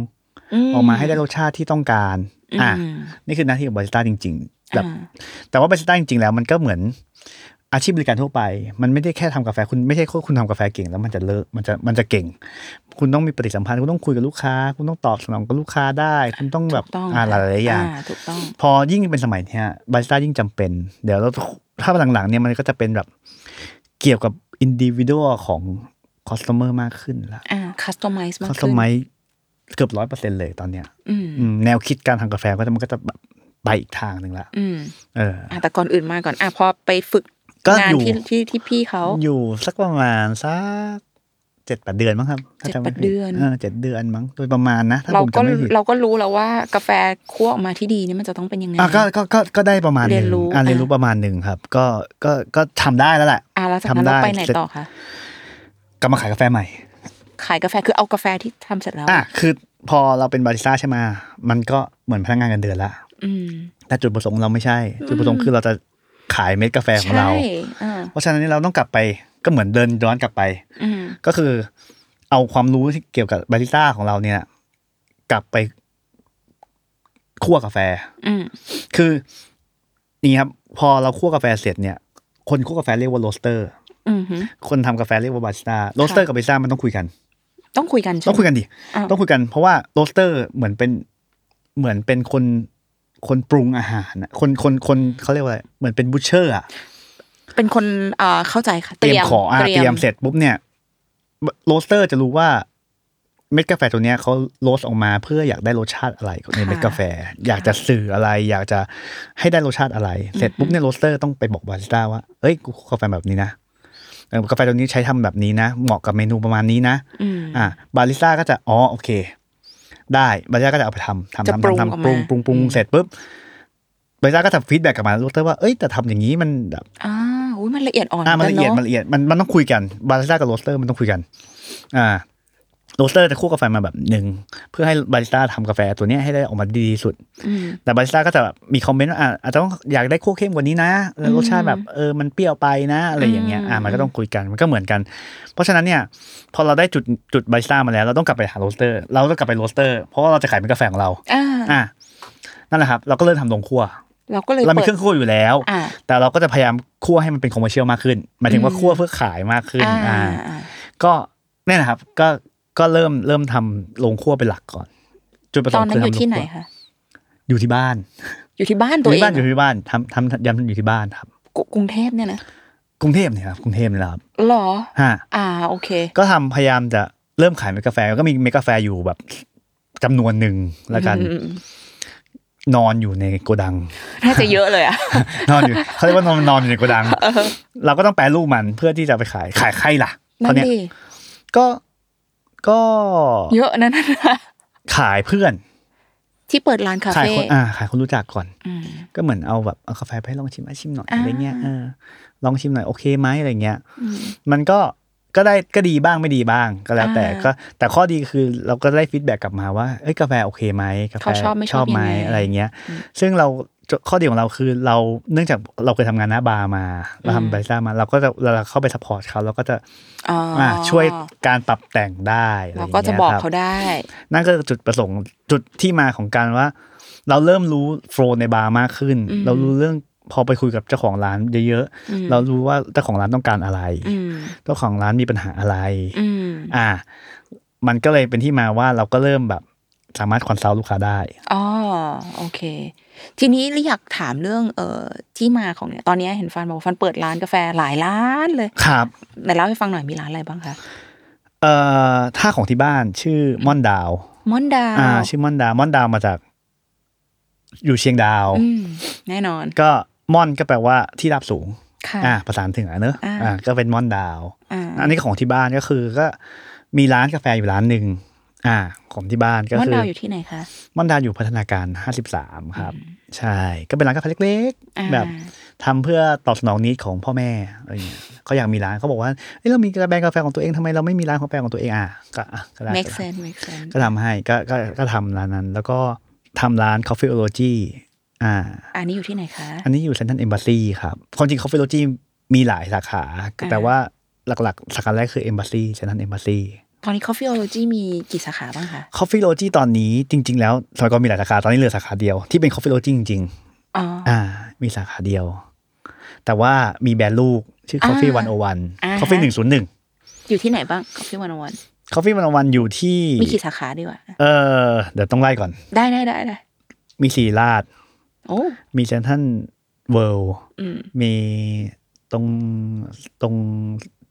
ออกมาให้ได้รสชาติที่ต้องการ อ่า อ นี่คือหน้าที่ของบาริสต้าจริง ๆ แบบ อ่า แต่ว่าบาริสต้าจริงๆแล้วมันก็เหมือนอาชีพบริการทั่วไป มันไม่ได้แค่ทำกาแฟคุณไม่ใช่แค่คุณทำกาแฟเก่งแล้วมันจะเลิกมันจะมันจะเก่ง คุณต้องมีปฏิสัมพันธ์คุณต้องคุยกับลูกค้า คุณต้องตอบสนองกับลูกค้าได้ คุณต้องแบบ ถูกต้อง อ่าหลายๆอย่าง ถูกต้อง พอยิ่งเป็นสมัยเนี้ยบาริสต้ายิ่งจำเป็น เดี๋ยวเราถ้าหลังๆเนี่ยมันก็จะเป็นแบบเกี่ยวกับอินดิวิ u a ลของคอสเตอร์มากขึ้นละ อ่า customize มา ค ก อสเตอ ขึ้น ร์เกือบร้อยเปอร์เซ็นต์เลยตอนเนี้ย อืม อืมแนวคิดการทำกาแฟก็จะมันก็จะแบบไปอีกทางหนึ่งละ อืม เออ อ่ะแต่ก่อนอื่นมาก่อน อ่ะพอไปฝึก ก็ งาน อยู่ ที่ที่ที่พี่เขา อยู่สักประมาณสักเจ็ดแปดเดือนมั้งครับถ้าจำเจ็ไม่ดแป ผิ ดเดือน เออเจ็ดเดือนมั้งโดยประมาณนะ ถ้า เรา ผม ก็ จำไม่ผิด เราก็รู้แล้วว่ากาแฟคั่วออกมาที่ดีเนี่ยมันจะต้องเป็นยังไง อ่ะก็ก็ก็ก็ได้ประมาณห เรี นึ่ ย ง นรู้ อ่ะเรียน อ่ะ รู้ประมาณหนึ่งครับ ก็ก็ก็ทำได้แล้วแหละ อ่ะแล้วจากนั้น ทำได้ เราไปไหนต่อคะ กลับมาขายกาแฟใหม่ ขายกาแฟคือเอากาแฟที่ทำเสร็จแล้ว อ่ะคือพอเราเป็นบาริสต้าใช่ไหมมันก็เหมือนพนักงานกันเดือนละ อืม แต่จุดประสงค์เราไม่ใช่ จุดประสงค์คือเราจะขายเม็ดกาแฟของ ใช่ เรา อ่า เพราะฉะนั้นเราต้องกลับไปก็เหมือนเดินย้อนกลับไป อืม ก็คือเอาความรู้ที่เกี่ยวกับบาริสต้าของเราเนี่ย กลับไปคั่วกาแฟ อืม คืออย่างนี่ครับ พอเราคั่วกาแฟเสร็จเนี่ย คนคั่วกาแฟเรียกว่าโรสเตอร์ อืมฮึ คนทำกาแฟเรียกว่าบาริสต้าโรสเตอร์กับบาริสต้ามันต้องคุยกัน ต้องคุยกันใช่ไหม ต้องคุยกันดิ อ่า ต้องคุยกัน เพราะว่าโรสเตอร์เหมือนเป็นเหมือนเป็นคนคนปรุงอาหารน่ะคนคนคนเขาเรียกว่าอะไรเหมือนเป็นบูชเชอร์อะ เป็นคนเอ่อเข้าใจค่ะ เตรียมของอ่ะเตรียมเสร็จปุ๊บเนี่ยโรสเตอร์จะรู้ว่า เม็ดกาแฟตัวเนี้ยเขาโรสออกมาเพื่ออยากได้รสชาติอะไรในเม็ดกาแฟ อยากจะสื่ออะไร อยากจะให้ได้รสชาติอะไร เสร็จปุ๊บเนี่ยโรสเตอร์ต้องไปบอกบาริสต้าว่าเอ้ยกูขอกาแฟแบบนี้นะเออกาแฟตัวนี้ใช้ทำแบบนี้นะ เหมาะกับเมนูประมาณนี้นะ อืม อ่ะบาริสต้าก็จะอ๋อโอเค ได้บาริสต้าก็จะเอาไปทำทำ จะ ทำ ปรุง ทำ ออก ทำ มา ปรุงปรุงปรุง อืม เสร็จปุ๊บบาริสต้าก็จะฟีดแบ็กกลับมาลูกเตอร์ว่าเอ้ยแต่ทำอย่างนี้มันแบบ อ่าอุ้ยมันละเอียดอ่อน อ่ามัน กั ละเอียด น มันละเอียดมันมันต้องคุยกันบาริสต้ากับโรสเตอร์มันต้องคุยกัน อ่า โรสเตอร์จะคั่วกาแฟมาแบบหนึ่งเพื่อให้บาริสต้าทำกาแฟตัวเนี้ยให้ได้ออกมาดีที่สุด อืม แต่บาริสต้าก็จะแบบมีคอมเมนต์ว่าอ่ะอาจจะต้องอยากได้คั่วเข้มกว่านี้นะเออ อืม รสชาติแบบเออมันเปรี้ยวไปนะอะไรอย่างเงี้ย อืม อ่ะมันก็ต้องคุยกันมันก็เหมือนกัน เพราะฉะนั้นเนี่ย พอเราได้จุดจุดบาริสต้ามาแล้วเราต้องกลับไปหาโรสเตอร์ เราต้องกลับไปโรสเตอร์ เพราะว่าเราจะขายเป็นกาแฟของเรา อ่า อ่ะนั่นแหละครับ เราก็เริ่มทำลงคั่ว เราก็เลย เรามี ปิด เครื่องคั่วอยู่แล้ว อ่า แต่เราก็จะพยายามคั่วให้มันเป็นคอมเมอร์เชียลมากขึ้นหมายถึงว่า อืม คั่วเพื่อขายมากขึ้น อ่า อ่า อ่า ก็เนี่ยนะครับ ก็ก็เริ่มเริ่มทำโรงคั่วเป็นหลักก่อน จุดประส ต ง อน ค์ นั้ คื น อ อ ทำโรง ยู่ที่ไหน คั่ว คะ อยู่ที่บ้าน อยู่ที่บ้าน อ ตัว ยู่ เองที่บ้านอยู่ที่บ้านทำทำยำอยู่ที่บ้านครับ กรุกรุงเทพเนี่ยนะ กรุงเทพเนี่ยครับกรุงเทพเนี่ยแหละครับ หรอ ฮะ อ่าโอเค ก็ทำพยายามจะเริ่มขายเมดกาแฟแล้วก็มีเมดกาแฟอยู่แบบจำนวนหนึ่งแล้วกัน อืม นอนอยู่ในโกดัง น่าจะเยอะเลยอ่ะ นอนอยู่ เขาเรียกว่านอนนอนอยู่ในโกดัง เออ เราก็ต้องแปลรูปมันเพื่อที่จะไปขายขายใครล่ะ นั่ เขาวนเนี้ย ดิ ก็ก็ เยอะนะนั่นนะ ขายเพื่อน ที่เปิดร้านคา ขาย เฟ่ คนอ่าขายคนรู้จักก่อน อืม ก็เหมือนเอาแบบเอากาแฟไปให้ลองชิมอ่ะชิมหน่อย อ่า อะไรเงี้ยเออลองชิมหน่อยโอเคไหมอะไรเงี้ย อืม มันก็ก็ได้ก็ดีบ้างไม่ดีบ้างก็แล้วแต่ อ่า ก็แต่ข้อดีคือเราก็ได้ฟีดแบ็กกลับมาว่าเอ้ยกาแฟโอเคไหมกาแฟ เขาชอบไม่ชอบ ไหม ยังไง อะไรเงี้ย อืม ซึ่งเราข้อดีของเราคือเราเนื่องจากเราเคยทำงานหน้าบาร์มาเรา อืม ทำบาริสต้ามาเราก็จะเราเข้าไปสปอร์ตเขาเราก็จะ อ๋ออ่ าช่วยการปรับแต่งได้อะไร เรา ย่งงี้ย ก็จะบอก ครั เขาได้ นั่นก็คือจุดประสงค์จุดที่มาของการว่า เราเริ่มรู้โฟล์ในบาร์มากขึ้น อืม เรารู้เรื่องพอไปคุยกับเจ้าของร้านเยอะ อืม ๆเรารู้ว่าเจ้าของร้านต้องการอะไร อืม เจ้าของร้านมีปัญหาอะไร อืม อ่า มันก็เลยเป็นที่มาว่าเราก็เริ่มแบบสามารถคอนซัลท์ลูกค้าได้ อ๋อโอเค ทีนี้เราอยากถามเรื่องเอ่อที่มาของเนี่ยตอนนี้เห็นฟันบอกว่าฟันเปิดร้านกาแฟหลายร้านเลย ครับ ไหนเล่าให้ฟังหน่อยมีร้านอะไรบ้างคะ เอ่อท่าของที่บ้านชื่อม่อนดาว มอนดา อ่า ว ชื่อม่อนดาวม่อนดาวมาจาก อยู่เชียงดาว อืมแน่นอน ก็ม่อนก็แปลว่าที่ราบสูง ค่ะ อ่าภาษาถึงอ่ะเนอะ อ่า อ่า ก็เป็นม่อนดาว อ่า อันนี้ของที่บ้านก็คือก็มีร้านกาแฟอยู่ร้านหนึ่งอ่า ของที่บ้านก็ ม่อน คือ ดาวอยู่ที่ไหนคะ ม่อนดาวอยู่พัฒนาการ 53 ครับ ใช่ ก็เป็นร้านกาแฟเล็ก อ่า ๆ แบบทำเพื่อตอบสนองนิดของพ่อแม่อะไรเงี้ยเขาอยากมีร้านเขาบอกว่าเอ้ยเรามีกาแฟกาแฟของตัวเองทำไมเราไม่มีร้านกาแฟของตัวเองอ่ะก็อ่ะก็ได้ make sense make sense ก็ทำให้ก็ก็ก็ทำร้านนั้น แล้วก็ทำร้าน Coffee o l o g y อ่า อันนี้อยู่ที่ไหนคะ อันนี้อยู่เซนทันเอมบ s ซีครับความจริง Coffee o l o g y มีหลายสาขา แต่ว่าหลักๆ สาขาแรกคือเอมบ s ซีเซนทันเอมบ s ซี ตอนนี้ Coffeeology มีกี่สาขาบ้างคะ Coffee l o g y ตอนนี้จริง ๆ แล้วสมัยก่อนมีหลายสาขา ตอนนี้เหลือสาขาเดียวที่เป็น Coffee l o g y จริง อ๋อ ๆ อ่า มีสาขาเดียว แต่ว่ามีแบรนด์ลูกชื่อ Coffee อ่าอ่าฮ101ะ Coffee 101 อยู่ที่ไหนบ้าง Coffee 101 Coffee 101 อยู่ที่ มีกี่สาขาดีวะ เออเดี๋ยวต้องไล่ก่อน ได้ได้ได้ได้ มีสีราด โอ้ มีเซนทันเวิลด์ อืม มีตรงตรง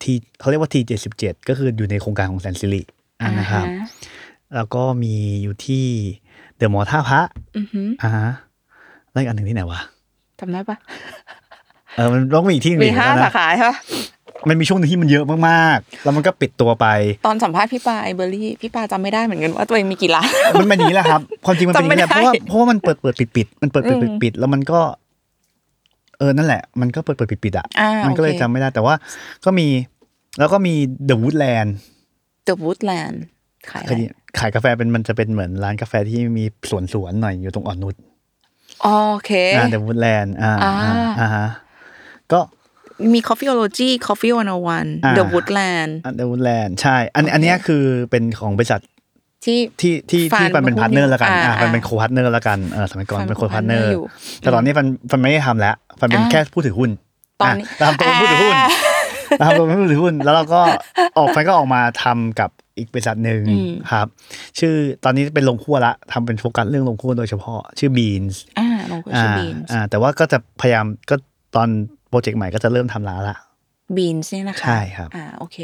ที่เขาเรียกว่า T77 ก็คืออยู่ในโครงการของแสนสิริอ่านะครับ อ่าฮะ แล้วก็มีอยู่ที่เดอะมอท่าพระ อือหือ อ่าฮะแล้วอีกอันหนึ่งที่ไหนวะ จำได้ปะ เออมันต้องมีอีกที่หนึ่ง มี อีก ห้าสาแล้วนะ ขาใช่ปะ มันมีช่วงหนึงที่มันเยอะมากๆ แล้วมันก็ปิดตัวไป ตอนสัมภาษณ์พี่ปาไอเบอรี่ พี่ปาจำไม่ได้เหมือนกันว่าตัวเองมีกี่ร้าน มันเป็นอย่างนี้แหละครับ ความจริงมันเป็นอย่างจำนี้แหละเพ ไม่ ราะ ได้ ว่าเพราะว่ามันเปิดเปิดปิดปิดมันเปิดเปิดปิดปิดแล้วมันก็ เออนั่นแหละ มันก็เปิดเปิดปิดปิดอ่ะ อ่ามั มันก็เลย โอเค จำไม่ได้แต่ว่าก็มี แล้วก็มีเดอะวูดแลนด์ The Woodland ขายอะไร ขายกาแฟเป็นมันจะเป็นเหมือนร้านกาแฟที่มีสวนสวนๆหน่อยอยู่ตรงอ่อนนุช โอเค อ่าเดอะวูดแลนด์อ่า อ่า อ่าอ่าฮะก็ มี Coffeeology Coffee อ่า 101 The Woodland เดอะวูดแลนด์ใช่ อันอันเนี้ยคือเป็นของบริษัท ที่ ที่ที่ที่ ฟั ฟั น นเป็น หุ้น พาร์ทเนอร์แล้วกัน อ่า อ่าฟัน อ่า เป็นโคพาร์ทเนอร์แล้วกัน เออสมัยก่อน ฟัน เป็นโคพาร์ทเนอร์ co-partner อยู่ แต่ตอนนี้ฟันฟันไม่ได้ทำแล้ว ฟันเป็น อ่า แค่ผู้ถือหุ้น ตอนนี้ ะเราทำตัวเป็นผู้ถือหุ้น อ่า เราทำตัวเป็นผู้ถือหุ้น แล้วเรา ก็ออกฟันก็ออกมาทำกับอีกบริษัทหนึ่งครับ ชื่อตอนนี้เป็นลงคั่วละทำเป็นโฟกัสเรื่องลงคั่วโดยเฉพาะ ชื่อ Beans อ่าเราก็ชื่อ Beans อ่า แต่ว่าก็จะพยายามก็ตอนโปรเจกต์ใหม่ก็จะเริ่มทำร้านละ บีนส์เนี่ยนะคะ ใช่ครับ อ่าโอเค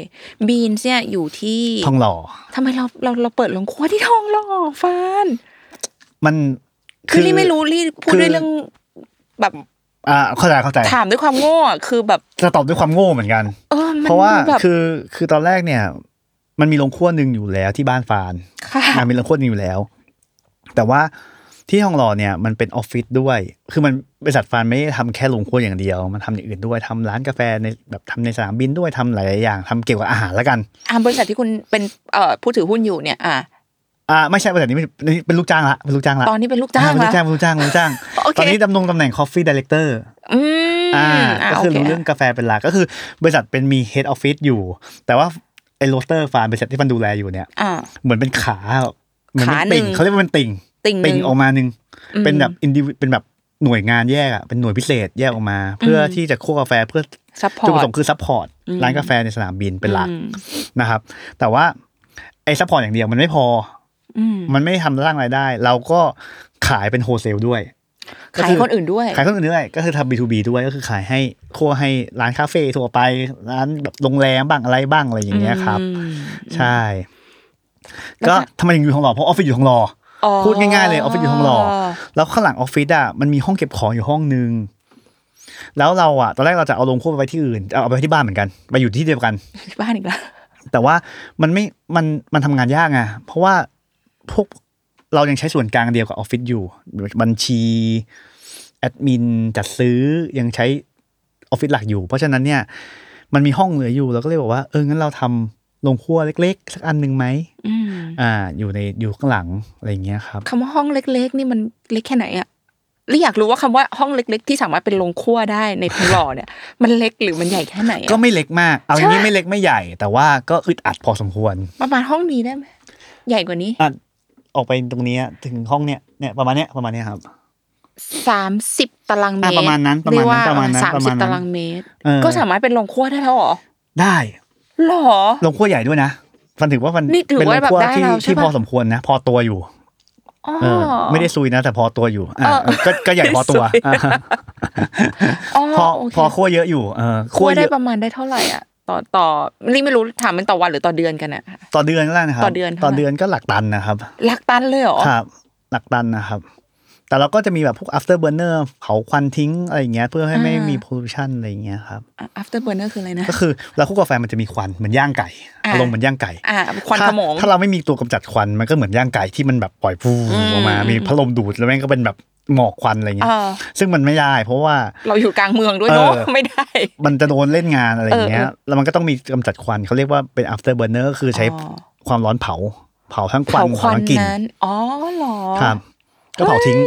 บีนส์เนี่ยอยู่ที่ ทองหล่อ ทำไมเราเราเราเปิดโรงครัวที่ทองหล่อฟาน มัน คือรี่ไม่รู้รี่พูดด้วยเรื่องแบบ อ่าเข้าใจเข้าใจ ถามด้วยความโง่อะคือแบบ จะตอบด้วยความโง่เหมือนกัน เออมัน เพราะว่า แบบ คือคือตอนแรกเนี่ย มันมีโรงครัวหนึ่งอยู่แล้วที่บ้านฟาน ค่ะ อ่ะมีโรงครัวหนึ่งอยู่แล้ว แต่ว่า ที่ห้องหล่อเนี่ยมันเป็นออฟฟิศด้วย คือมันบริษัทฟันไม่ได้ทำแค่โรงครัวอย่างเดียว มันทำอย่างอื่นด้วยทำร้านกาแฟในแบบทำในสนามบินด้วยทำหลายๆอย่างทำเกี่ยวกับอาหารละกัน อ่าบริษัทที่คุณเป็นเอ่อผู้ถือหุ้นอยู่เนี่ยอ่า อ่าไม่ใช่บริษัทนี้ไม่นี่เป็นลูกจ้างละเป็นลูกจ้างละ ตอนนี้เป็นลูกจ้าง อ่เป็นลู ละ กจ้างเป็นลูกจ้างเป็นลูกจ้าง โอเค ตอนนี้ดำรงตำแหน่ง Coffee Director อืม อ่าก็ โอ คือ เค รู้เรื่องกาแฟเป็นหลักก็คือบริษัทเป็นมี Head Office อยู่ แต่ว่าไอ้โรสเตอร์ฟาร์มบริษัทที่ฟันดูแลอยู่เนี่ย อ่า เหมือนเป็นขาเหมือนเป็น ขาหนึ่ ติ่ ง งเขาเรียกว่าเป็นติ่ง ติ่งห ติ่ นึ่ ง ง ออกมาหนึ่ง อืม เป็นแบบอินดิเป็นแบบหน่วยงานแยกอะเป็นหน่วยพิเศษแยกออกมา เพื่ออ ม ที่จะคั่วกาแฟเพื่อ ซัพพอ จุดประ ร์ ส ต งค์คือซัพพอร์ต อืม ร้านกาแฟในสนามบินเป็นหลัก อืม นะครับ แต่ว่าไอ้ซัพพอร์ตอย่างเดียวมันไม่พอ อืม มันไม่ทำร่างรายได้ เราก็ขายเป็นโฮเซลด้วยก็ ขายคนอื่นด้วย ขายคนอื่นด้วย ก็คือทำ B2B ด้วยก็คือขายให้คั่วให้ร้านคาเฟ่ทั่วไปร้านแบบโรงแรมบ้างอะไรบ้างอะไรอย่างเงี้ยครับ อืม ใช่ แล้ว ก็ จะ ทำไมถึงอยู่ทองหล่อเพราะออฟฟิศอยู่ทองหล่อ อ๋อ พูดง่ายๆเลยออฟฟิศอยู่ทองหล่อ แล้วข้างหลังออฟฟิศอ่ะมันมีห้องเก็บของอยู่ห้องนึง แล้วเราอ่ะ ตอนแรกเราจะเอาลงควบไปที่อื่นเอาไปไว้ที่บ้านเหมือนกัน ไปอยู่ที่เดียวกัน ที่บ้านอีกแล้ว แต่ว่ามันไม่มันมันทำงานยากไงเพราะว่าพวกเรายังใช้ส่วนกลางเดียวกับออฟฟิศอยู่ บัญชี แอดมินจัดซื้อยังใช้ออฟฟิศหลักอยู่ เพราะฉะนั้นเนี่ยมันมีห้องเหลืออยู่เราก็เลยบอกว่าเอองั้นเราทำลงครัวเล็กๆ สักอันหนึ่งไหม อืม อ่า อยู่ในอยู่ข้างหลังอะไรอย่างเงี้ยครับ คำว่าห้องเล็ก ๆ นี่มันเล็กแค่ไหนอะแล้วอยากรู้ว่าคำว่าห้องเล็ก ๆ ที่สามารถเป็นโรงครัวได้ในทองหล่อเนี่ย มันเล็กหรือมันใหญ่แค่ไหนอะ ก็ไม่เล็กมาก เอาอย่างนี้ ใช่ ไม่เล็กไม่ใหญ่ แต่ว่าก็อึดอัดพอสมควร ประมาณห้องนี้ได้ไหมใหญ่กว่านี้ อ่ะ ออกไปตรงเนี้ยถึงห้องเนี้ยเนี่ยประมาณเนี้ยประมาณเนี้ยครับ สามสิบตารางเมตร อ่ะประมาณนั้นประมาณนั้เยกนว่ ประมาณนั้น สาม ประ สิบมาณนั้น ตารางเมตร เออ ก็สามารถเป็นโรงครัวได้แล้วเหรอ ได้ หรอ ลงขั้วใหญ่ด้วยนะฟันถือว่าฟัน นี่ถือ เป็นล ว่าง แบบ ขั้ว ได้ ที่ แล้วใช่ ที่ ปะ พอสมควรนะ พอตัวอยู่ อ๋อ เออไม่ได้ซุยนะ แต่พอตัวอยู่อ่ะ เออ เออก็ก็ใหญ่พอตัว ไม่ซุย อ่ะพอ โเค พอขั้วเยอะอยู่เออ คั่ ขั้ ว ว ได้ เยอะ ประมาณได้เท่าไหร่อ่ะต่อต่อนี่ไม่รู้ถามมันต่อวันหรือต่อเดือนกันอะ ต่อเดือนก็ได้นะครับ ต่อเดือนเท่าไหร่ ต่อเดือนก็หลักตันนะครับ หลักตันเลยเหรอ ครับหลักตันนะครับ แต่เราก็จะมีแบบพวก after burner เผาควันทิ้งอะไรอย่างเงี้ยเพื่อให้ไม่มี pollution อะไรอย่างเงี้ยครับ อ่ะ after burner คืออะไรนะ ก็คือเราคั่วกาแฟมันจะมีควันเหมือนย่างไก่ อ่า อารมณ์เหมือนย่างไก่ อ่ะควัน ถ้า ขโมง ถ้าเราไม่มีตัวกำจัดควันมันก็เหมือนย่างไก่ที่มันแบบปล่อยฟู อืม ออกมา อืม มีพัดลมดูดแล้วแม่งก็เป็นแบบหมอกควันอะไรเงี้ เอย อ ซึ่งมันไม่ได้เพราะว่า เราอยู่กลางเมืองด้วยเนาะ เออ ไม่ได้ มันจะโดนเล่นงานอะไรอย่างเงี้ยแล้วมันก็ต้องมีกำจัดควันเขาเรียกว่าเป็น after burner คือใช้ อ๋อ ความร้อนเผา เผาทั้งควัน เผาค เผา วัน ทั้งกลิ่น นั้นอ๋อเหรอ ครับก็เผาทิ้ง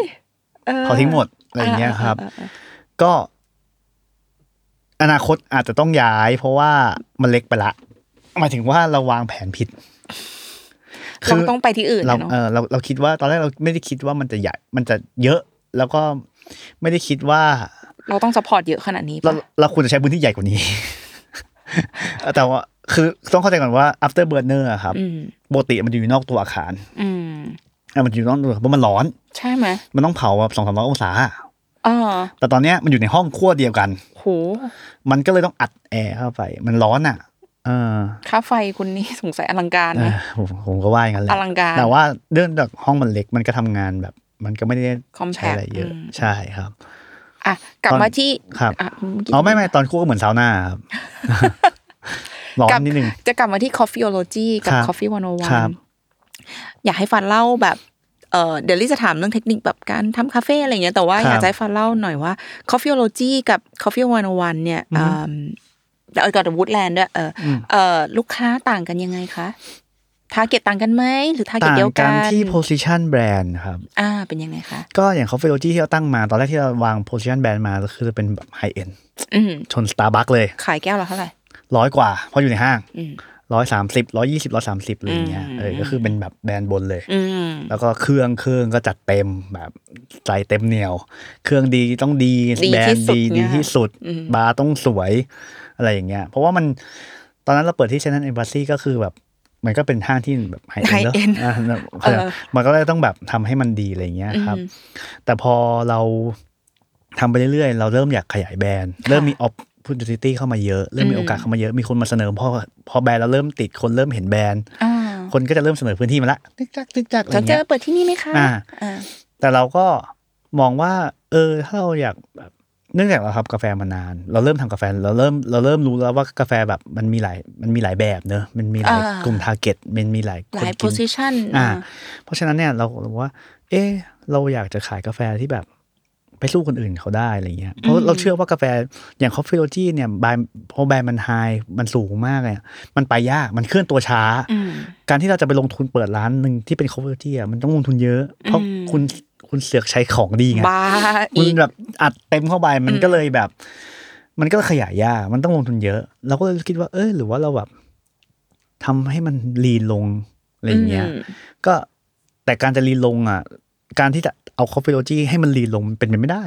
ออ เผาทิ้งหมดอะไรอย่างเงี้ยครับ ออเออเออ ก็ อนาคตอาจจะต้องย้าย เพราะว่ามันเล็กไปละหมายถึงว่าเราวางแผนผิด เราต้องไปที่อื่น เรา อะเนาะ เออเราเราคิดว่าตอนแรกเราไม่ได้คิดว่ามันจะใหญ่ มันจะเยอะ แล้วก็ไม่ได้คิดว่า เราต้อง support เยอะขนาดนี้ เรา ปะ เราควรจะใช้พื้นที่ใหญ่กว่านี้ แต่ว่าคือต้องเข้าใจก่อนว่า after burner อะครับ อืม ปกติมันจะอยู่นอกตัวอาคาร อืม อ่ะมันจะอยู่นอกตัวเพราะมันร้อน ใช่ไหม มันต้องเผาแบบสองสามร้อยองศา อ่า แต่ตอนเนี้ยมันอยู่ในห้องครัวเดียวกัน โห มันก็เลยต้องอัดแอร์เข้าไป มันร้อนอ่ะ เออ ค่าไฟคุณนี่สงสัยอลังการนะ เออผมผมก็ว่าอย่างนั้นแหละ อลังการ แต่ว่าเรื่องจากห้องมันเล็กมันก็ทำงานแบบ มันก็ไม่ได้ใช้ compact อะไรเยอะ อืม ใช่ครับ อ่ะกลับ ตอน มาที่ ครับ อ่ะเมื่อกี้ อ๋อไม่ไม่ตอนคู่ก็เหมือนซาวน่า ครับ ร้อน กับ นิดนึง จะกลับมาที่ Coffeeology กับ ครับ Coffee ครับ 101 อยากให้ฟันเล่าแบบเออเดี๋ยวลิจะถามเรื่องเทคนิคแบบการทำคาเฟ่อะไรอย่างเงี้ยแต่ว่า ครับ อยากจะให้ฟันเล่าหน่อยว่า Coffeeology กับ Coffee 101 เนี่ย อือฮึ อืมแล้วกับวูดแลนด์ด้วยเออ อืม เออลูกค้าต่างกันยังไงคะทาร์เก็ตต่างกันไหมหรือทาร์เก็ต ต่าง เดียว กั กัน น ที่ position brand ครับ อ่าเป็นยังไงคะ ก็อย่าง Coffee Logi ที่เราตั้งมา ตอนแรกที่เราวาง position brand มาก็คือเป็นแบบ high end อืม ชน Starbucks เลย ขายแก้วละเท่าไหร่ ร้อยกว่า เพราะอยู่ในห้าง อืม ร้อยสามสิบร้อยยี่สิบร้อยสามสิบอะไรอย่างเงี้ย อืม เออก็คือเป็นแบบแบรนด์บนเลย อืม แล้วก็เครื่องเครื่องก็จัดเต็มแบบใจเต็มเหนียว เครื่องดีต้องดี ดี แบรน ที่ ด์ สุด ดีดี เนี่ย ที่สุด อืม บาร์ต้องสวยอะไรอย่างเงี้ย เพราะว่ามันตอนนั้นเราเปิดที่เชนันเอมบาซีก็คือแบบ มันก็เป็นห้างที่แบบไฮ ไฮ เอ็ เอ็ น น เนอะ เออ มันก็เลยต้องแบบทำให้มันดีอะไรอย่างเงี้ยครับ อืม แต่พอเราทำไปเรื่อยๆ เราเริ่มอยากขยายแบรนด์ เริ่มมีออป portunity เข้ามาเยอะ เริ่มมี อืม โอกาสเข้ามาเยอะ มีคนมาเสนอพอพอแบรนด์เราเริ่มติดคนเริ่มเห็นแบรนด์ อ่า คนก็จะเริ่มเสนอพื้นที่มาละตึกจักตึกจักอะไร สนใจ เงี้ย มาเปิดที่นี่ไหมคะ อ่า อ่า แต่เราก็มองว่า เออ ถ้าเราอยากแบบ เนื่องจากเราทำกาแฟมานาน เราเริ่มทำกาแฟเราเริ่มเราเริ่มรู้แล้วว่ากาแฟแบบมันมีหลายมันมีหลายแบบเนอะมันมีหลาย อ่าก ก ลุ่มทาร์เก็ตมันมีหลาย ห ค ลานย กิ โพ น สิชัน อ่า เพราะฉะนั้นเนี่ยเราบอกว่า เอ๊ะเราอยากจะขายกาแฟที่แบบ ไปสู้คนอื่นเขาได้อะไรเงี้ยเพราะ อืม เราเชื่อว่ากาแฟอย่างคอฟฟี่โรจีเนี่ยบายพอแบรนด์มันไฮมันสูงมากเลยอะมันไปยากมันเคลื่อนตัวช้า อืม การที่เราจะไปลงทุนเปิดร้านหนึ่งที่เป็นคอฟฟี่โรจีอะมันต้องลงทุนเยอะ เพราะ อืม คุณคุณเสือกใช้ของดีไง บ้า มั อีก นแบบอัดเต็มเข้าไปมัน อืม ก็เลยแบบ มันก็ขยายยากมันต้องลงทุนเยอะ เราก็เลยคิดว่า เออหรือว่าเราแบบทำให้มันลีนลงอะไรอย่างเงี้ย ม ก็แต่การจะลีนลงอ่ะ การที่จะเอาคอฟฟี่โลจีให้มันลีนลงมันเป็นไปไม่ได้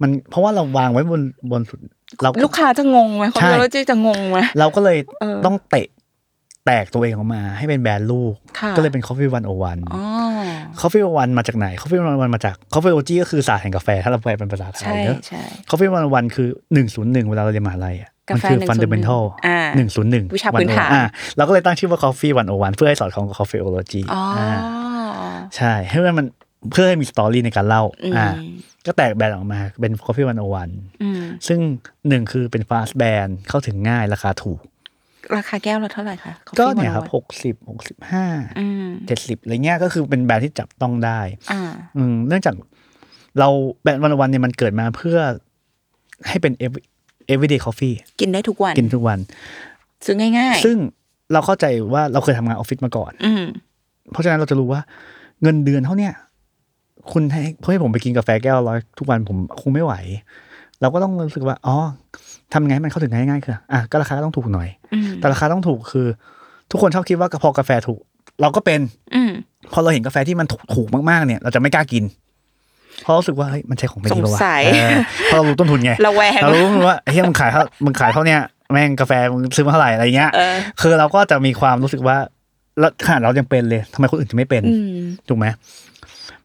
มันเพราะว่าเราวางไว้บนบนสุดเราก็ ลูกค้าจะงงไหมคน ใช่ โลจิจะงงไหม เราก็เลย เออ ต้องเตะแตกตัวเองออกมา ให้เป็นแบรนด์ลูก ค่ะ ก็เลยเป็นคอฟฟี่วันโอวัน อ๋อ คอฟฟี่วันมาจากไหนคอฟฟี่วันมาจากคอฟฟี่โลจีก็คือศาสตร์แห่งกาแฟ ถ้าเราแปลเป็นภาษาไทย ใช่ เนอะ ใช่ คอฟฟี่วันวันคือหนึ่งศูนย์หนึ่งเวลาเราเรียนมหาลัยอะ กา มั แฟ คือ 101 fundamental อ่า หนึ่งศูนย์หนึ่ง วิชาพื้นฐาน อ่าเราก็เลยตั้งชื่อว่า coffee วันโอวันเพื่อให้สอดคล้องกับ coffeeology อ๋อ อ่า อ ใช่ให้มันเพื่อให้มีสตอรี่ในการเล่า อืม อ่าก็แตกแบรนด์ออกมาเป็น coffee วันโอวัน อืม ซึ่งหนึ่งคือเป็น fast brand เข้าถึงง่ายราคาถูก ราคาแก้วละเท่าไหร่คะ ก็เนี่ยครับ ผม หกสิบหกสิบห้า อืม เจ็ดสิบอะไรเงี้ยก็คือเป็นแบรนด์ที่จับต้องได้ อ่า อืมเนื่องจากเราแบรนด์วันวันเนี่ยมันเกิดมาเพื่อให้เป็น every- everyday coffee กินได้ทุกวัน กินทุกวัน ซื้อง่ายๆ ซึ่งเราเข้าใจว่าเราเคยทำงานออฟฟิศมาก่อน อืม เพราะฉะนั้นเราจะรู้ว่าเงินเดือนเท่าเนี้ยคุณให้เพื่อให้ผมไปกินกาแฟแก้วร้อยทุกวันผมคงไม่ไหว เราก็ต้องรู้สึกว่า อ๋อทำไงให้มันเข้าถึงง่ายๆคืออ่ะก็ราคาก็ต้องถูกหน่อย อืม แต่ราคาต้องถูกคือ ทุกคนชอบคิดว่าพอกาแฟถูก เราก็เป็น อืม พอเราเห็นกาแฟที่มันถูกๆมากๆเนี่ย เราจะไม่กล้ากิน เพราะรู้สึกว่าเฮ้ยมันใช่ของไม่ดีปะวะเออเพราะเรารู้ต้นทุนไง ระแวง เรารู้ว่าเฮ้ยมึงขายเท่ามึงขายเท่าเนี้ยแม่งกาแฟมึงซื้อมาเท่าไหร่อะไรเงี้ย เออ คือเราก็จะมีความรู้สึกว่าแล้วขนาดเรายังเป็นเลยทำไมคนอื่นจะไม่เป็น อืม ถูกไหม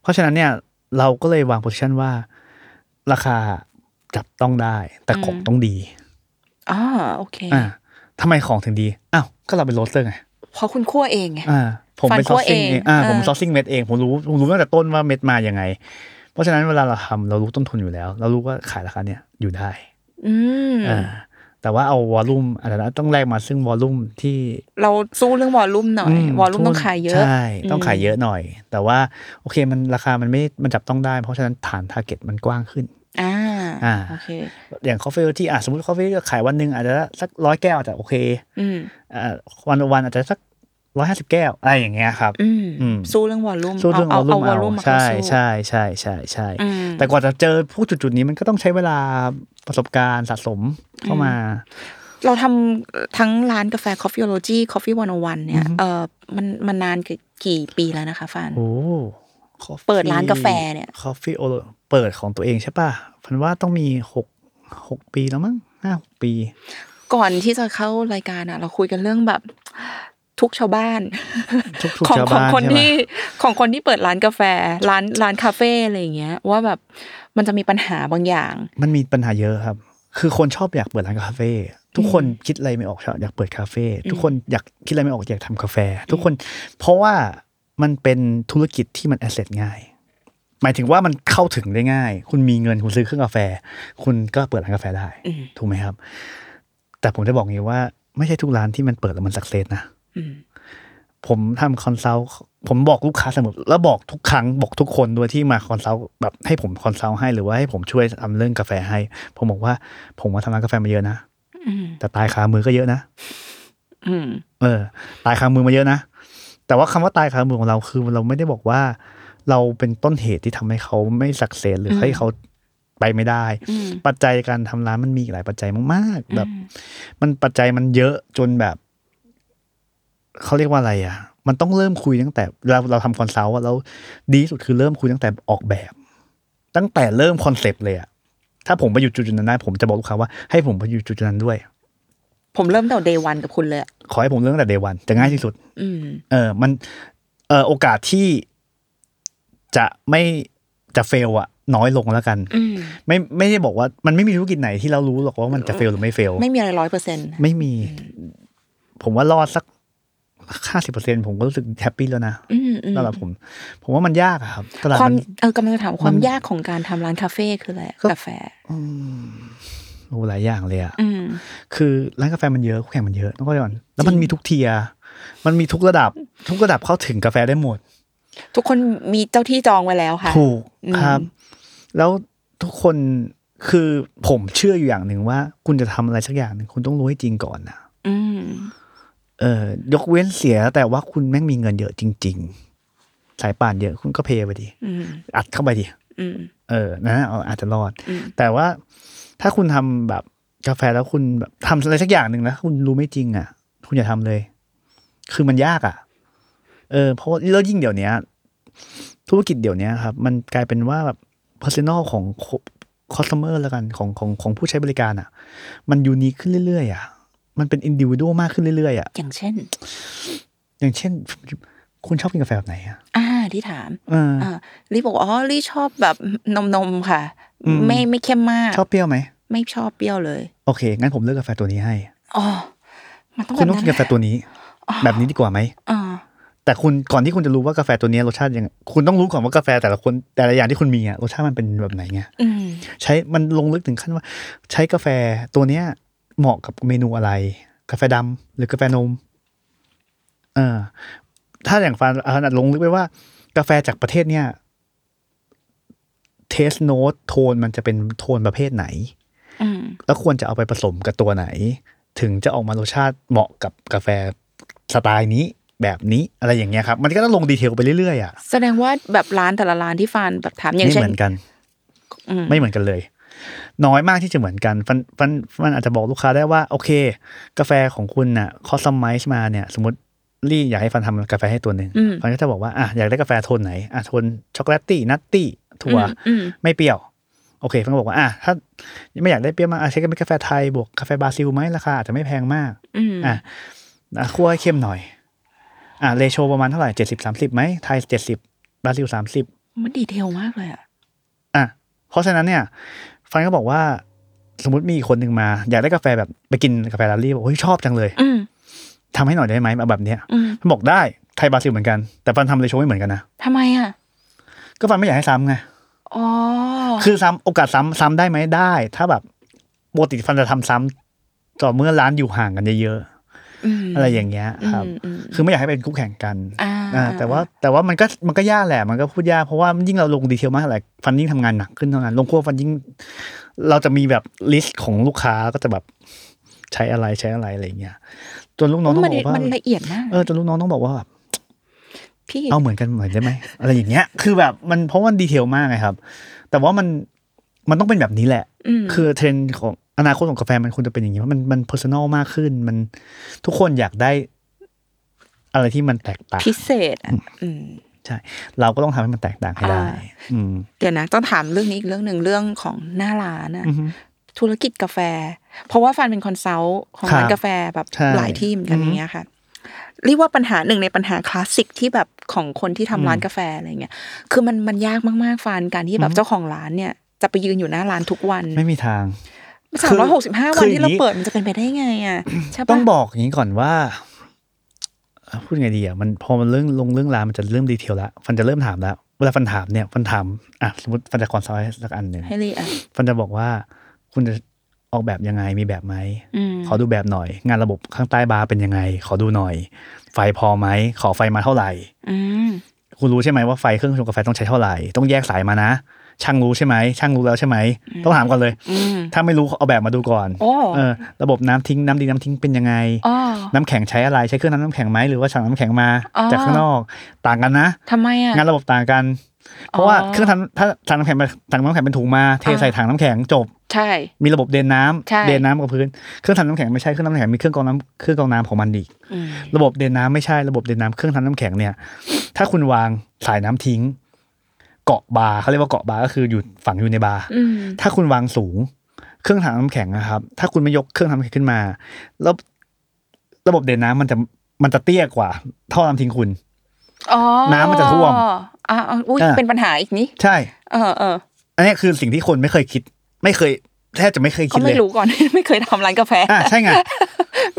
เพราะฉะนั้นเนี่ยเราก็เลยวางโพสิชันว่า ราคาจับต้องได้ แต่ของ อืม ต้องดี อ๋อโอเค อ่าทำไมของถึงดีอ้าวก็เราเป็นโรสเตอร์ไง เพราะคุณคั่วเองไง อ่า ผมเป็น ฟัน ซ คั่ อ ว สซิ่งเอ เอง งอ่า ผม เออ ซอสซิ่งเม็ดเองผมรู้ผมรู้ตั้งแต่ต้นว่าเม็ดมาอย่างไง เพราะฉะนั้นเวลาเราทำเรารู้ต้นทุนอยู่แล้ว เรารู้ว่าขายราคาเนี่ยอยู่ได้ อืม อ่า แต่ว่าเอาวอลลุ่มอาจจะต้องแลกมาซึ่งวอลลุ่มที่ เราสู้เรื่องวอลลุ่มหน่อย วอลลุ่มต้องขายเยอะ ใช่ ต้องขายเยอะหน่อย แต่ว่าโอเคมันราคามันไม่ มันจับต้องได้ เพราะฉะนั้นฐาน t a r g เก็ตมันกว้างขึ้น อ่า อ่า โอเค อย่าง Coffee ที่อ่ะสมมติ Coffee ขายวันหนึ่งอาจจะสักร้อยแก้วอาจจะโอเค อืม อ่าวันวันอาจจะสักร้อยห้าสิบแก้ว อะไรอย่างเงี้ยครับ อืม อืม สู้เรื่องวอลลุ่ม สู้เรื่อง เอา เอา เอาวอลุ่มล เอา ลุ่มมาเข้า ใช่ สู้ ใช่ใช่ใช่ใช่ อืม แต่กว่าจะเจอผู้จุดจุดๆนี้มันก็ต้องใช้เวลาประสบการณ์สะสมเข้ามา เราทำทั้งร้านกาแฟ Coffee o l o g y Coffee 101 เนี่ย เออมันมันนานกี่ปีแล้วนะคะฟาน โอ้ เปิดร้านกาแฟเนี่ย คอฟฟี่โอเปิดของตัวเองใช่ป่ะพันว่าต้องมีหกหกปีแล้วมั้งห้าหกปี ก่อนที่จะเข้ารายการอ่ะ เราคุยกันเรื่องแบบทุกข์ชาวบ้าน ทุกทุก ของ ชาว ของ บ้าน คน ใช่ไหม ที่ของคนที่เปิดร้านกาแฟ ร้านร้านคาเฟ่อะไรอย่างเงี้ย ว่าแบบมันจะมีปัญหาบางอย่าง มันมีปัญหาเยอะครับ คือคนชอบอยากเปิดร้านคาเฟ่ทุกคนคิดอะไรไม่ออกชอบอยากเปิดคาเฟ่ทุกคนอยากคิดอะไรไม่ออกอยากทำกาแฟ ทุกคนเพราะว่ามันเป็นธุรกิจที่มันแอสเซทง่าย หมายถึงว่ามันเข้าถึงได้ง่าย คุณมีเงินคุณซื้อเครื่องกาแฟ คุณก็เปิดร้านกาแฟได้ อืม ถูกไหมครับ แต่ผมจะบอกงี้ว่าไม่ใช่ทุกร้านที่มันเปิดแล้วมันสักเซสนะ อืม ผมทำคอนซัลท์ผมบอกลูกค้าเสมอแล้วบอกทุกครั้งบอกทุกคนด้วยที่มาคอนซัลท์แบบให้ผมคอนซัลท์ให้หรือว่าให้ผมช่วยทำเรื่องกาแฟให้ ผมบอกว่าผมมาทำร้านกาแฟมาเยอะนะ อืม แต่ตายคามือก็เยอะนะ อืม เออ ตายคามือมาเยอะนะ แต่ว่าคำว่าตายคามือของเราคือเราไม่ได้บอกว่า เราเป็นต้นเหตุที่ทำให้เขาไม่สักเซสหรือให้เขาไปไม่ได้ อืม ปัจจัยการทำร้านมันมีอีกหลายปัจจัยมากๆ แบบ มันปัจจัยมันเยอะจนแบบเขาเรียกว่าอะไรอ่ะ มันต้องเริ่มคุยตั้งแต่เราเราทำคอนซัลท์อะแล้วดีที่สุดคือเริ่มคุยตั้งแต่ออกแบบ ตั้งแต่เริ่มคอนเซปต์เลยอ่ะถ้าผมไปอยู่จุดๆนั้นได้ผมจะบอกลูกค้าว่าให้ผมไปอยู่จุดๆนั้นด้วย ผมเริ่มตั้งแต่เดวันกับคุณเลยอะ ขอให้ผมเริ่มตั้งแต่เดวันจะง่ายที่สุด อืม เออ มัน เออโอกาสที่จะไม่จะเฟลอะน้อยลงแล้วกัน อืม ไม่ไม่ได้บอกว่ามันไม่มีธุรกิจไหนที่เรารู้หรอกว่ามันจะเฟลหรือไม่เฟล ไม่มีอะไรร้อยเปอร์เซ็นต์ ไม่มี ผมว่ารอดสัก ห้าสิบเปอร์เซ็นผมก็รู้สึกแฮปปี้แล้วนะ อืมอืม สำหรับผม ผมว่ามันยากอะครับตลาด ความ มัน เออกำลังจะถามความ มัน ยากของการทำร้านคาเฟ่คืออะไร ก็ กาแฟ อืมโอ้หลายอย่างเลยอะ อืม คือร้านกาแฟมันเยอะคู่แข่งมันเยอะต้องเข้าใจก่อนแล้วมัน จริง มีทุกเทียร์มันมีทุกระดับ ทุกระดับเข้าถึงกาแฟได้หมด ทุกคนมีเจ้าที่จองไว้แล้วค่ะ ถูก อืม ครับ แล้วทุกคนคือผมเชื่ออยู่อย่างหนึ่งว่า คุณจะทำอะไรสักอย่างหนึ่งคุณต้องรู้ให้จริงก่อนนะ อืม เออยกเว้นเสียแต่ว่าคุณแม่งมีเงินเยอะจริง ๆ สายป่านเยอะคุณก็เพย์ไปดิ อืม อัดเข้าไปดิ อืม เออนะเอาอาจจะรอด อืม แต่ว่าถ้าคุณทำแบบกาแฟแล้วคุณแบบทำอะไรสักอย่างหนึ่งนะคุณรู้ไม่จริงอ่ะ คุณอย่าทำเลย คือมันยากอ่ะ เออเพราะว่าแล้วยิ่งเดี๋ยวเนี้ย ธุรกิจเดี๋ยวเนี้ยครับ มันกลายเป็นว่าแบบ personal ของ customer แล้วกันของของของผู้ใช้บริการอ่ะ มันยูนิคขึ้นเรื่อยๆอ่ะ มันเป็น individual มากขึ้นเรื่อยๆอ่ะ อย่างเช่น อย่างเช่น คุณชอบกินกาแฟแบบไหนอ่ะ อ่าที่ถาม เออ อ่าลี่บอกว่าอ๋อลี่ชอบแบบนมนมๆค่ะ อืม ไม่ไม่เข้มมาก ชอบเปรี้ยวไหม ไม่ชอบเปรี้ยวเลย โอเค งั้นผมเลือกกาแฟตัวนี้ให้ อ๋อมันต้อง คุณ แบบ ต้นั้องกิ น นกาแฟตัวนี้ แบบนี้ดีกว่าไหม อ่า แต่คุณก่อนที่คุณจะรู้ว่ากาแฟตัวเนี้ยรสชาติยังไงคุณต้องรู้ก่อนว่ากาแฟแต่ละคนแต่ละอย่างที่คุณมีอะรสชาติมันเป็นแบบไหนไง อืม ใช้มันลงลึกถึงขั้นว่า ใช้กาแฟตัวเนี้ย เหมาะกับเมนูอะไร กาแฟดำหรือกาแฟนมเออถ้าอย่างฟันอ่ะลงลึกไปว่า กาแฟจากประเทศเนี้ยเทสโนตโทนมันจะเป็นโทนประเภทไหน อืม แล้วควรจะเอาไปผสมกับตัวไหน ถึงจะออกมารสชาติเหมาะกับกาแฟสไตล์นี้แบบนี้อะไรอย่างเงี้ยครับ มันก็ต้องลงดีเทลไปเรื่อยๆอ่ะ แสดงว่าแบบร้านแต่ละร้านที่ฟานแบบถามอย่าง ไม่ เช่ เห น มือนกัน อืม ไม่เหมือนกันเลย น้อยมากที่จะเหมือนกันฟันฟันมันอาจจะบอกลูกค้าได้ว่า โอเค กาแฟของคุณน่ะคอสไมซ์มาเนี่ย สมมติลี่อยากให้ฟันทำกาแฟให้ตัวหนึ่ง อืม ฟันก็จะบอกว่าอ่ะอยากได้กาแฟโทนไหนอ่ะโทนช็อกโกแลตตี้นัตตี้ถั่ว อืม ไม่เปรี้ยว โอเคฟังก็บอกว่าอ่ะถ้าไม่อยากได้เปรี้ยวมากอ่ะใช้กันเป็นกาแฟไทยบวกกาแฟบราซิลไหมราคาอาจจะไม่แพงมาก อืม อ่ะอ่ะคั่วให้เข้มหน่อย อ่ะเรโชประมาณเท่าไหร่เจ็ดสิบสามสิบไหมไทยเจ็ดสิบบราซิลสามสิบ มันดีเทลมากเลยอ่ะ อ่ะเพราะฉะนั้นเนี่ย ฟันก็บอกว่า สมมติมีอีกคนหนึ่งมา อยากได้กาแฟแบบไปกินกาแฟลาลี่บอกเฮ้ยชอบจังเลย อืม ทำให้หน่อยได้ไหมเอาแบบเนี้ย อืม ฟันบอกได้ไทยบราซิลเหมือนกัน แต่ฟันทำเรโชไม่เหมือนกันนะ ทำไมอ่ะ ก็ฟันไม่อยากให้ซ้ำไง อ๋อ คือซ้ำโอกาสซ้ำซ้ำได้ไหมได้ ถ้าแบบปกติฟันจะทำซ้ำต่อเมื่อร้านอยู่ห่างกันเยอะ ม ๆอะไรอย่างเงี้ยครับ อืมอืม คือไม่อยากให้เป็นคู่แข่งกัน อ่า อ่าแต่ว่าแต่ว่ามันก็มันก็ยากแหละ มันก็พูดยาก เพราะว่ายิ่งเราลงดีเทลมากเท่าไหร่ฟันยิ่งทำงานหนักขึ้นเท่านั้น ลงครัวฟันยิ่ง เราจะมีแบบลิสต์ของลูกค้าก็จะแบบใช้อะไรใช้อะไรอะไรอย่างเงี้ยจนลูกน้องต้อง มัน บอกว่า มันละเอียดมาก เออจนลูกน้องต้องบอกว่า แบบ พี่ เอาเหมือนกันเหมือนได้ไหมอะไรอย่างเงี้ย คือแบบมันเพราะมันดีเทลมากไงครับ แต่ว่ามันมันต้องเป็นแบบนี้แหละ ม คือเทรนด์ของอนาคตของกาแฟมันควรจะเป็นอย่างนี้ว่ามันมันเพอร์ซันอลมากขึ้น มันทุกคนอยากได้ อะไรที่มันแตกต่าง พิเศษอ่ะอืม เราก็ต้องทำให้มันแตกต่างให้ได้ อ่า อืม เดี๋ยวนะต้องถามเรื่องนี้อีกเรื่องหนึ่งเรื่องของหน้าร้านอะ อือฮึ ธุรกิจกาแฟ เพราะว่าฟานเป็นคอนซัลท์ของร้าน ครับ กาแฟแบบ ใช่ หลายที่เหมือนกันออืม ย่างเงี้ยค่ะเรียกว่าปัญหาหนึ่งในปัญหาคลาสสิกที่แบบของคนที่ทำร้านกาแฟอะไรเงี้ยคือมันมันยากมากๆฟานการที่แบ อื บ ม เจ้าของร้านเนี่ย จะไปยืนอยู่หน้าร้านทุกวัน ไม่มีทาง สามร้อยหกสิบห้าวัคืน ออย่างนี้ ที่เราเปิดมันจะเป็นไปได้ไงอ่ะใช่ปะ ต้องบอกอย่างนี้ก่อนว่าเอ่อพูดไงดีอ่ะมันพอมันเรื่องลงเรื่องราวมันจะเริ่มดีเทลละฟันจะเริ่มถามแล้วเวลาฟันถามเนี่ยฟันถามอ่ะสมมติฟันจะคอนซัลท์ให้สักอันหนึ่ง ให้เลยอ่ะ ฟันจะบอกว่า คุณจะออกแบบยังไงมีแบบไหม อืม ขอดูแบบหน่อย งานระบบข้างใต้บาร์เป็นยังไง ขอดูหน่อย ไฟพอไหมขอไฟมาเท่าไหร่ อืม คุณรู้ใช่ไหมว่าไฟเครื่องชงกาแฟต้องใช้เท่าไหร่ ต้องแยกสายมานะ ช่างรู้ใช่ไหมช่างรู้แล้วใช่ไหมต้องถามก่อนเลย อืม ถ้าไม่รู้เอาแบบมาดูก่อน โอ้ เออระบบน้ำทิ้งน้ำดีน้ำทิ้งเป็นยังไง อ๋อ น้ำแข็งใช้อะไรใช้เครื่องทำน้ำแข็งไหมหรือว่าสั่งน้ำแข็งมา อ๋อ จากข้างนอกต่างกันนะ ทำไมอ่ะ งานระบบต่างกัน เพราะว่า อ๋อ เครื่องทำถ้าสั่งน้ำแข็งมาสั่งน้ำแข็งเป็นถุงมาเท อ่า ใส่ถังน้ำแข็งจบ ใช่ มีระบบเดนน้ำ ใช่ เดนน้ำกับพื้นเครื่องทำน้ำแข็งไม่ใช่เครื่องทำน้ำแข็งมีเครื่องกรองน้ำเครื่องกรองน้ำของมันอีก อืม ระบบเดนน้ำไม่ใช่ระบบเดนน้ำเครื่องทำน้ำแข็งเนี่ย ถ้าคุณวางสายน้ำทิ้ง เกาะบาร์เขาเรียกว่าเกาะบาร์ก็คืออยู่ฝังอยู่ในบาร์ อืม ถ้าคุณวางสูงเครื่องถังน้ำแข็งนะครับ ถ้าคุณไม่ยกเครื่องทำแข็งขึ้นมา แล้วระบบเดินน้ำมันจะมันจะเตี้ยกว่าท่อน้ำทิ้งคุณ อ๋อ น้ำมันจะท่วม อ่าอุ้ย อ่ะ เป็นปัญหาอีกนี่ ใช่ เออเออ อันนี้คือสิ่งที่คนไม่เคยคิด ไม่เคยแทบจะไม่เคย ก็ คิด เลไม่ ย รู้ก่อน ไม่เคยทำร้านกาแฟ อ่ะใช่ไง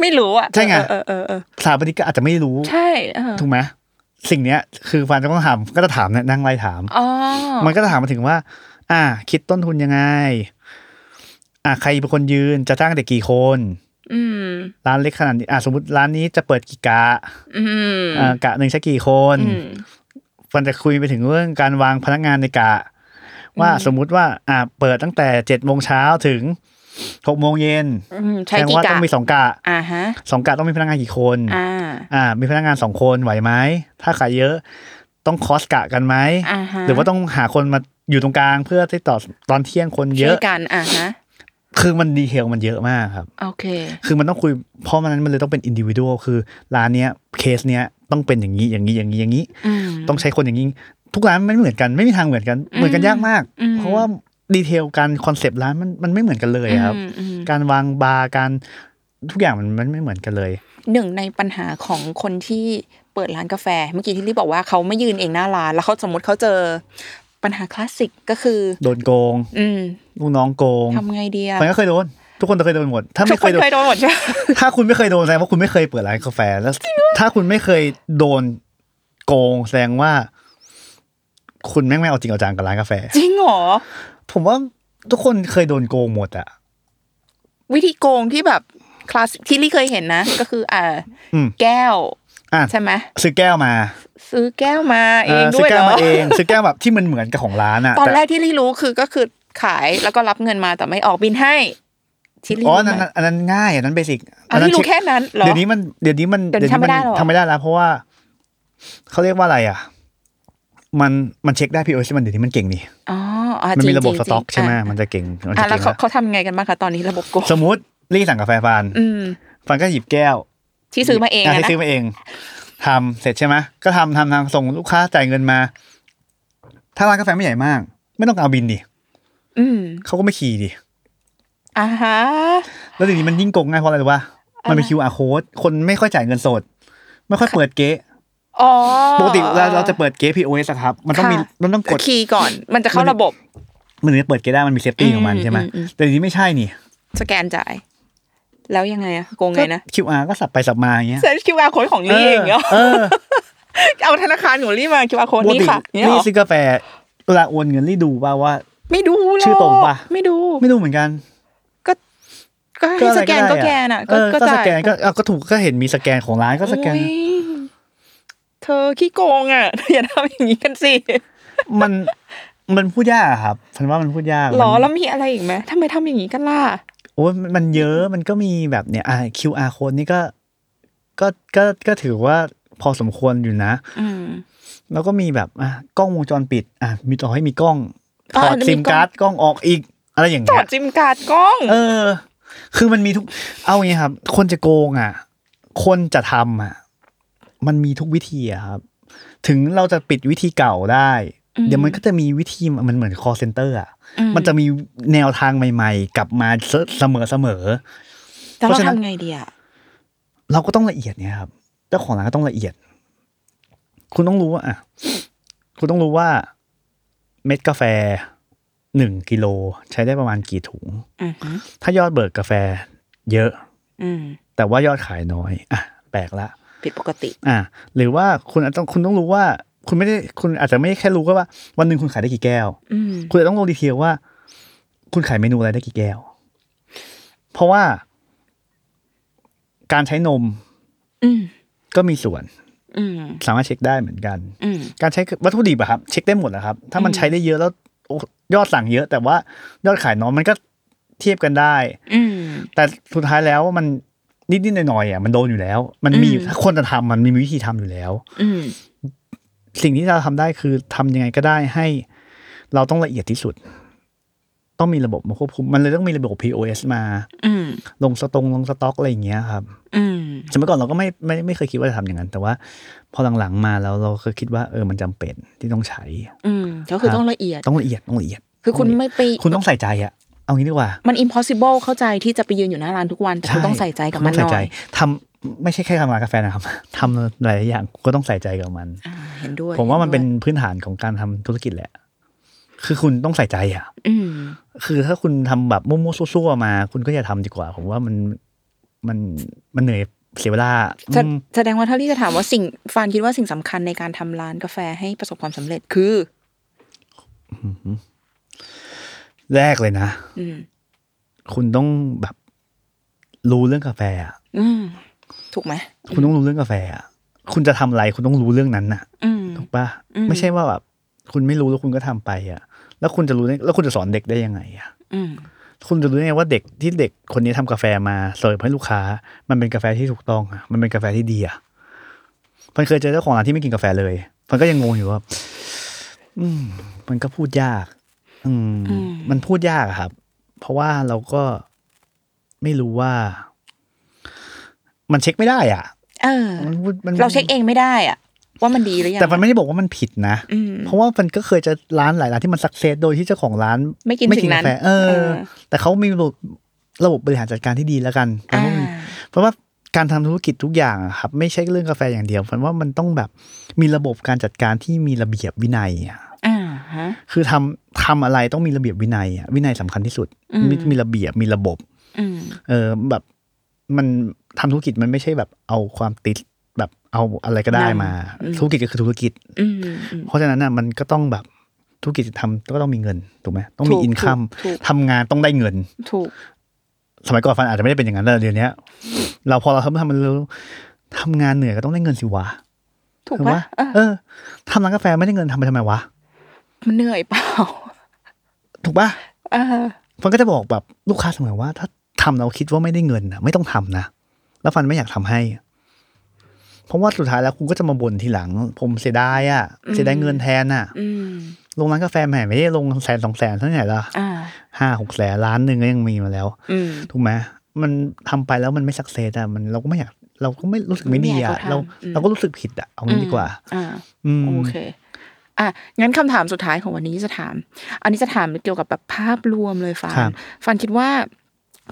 ไม่รู้อ่ะ ใช่ไง เออเออเออ สถาปนิกก็อาจจะไม่รู้ ใช่เออ ถูกไหมสิ่งเนี้ย คือฟันจะต้องถามก็จะถามเนี่ยนั่งไล่ถาม อ๋อ มันก็จะถามมาถึงว่า อ่า คิดต้นทุนยังไง อ่าใครเป็นคนยืนจะจ้างเด็กกี่คน อืม ร้านเล็กขนาดนี้อ่าสมมติร้านนี้จะเปิดกี่กะ อืม อ่ากะหนึ่งใช้กี่คน อืม มันจะคุยไปถึงเรื่องการวางพนักงานในกะ ว่าสมมุติว่า อ่า เปิดตั้งแต่เจ็ดโมงเช้าถึงหกโมงเย็น อืมใช้ แสดง กี่ ว่าต้ กะ องมีสองกะ อ่าฮะ สองกะต้องมีพนักงานกี่คน อ่า อ่า มีพนักงานสองคนไหวไหมถ้ากะเยอะ ต้องคอสกะกันไหม อ่าฮะ หรือว่าต้องหาคนมาอยู่ตรงกลางเพื่อที่ต่อตอนเที่ยงคนเย ช่ว อะ ยกันอ่าฮะ คือมันดีเทลมันเยอะมากครับ โอเค คือมันต้องคุย เพราะมันนั้นมันเลยต้องเป็นอินดิวิ u a ลคือร้านเนี้ยเคสเนี้ยต้องเป็นอย่างนี้อย่างนี้อย่างนี้อย่างนี้ อืม ต้องใช้คนอย่างนี้ ทุกร้านมันไม่เหมือนกันไม่มีทางเหมือนกัน อืม เหมือนกันยากมาก อืม เพราะว่าดีเทลการคอนเซปต์ร้านมันมันไม่เหมือนกันเลยครับ อืมอืม การวางบาร์การทุกอย่างมันมันไม่เหมือนกันเลย หนึ่งในปัญหาของคนที่เปิดร้านกาแฟ เมื่อกี้ที่รีบอกว่าเขาไม่ยืนเองหน้าร้าน แล้วเขาสมมติเขาเจอปัญหาคลาสสิกก็คือ โดนโกง อืม ลูกน้องโกง ทำไงดีอะ มันก็เคยโดน ทุกคนเคยโดนหมด ถ้า ทุ ไม่ ก เค คนยโดน เคยโดนหมดใช่ไหม ถ้าคุณไม่เคยโดนแสดงว่าคุณไม่เคยเปิดร้านกาแฟแล้ว ถ้าคุณไม่เคยโดนโกงแสดงว่า คุณแม่งไม่เอาจริงเอาจังกับร้านกาแฟ จริงเหรอ ผมว่าทุกคนเคยโดนโกงหมดอะ วิธีโกงที่แบบคลาสสิกที่ลี่เคยเห็นนะ ก็คืออ่า อืม แก้ว อ่ะ ใช่ไหม ซื้อแก้วมา ซื้อแก้วมาเอ เอ่ ง อ ด้ ซื้ ว อย แก้ เหรอวมาเองซื้อแก้วแบบที่มันเหมือนกับของร้านอะ ตอน ต่ แรกที่ลี่รู้คือก็คือขายแล้วก็รับเงินมาแต่ไม่ออกบินให้ที่ลี่ อ๋รู้ออันนั้น ไหม อันนั้นง่ายอันนั้นเบสิก อ๋อลี่รู้ เช็ค แค่นั้นเหรอ เดี๋ยวนี้มันเดี๋ยวนี้มัน เดี๋ยวนี้ทำไม่ได้หรอ ทำไม่ได้แล้ว เพราะว่าเขาเรียกว่าอะไรอะมันมันเช็คได้พีโอมันเดี๋ยวนี้มันเก่งนี่ อ๋ออ่า มัน จ มี ง ระบบ จ ส งจง ต็อกใช่ไหม อ่ะ มันจะเก่งมัน อ่ะ จะ แล้ เก่ ว ง เขา ละ เขาทำยังไงกันบ้างคะตอนนี้ระบบโกง สมมติลี่สั่งกาแฟฟาน อืม ฟานก็หยิบแก้ว ที่ซื้อมาเองอะ ที่ นะ ซื้อมาเองทำเสร็จใช่ไหมก็ทำทำทำส่งลูกค้าจ่ายเงินมา ถ้าร้านกาแฟไม่ใหญ่มาก ไม่ต้องเอาบินดิ อืม เขาก็ไม่ขี่ดิ อ่าฮะ แล้วทีนี้มันยิ่งโกงง่ายเพราะอะไรรู้ป่ะมันเป็น QR code คนไม่ค่อยจ่ายเงินสด ไม่ค่อยเปิดเก๊ะ อ๋อ ปกติเราเราจะเปิดเก๊ะ POS อะครับ มันต้องมีมันต้องกด คีย์ก่อน มันจะเข้าระบบ มันถึงจะเปิดเก๊ะได้มันมีเซฟตี้ของมันใช่ไหม อืมอืมอืม แต่ทีนี้ไม่ใช่นี่ สแกนจ่าย แล้วยังไงอะโกงไง ก็ นะ QR ก็สับไปสับมาอย่างเงี้ย เซิร์ช QR โค้ดของลี่เองเนาะ เออ เอาธนาคารของลี่มา QR โค้ด ปก นี่ ติ ค่ะเนี่ยเหร ลี่ อ ซื้อกาแฟเวลาโอนเงินลี่ดูป่าว่า ไม่ดูหรอก ชื่อตรงปะ ไม่ดู ไม่ดูเหมือนกัน ก็ให้ อะ ส ไร แกนก็ ได้ แกนอะ เออก็ส จ่าย แกนก็เอาก็ถูกก็เห็นมีสแกนของร้านก็สแกน โอ้ยเธอขี้โกงอะ อย่าทำอย่างนี้กันสิ มันมันพูดยากอะครับฉันว่ามันพูดยาก หรอ มัน แล้วมีอะไรอีกไหมทำไมทำอย่างนี้กันล่ะ โอ้ยมันเยอะมันก็มีแบบเนี่ยอ่ะ QR code นี่ก็ก็ก็ก็ถือว่าพอสมควรอยู่นะ อืม แล้วก็มีแบบอ่ะกล้องวงจรปิด อ่ะมีต่อให้มีกล้อง อ่ะ ถอด แล้วมี ซิม กล้อง การ์ดกล้องออกอีก อะไรอย่าตงอ เงี้ ด ย จิมการ์ดกล้อง เออ คือมันมีทุก เอาอย่างเงี้ยครับ คนจะโกงอ่ะ คนจะทำอ่ะ มันมีทุกวิธีอะครับ ถึงเราจะปิดวิธีเก่าได้ อืม เดี๋ยวมันก็จะมีวิธีมันเหมือน call center อ่ะ อื มันจะมีแนวทางใหม่ๆ กลับมาเสมอเสมอ แต่เราทำไงดีอะ ๆเราก็ต้องละเอียดเนี่ยครับเจ้าของร้านก็ต้องละเอียด คุณต้องรู้ว่าอ่ะคุณต้องรู้ว่า เม็ดกาแฟหนึ่งกิโลใช้ได้ประมาณกี่ถุง อือหือ ถ้ายอดเบิกกาแฟ เยอะ อืม แต่ว่ายอดขายน้อยอ่ะแปลกละ ผิดปกติ อ่าหรือว่าคุณอาจต้องคุณต้องรู้ว่า คุณไม่ได้คุณอาจจะไม่แค่รู้ก็ว่า วันหนึ่งคุณขายได้กี่แก้ว อืม คุณอาจต้องลงดีเทลว่า คุณขายเมนูอะไรได้กี่แก้ว เพราะว่า การใช้นม อืม ก็มีส่วน อืม สามารถเช็คได้เหมือนกัน อืม การใช้วัตถุดิบอะครับ เช็คได้หมดนะครับ ถ้ามัน อืม ใช้ได้เยอะแล้วโอ้ยอดสั่งเยอะ แต่ว่ายอดขายน้อยมันก็เทียบกันได้ อืม แต่สุดท้ายแล้วมันนิดๆหน่อยๆอ่ะมันโดนอยู่แล้ว มันมีอยู่ อืม ถ้าคนจะทำมันมีวิธีทำอยู่แล้ว อืม สิ่งที่เราทำได้คือทำยังไงก็ได้ให้ เราต้องละเอียดที่สุด ต้องมีระบบมาควบคุม มันเลยต้องมีระบบ POS มา อืม ลงสตรงลงสต็อกอะไรอย่างเงี้ยครับ อืม สมัยก่อนเราก็ไม่ไม่ไม่เคยคิดว่าจะทำอย่างนั้น แต่ว่า พอหลังๆมาแล้วเราก็คิดว่าเออมันจำเป็นที่ต้องใช้ อืมก็คือต้องละเอียด ต้องละเอียดต้องละเอียด คือคุณไม่ไป คุณต้องใส่ใจอะเอางี้ดีกว่า มัน impossible เข้าใจที่จะไปยืนอยู่หน้าร้านทุกวัน แต่คุณต้องใส่ใจกับมัน คุหณต้ น่ งอใส่ย ทำไม่ใช่แค่ทำร้านกาแฟนะครับ ทำหลายๆอย่างก็ต้องใส่ใจกับมัน อ่าเห็นด้วย ผมว่ามันเป็น ห็ด้ย พื้นฐานของการทำธุรกิจแหละ คือคุณต้องใส่ใจอะ อืม คือถ้าคุณทำแบบมั่วๆซั่วๆมา คุณก็อย่าทำดีกว่า ผมว่ามัน มันมันเหนื่อยเสียเวลา แส อืม แสดงว่าถ้าลี่จะถามว่าสิ่งฟานคิดว่าสิ่งสำคัญในการทำร้านกาแฟให้ประสบความสำเร็จคือ แรกเลยนะ อืม คุณต้องแบบรู้เรื่องกาแฟอะ อืม ถูกไหม คุณต้องรู้เรื่องกาแฟอะคุณจะทำอะไรคุณต้องรู้เรื่องนั้นน่ะ อืม ถูกปะ อืม ไม่ใช่ว่าแบบคุณไม่รู้แล้วคุณก็ทำไปอ่ะ แล้วคุณจะรู้ได้แล้วคุณจะสอนเด็กได้ยังไงอ่ะ อืม คุณจะรู้ได้ไงว่าเด็กที่เด็กคนนี้ทำกาแฟมาเสิร์ฟให้ลูกค้า มันเป็นกาแฟที่ถูกต้องอะมันเป็นกาแฟที่ดีอ่ะมันเคยเจอเจ้าของร้านที่ไม่กินกาแฟเลยมันก็ยังงงอยู่ว่า อืม มันก็พูดยาก อืม อืม มันพูดยากอะครับ เพราะว่าเราก็ไม่รู้ว่า มันเช็คไม่ได้อ่ะ เออ มันพูดมัน เราเช็คเองไม่ได้อะว่ามันดีหรือยัง แต่มันไม่ได้บอกว่ามันผิดนะ อืม เพราะว่ามันก็เคยจะร้านหลายร้านที่มันสักเซสโดยที่เจ้าของร้าน ไม่กินสิ่งนั้น กาแฟเอ เอ อ อ แต่เขามีระบบระบบบริหารจัดการที่ดีแล้วกันเพราะ อ่า ว่าเพราะว่าการทำธุรกิจทุกอย่างอะครับ ไม่ใช่เรื่องกาแฟอย่างเดียวผมว่ามันต้องแบบมีระบบการจัดการที่มีระเบียบวินัยอะ อ่าฮะ คือทำทำอะไรต้องมีระเบียบวินัยอะวินัยสำคัญที่สุด อืม มีมีระเบียบมีระบบ อืม เออแบบมันทำธุรกิจมันไม่ใช่แบบเอาความติดแบบเอาอะไรก็ได้มา อืม ธุรกิจก็คือธุรกิจ อืมอืม เพราะฉะนั้นน่ะมันก็ต้องแบบธุรกิจทำก็ต้องมีเงินถูกไหมต้องมี ถูก อินคัม ถูกถูก ทำงานต้องได้เงิน ถูก สมัยก่อนฟันอาจจะไม่ได้เป็นอย่างนั้นแต่เดี๋ยวนี้เราพอเราทำทำมันเร็วทำงานเหนื่อยก็ต้องได้เงินสิวะ ถูก ถูก ปะ ปะ เออ เออทำร้านกาแฟไม่ได้เงินทำไปทำไมวะ มันเหนื่อยเปล่า ถูกปะ เออ ฟันก็จะบอกแบบลูกค้าเสมอว่า ถ้าทำเราคิดว่าไม่ได้เงินน่ะไม่ต้องทำนะแล้วฟันไม่อยากทำให้ เพราะว่าสุดท้ายแล้วคุณก็จะมาบ่นทีหลัง ผมเสียดายอ่ะเสียดายเงินแทนอ่ะ อืม ลงร้านกาแฟแหมไม่ได้ลงแสนสองแสนเท่าไหร่ละ อ่า ห้าหกแสนล้านหนึ่งก็ยังมีมาแล้ว อืม ถูกไหมมันทำไปแล้วมันไม่สักเซสอะมันเราก็ไม่อยากเราก็ไม่รู้สึกไม่ดีอะ ไม่อยากให้เขาทำ เรา อืม เราก็รู้สึกผิดอะเอางี้ดีกว่า อ่า อืม โอเค อ่ะ งั้นคำถามสุดท้ายของวันนี้จะถาม อันนี้จะถามเกี่ยวกับแบบภาพรวมเลยฟา ครั น บ ฟานคิดว่า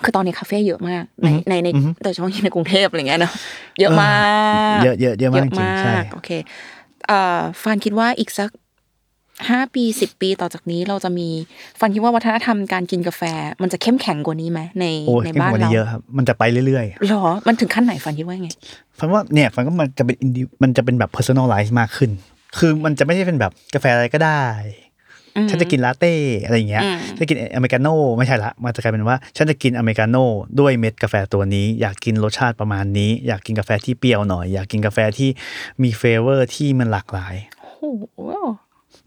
คือตอนนี้คาเฟ่เยอะมาก ในในใน อือฮึ โดยเฉพาะในกรุงเทพอะไรเงี้ยเนาะ เยอะมาก เยอะเยอะเยอะมากจริงๆใช่ โอเคเอ่อฟันคิดว่าอีกสักห้าปีสิบปีต่อจากนี้เราจะมีฟันคิดว่าวัฒนธรรมการกินกาแฟ มันจะเข้มแข็งกว่านี้ไหมใน โอ้ย ใน เป็น บ้าน หัว เรา นี่เยอะครับ มันจะไปเรื่อย หรอ มันถึงขั้นไหนฟันคิดว่าไง ๆฟันว่าเนี่ยฟันก็มันจะเป็น indi- มันจะเป็นแบบ personalize มากขึ้น คือมันจะไม่ใช่เป็นแบบกาแฟอะไรก็ได้ อืม ฉันจะกินลาเต้อะไรอย่างเงี้ย อืม จะกินอเมริกาโน่ไม่ใช่ละมันจะกลายเป็นว่า ฉันจะกินอเมริกาโน่ด้วยเม็ดกาแฟตัวนี้ อยากกินรสชาติประมาณนี้ อยากกินกาแฟที่เปรี้ยวหน่อย อยากกินกาแฟที่มีเฟเวอร์ที่มันหลากหลาย โอ้โห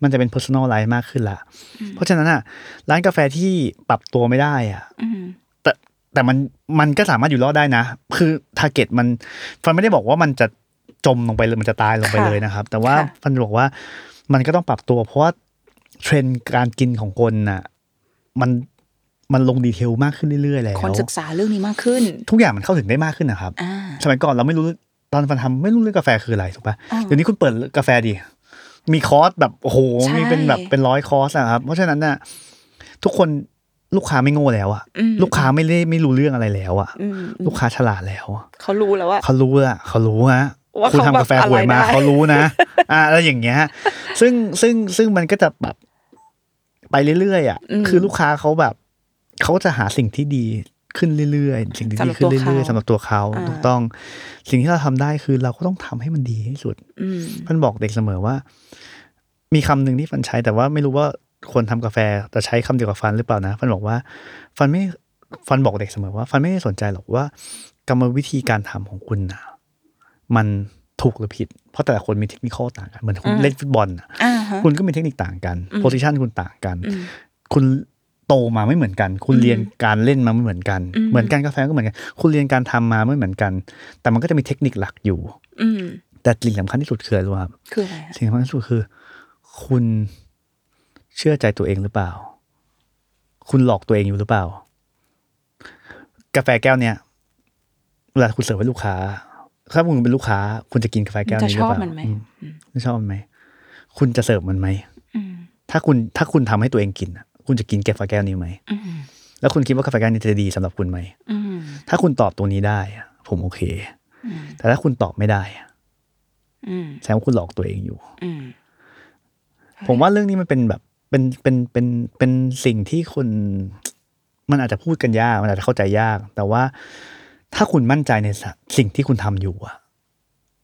มันจะเป็น personal l i f e มากขึ้นละเพราะฉะนั้นอ่ะร้านกาแฟที่ปรับตัวไม่ได้อ่ะ อืม แต่แต่มันมันก็สามารถอยู่รอดได้นะ คือ target มันฟันไม่ได้บอกว่ามันจะจมลงไปเลยมันจะตายลงไป ค่ะ เลยนะครับ แต่ว่า ค่ะ ฟันบอกว่ามันก็ต้องปรับตัว เพราะว่าเทรนด์การกินของคนน่ะมันมันลงดีเทลมากขึ้นเรื่อยๆแล้ว คนศึกษาเรื่องนี้มากขึ้น ทุกอย่างมันเข้าถึงได้มากขึ้นนะครับ อ่า สมัยก่อนเราไม่รู้ตอนฟันทำไม่รู้เรื่องกาแฟคืออะไรถูกปะ อ่า เดี๋ยวนี้คุณเปิดกาแฟดิมีคอร์สแบบโอ้โห ใช่ มีเป็นแบบเป็นร้อยคอร์สอะครับ เพราะฉะนั้นน่ะทุกคนลูกค้าไม่โง่แล้วอะ อืม ลูกค้าไม่ได้ไม่รู้เรื่องอะไรแล้วอะ อืมอืม ลูกค้าฉลาดแล้วอะ เขารู้แล้วว่า เขารู้อะเขารู้ฮะ ว่า คุณ เขา ทำกาแฟ แบบอะไร ห่วยมา ได้ เขารู้นะ อ่าแล้วอย่างเงี้ยซึ่งซึ่งซึ่งมันก็จะแบบไปเรื่อยๆอะคือลูกค้าเขาแบบเขาจะหาสิ่งที่ดีขึ้นเรื่อยๆสิ่งที่ดีขึ้นเรื่อยๆสำหรับ ตัวเขา อ่า ถูกต้องสิ่งที่เราทำได้คือเราก็ต้องทำให้มันดีที่สุด อืม มันบอกเด็กเสมอว่า มีคำหนึ่งที่ฟันใช้ แต่ว่าไม่รู้ว่าคนทำกาแฟจะใช้คำเดียวกับฟันหรือเปล่านะฟันบอกว่า ฟันไม่ฟันบอกเด็กเสมอว่า ฟันไม่ได้สนใจหรอกว่ากรรมวิธีการทำของคุณนะมันถูกหรือผิด เพราะแต่ละคนมีเทคนิคข้อต่างกันเหมือนคุณ อืม เล่นฟุตบอลน่ะ อ่าฮะ คุณก็มีเทคนิคต่างกัน อืม โพสิชันคุณต่างกัน อืม คุณโตมาไม่เหมือนกัน คุณ อืม เรียนการเล่นมาไม่เหมือนกัน อืม เหมือนการกาแฟก็เหมือนกัน คุณเรียนการทำมาไม่เหมือนกัน แต่มันก็จะมีเทคนิคหลักอยู่ อืม แต่สิ่งสำคัญที่สุดคืออะไรรู้ไหมครับ คืออะไรอะ สิ่งสำคัญที่สุดคือ คุณเชื่อใจตัวเองหรือเปล่า คุณหลอกตัวเองอยู่หรือเปล่า กาแฟแก้วเนี้ยเวลาคุณเสิร์ฟให้ลูกค้า ถ้าคุณเป็นลูกค้า คุณจะกินกาแฟแก้ว จะ นี้ห ช รือ อบ เปล่า มันไหม อืคุณชอบมันไหมคุณจะเสิร์ฟมันไหม อืม ถ้าคุณถ้าคุณทำให้ตัวเองกินอะคุณจะกินกาแฟแก้วนี้ไหม อืม แล้วคุณคิดว่ากาแฟแก้วนี้จะดีสำหรับคุณไหม อืม ถ้าคุณตอบตรงนี้ได้อะผมโอเค อืม แต่ถ้าคุณตอบไม่ได้อะ อืม แสดงว่าคุณหลอกตัวเองอยู่ อืม ผมว่าเรื่องนี้มันเป็นแบบเป็นเป็นเป็นเป็นสิ่งที่คน มันอาจจะพูดกันยาก มันอาจจะเข้าใจยาก แต่ว่า ถ้าคุณมั่นใจในสะสิ่งที่คุณทำอยู่อะ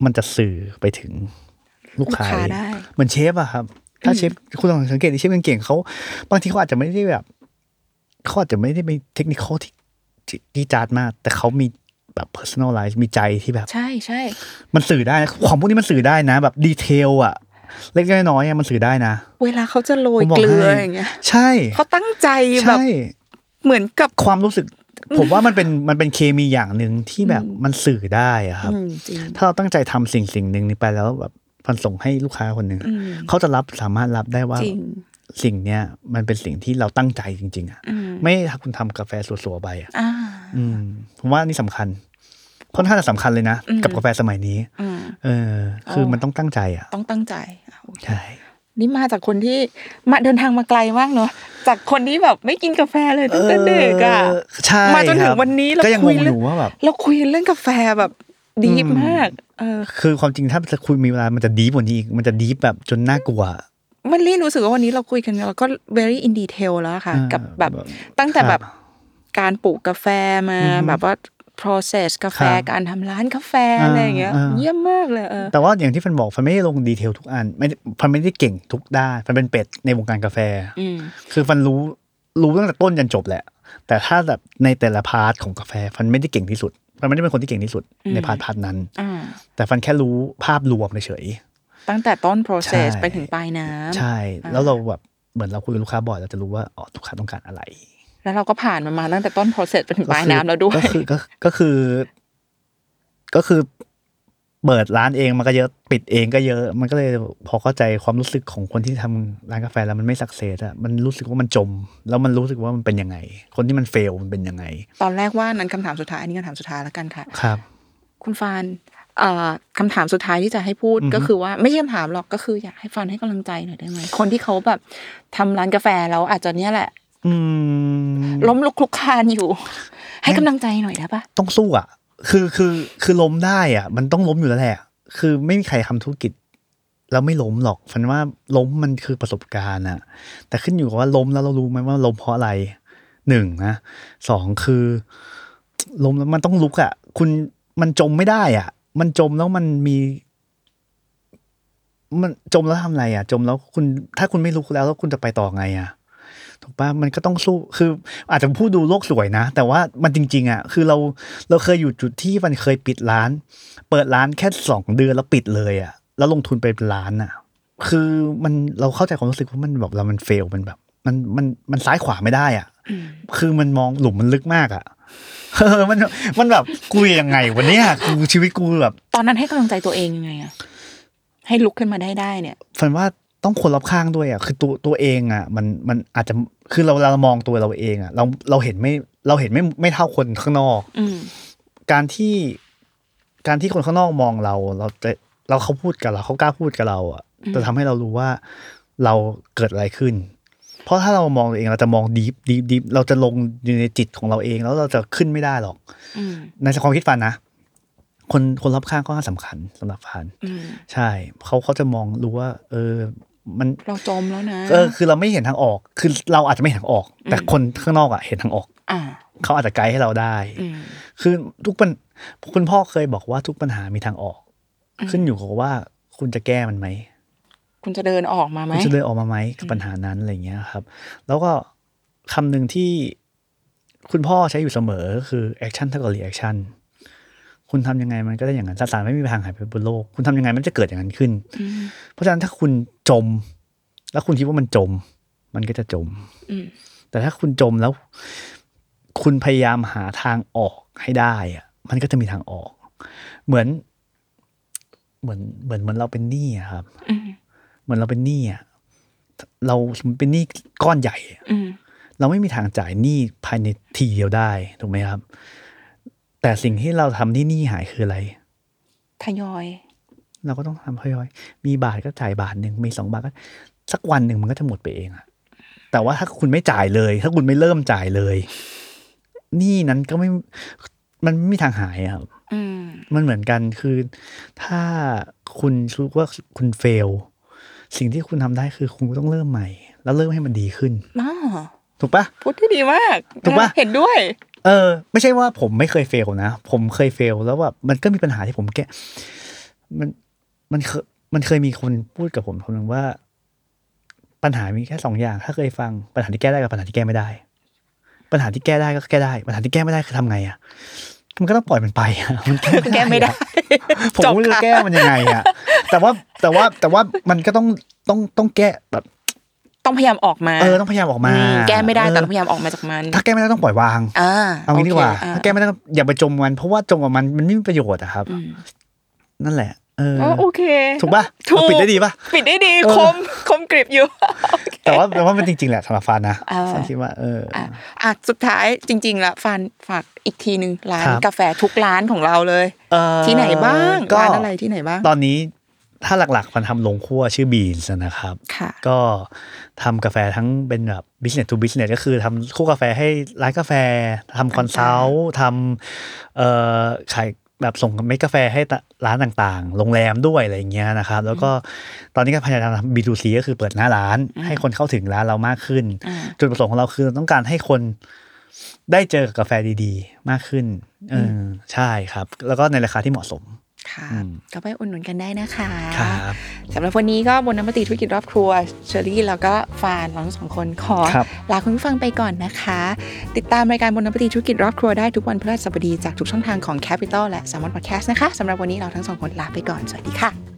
มันจะสื่อไปถึงลูกค้า ลูกค้า เอง ได้ เหมือนเชฟอะครับ ถ้าเชฟคุณลองสังเกตดิเชฟเก่งๆเขาบางทีเขาอาจจะไม่ได้แบบเขาอาจจะไม่ได้เป็นเทคนิคที่ที่ที่จาดมาก แต่เขามีแบบ personalize มีใจที่แบบ ใช่ใช่ มันสื่อได้นะของพวกนี้มันสื่อได้นะ แบบดีเทลอะเล็กๆน้อยๆอะมันสื่อได้นะ เวลาเขาจะโรย ผมบอก เกลือ ให้ อย่างเงี้ย ใช่ เขาตั้งใจแบ ใช่ บเหมือนกับ ความรู้สึก ผมว่ามันเป็น มันเป็นเคมีอย่างหนึ่งที่แบบมันสื่อได้อะครับ อืมจริง ถ้าเราตั้งใจทำสิ่งสิ่งหนึ่งนี้ไปแล้วแบบมันส่งให้ลูกค้าคนหนึ่ง อืม เขาจะรับสามารถรับได้ว่า จริง สิ่งเนี้ยมันเป็นสิ่งที่เราตั้งใจจริง ๆอะ อืม ไม่ถ้าคุณทำกาแฟสัวๆไปอะ อ่า อืมผมว่านี่สำคัญค่อนข้างจะสำคัญเลยนะ อืม กับกาแฟสมัยนี้ อืม เออ คือ โอ้ มันต้องตั้งใจอ่ะ ต้องตั้งใจอ่ะโอเค ใช่ นี่มาจากคนที่มาเดินทางมาไกลมากเนาะจากคนที่แบบไม่กินกาแฟเลยตั้งแต่เด็กอ่ะ เอใช่ มาจนถึง ครับ วันนี้เรา ก็ยัง คุ ง ย ง เรื่ อ อง ยู่ว่าแบบ เราคุยเรื่องกาแฟแบบดี อืม มาก เออ คือความจริงถ้าจะคุยมีเวลามันจะดีกว่านี้อีกมันจะดีแบบจนน่ากลัว มันรีรู้สึกว่าวันนี้เราคุยกันเราก็ very in detail แล้วค่ะ อ่า กับแบบ แบบ ตั้งแต่แบบ ครับ การปลูกกาแฟมา อือฮึ แบบว่า process กาแฟ ครับ การทำร้านกาแฟ อ่า อะไรอย่างเงี้ย อ่า เยี่ยมมากเลยเออ แต่ว่าอย่างที่ฟันบอกฟันไม่ได้ลงดีเทลทุกอันไม่ได้ฟันไม่ได้เก่งทุกด้านฟันเป็นเป็ดในวงการกาแฟ อืม คือฟันรู้รู้ตั้งแต่ต้นยันจบแหละ แต่ถ้าแบบในแต่ละพาร์ทของกาแฟฟันไม่ได้เก่งที่สุดฟันไม่ได้เป็นคนที่เก่งที่สุด อืม ในพาร์ทพาร์ทนั้น อ่า แต่ฟันแค่รู้ภาพรวมเฉย ตั้งแต่ต้น process ใช่ ไปถึงปลายน้ำ ๆใช่ อ่า แล้วเราแบบเหมือนเราคุยกับลูกค้าบ่อยเราจะรู้ว่าอ๋อลูกค้าต้องการอะไร แล้วเราก็ผ่านมันมาตั้งแต่ต้น process ไปถึงปลาย ก็คือ น้ำแล้วด้วย ก็คือก็ก็คือ ก็คือ เปิดร้านเองมันก็เยอะปิดเองก็เยอะ มันก็เลยพอเข้าใจความรู้สึกของคนที่ทำร้านกาแฟแล้วมันไม่สักเซสอะมันรู้สึกว่ามันจม แล้วมันรู้สึกว่ามันเป็นยังไง คนที่มันเฟลมันเป็นยังไง ตอนแรกว่านั้นคำถามสุดท้ายอันนี้คำถามสุดท้ายแล้วกันค่ะ ครับ คุณฟานเอ่อคำถามสุดท้ายที่จะให้พูด อือฮึ ก็คือว่าไม่ใช่คำถามหรอกก็คืออยากให้ฟานให้กำลังใจหน่อยได้ไหมคนที่เขาแบบทำร้านกาแฟแล้วอาจจะเนี่ยแหละ อืม ล้มลุกคลุกคลานอยู่ ให้กำลังใจหน่อยได้ปะ ต้องสู้อ่ะ คือคือคือล้มได้อ่ะ มันต้องล้มอยู่แล้วแหละ คือไม่มีใครทำธุรกิจแล้วไม่ล้มหรอกฟันว่าล้มมันคือประสบการณ์อ่ะ แต่ขึ้นอยู่กับว่าล้มแล้วเรารู้ไหมว่าล้มเพราะอะไรหนึ่งนะสองคือ ล้มแล้วมันต้องลุกอ่ะ คุณมันจมไม่ได้อ่ะ มันจมแล้วมันมี มันจมแล้วทำอะไรอ่ะ จมแล้วคุณ ถ้าคุณไม่ลุกแล้วแล้วคุณจะไปต่อไงอ่ะ ถูกปะมันก็ต้องสู้คือ อาจจะพูดดูโลกสวยนะ แต่ว่ามันจริง ๆอ่ะคือเราเราเคยอยู่จุดที่มันเคยปิดร้าน เปิดร้านแค่สองเดือนแล้วปิดเลยอ่ะ แล้วลงทุนไปเป็นล้านอ่ะ คือมันเราเข้าใจความรู้สึกว่ามันแบบเรามันเฟลมันแบบ มันมันมันซ้ายขวาไม่ได้อ่ะ คือมันมองหลุมมันลึกมากอ่ะ เออมันมันแบบกูยังไงวันเนี้ยกูชีวิตกูแบบ ตอนนั้นให้กำลังใจตัวเองยังไงอะให้ลุกขึ้นมาได้ได้เนี่ย ฟันว่าต้องคนรอบข้างด้วยอ่ะคือตัวตัวเองอ่ะมันมันอาจจะคือเราเรามองตัวเราเองอ่ะเราเราเห็นไม่เราเห็นไม่ไม่เท่าคนข้างนอก อืม การที่การที่คนข้างนอกมองเรา เราจะเราเขาพูดกับเราเขากล้าพูดกับเราอ่ะ อืม จะทำให้เรารู้ว่าเราเกิดอะไรขึ้น เพราะถ้าเรามองตัวเองเราจะมองดีฟดีฟดีฟเราจะลงอยู่ในจิตของเราเอง แล้วเราจะขึ้นไม่ได้หรอก อืม ในความคิดฟันนะ คนคนรอบข้างก็สำคัญสำหรับฟัน อืม ใช่เขาเขาจะมองรู้ว่า เออมัน เราจมแล้วนะ เออคือเราไม่เห็นทางออก คือเราอาจจะไม่เห็นทางออก แต่คนข้างนอกอ่ะเห็นทางออก อ่า เขาอาจจะไกด์ให้เราได้ อืม คือทุกปัญคุณพ่อเคยบอกว่าทุกปัญหามีทางออก อืม ขึ้นอยู่กับว่าคุณจะแก้มันไหม คุณจะเดินออกมาไหม คุณจะเลยออกมาไหมกับปัญหานั้นอะไรอย่างเงี้ยครับ แล้วก็คำหนึ่งที่คุณพ่อใช้อยู่เสมอคือ action เท่ากับ reaction คุณทำยังไงมันก็ได้อย่างนั้นสสารไม่มีทางหายไปบนโลก คุณทำยังไงมันจะเกิดอย่างนั้นขึ้น อืม เพราะฉะนั้นถ้าคุณจม แล้วคุณคิดว่ามันจม มันก็จะจม อืม แต่ถ้าคุณจมแล้ว คุณพยายามหาทางออกให้ได้อะมันก็จะมีทางออก เหมือน เหมือนเหมือนเหมือนเราเป็นหนี้อะครับ อืม เหมือนเราเป็นหนี้อะเราสมมติเป็นหนี้ก้อนใหญ่อะ อืม เราไม่มีทางจ่ายหนี้ภายในทีเดียวได้ถูกไหมครับ แต่สิ่งที่เราทำที่หนี้หายคืออะไร ทยอย เราก็ต้องทำทยอยๆมีบาทก็จ่ายบาทหนึ่งมีสองบาทก็สักวันหนึ่งมันก็จะหมดไปเองอะแต่ว่าถ้าคุณไม่จ่ายเลย ถ้าคุณไม่เริ่มจ่ายเลยหนี่นั้นก็ไม่มันไม่มีทางหายอะครับ อืม มันเหมือนกันคือ ถ้าคุณรู้ว่าคุณเฟล สิ่งที่คุณทำได้คือคุณต้องเริ่มใหม่ แล้วเริ่มให้มันดีขึ้น อ๋อ ถูกปะ พูดได้ดีมาก ถูกปะ เห็นด้วย เออ ไม่ใช่ว่าผมไม่เคยเฟลนะ ผมเคยเฟลแล้วแบบมันก็มีปัญหาที่ผมแก้มันมันเคยมันเคยมีคนพูดกับผมคนหนึ่งว่า ปัญหามีแค่สองอย่าง ถ้าเคยฟังปัญหาที่แก้ได้กับปัญหาที่แก้ไม่ได้ ปัญหาที่แก้ได้ก็แก้ได้ ปัญหาที่แก้ไม่ได้คือทำไงอ่ะมันก็ต้องปล่อยมันไปอะมันแก้ไม่ แก้ ได้ ไม่ได้ ผมไม่รู้ จบ จะ ค่ะ แก้มันยังไงอ่ะแต่ว่าแต่ว่าแต่ว่ามันก็ต้องต้องต้องแก้แบบ ต้องพยายามออกมา เออต้องพยายามออกมา อืมแก้ไม่ได้แต่ เออ ต้องพยายามออกมาจากมัน ถ้าแก้ไม่ได้ต้องปล่อยวาง อ่า เอางี้ดีกว่า โอเคอ่ ถ้าแก้ไม่ได้ก็อย่าไปจมมัน เพราะว่าจมกับมันมันไม่มีประโยชน์อะครับ อืม นั่นแหละ เออ อ๋อโอเค ถูกป่ะ ถูก เอาปิดได้ดีป่ะ ปิดได้ดี เออ คมคมกริบอยู่ แต่ว่าแต่ว่ามันจริงๆแหละสำหรับฟานนะ เออ ฟานคิดว่าเออ อ่ะอ่ะสุดท้ายจริงๆละฟันฝากอีกทีหนึ่งร้าน ครับ กาแฟทุกร้านของเราเลย เอ่อ ที่ไหนบ้าง ก็ ร้านอะไรที่ไหนบ้าง ตอนนี้ถ้าหลักๆมันทำลงคั่วชื่อบีนส์นะครับ ค่ะ ก็ทำกาแฟทั้งเป็นแบบ business to business ก็คือทำคู่กาแฟให้ร้านกาแฟทำคอนซัลท์ทำเอ่อขายแบบส่งเม็ดกาแฟให้ตะร้านต่างๆ โรงแรมด้วยอะไรอย่างเงี้ยนะครับ แล้วก็ตอนนี้ก็พยายามทำ B2C ก็คือเปิดหน้าร้าน อืม ให้คนเข้าถึงร้านเรามากขึ้น อ่า จุดประสงค์ของเราคือต้องการให้คนได้เจอกับกาแฟดีๆ มากขึ้นเอออใช่ครับ แล้วก็ในราคาที่เหมาะสม ค่ะ อืม ก็ไปอุดหนุนกันได้นะคะ ครับ สำหรับวันนี้ก็บนน้ำปฏิธุรกิจรอบครัวเชอรี่แล้วก็ฟานเราทั้งสองคนขอ ครับ ลาคุณผู้ฟังไปก่อนนะคะ ติดตามรายการบนน้ำปฏิธุรกิจรอบครัวได้ทุกวันพฤหัสบดีจากทุกช่องทางของ Capital และ s าม o n Podcast นะคะสำหรับวันนี้เราทั้งสองคนลาไปก่อน สวัสดีค่ะ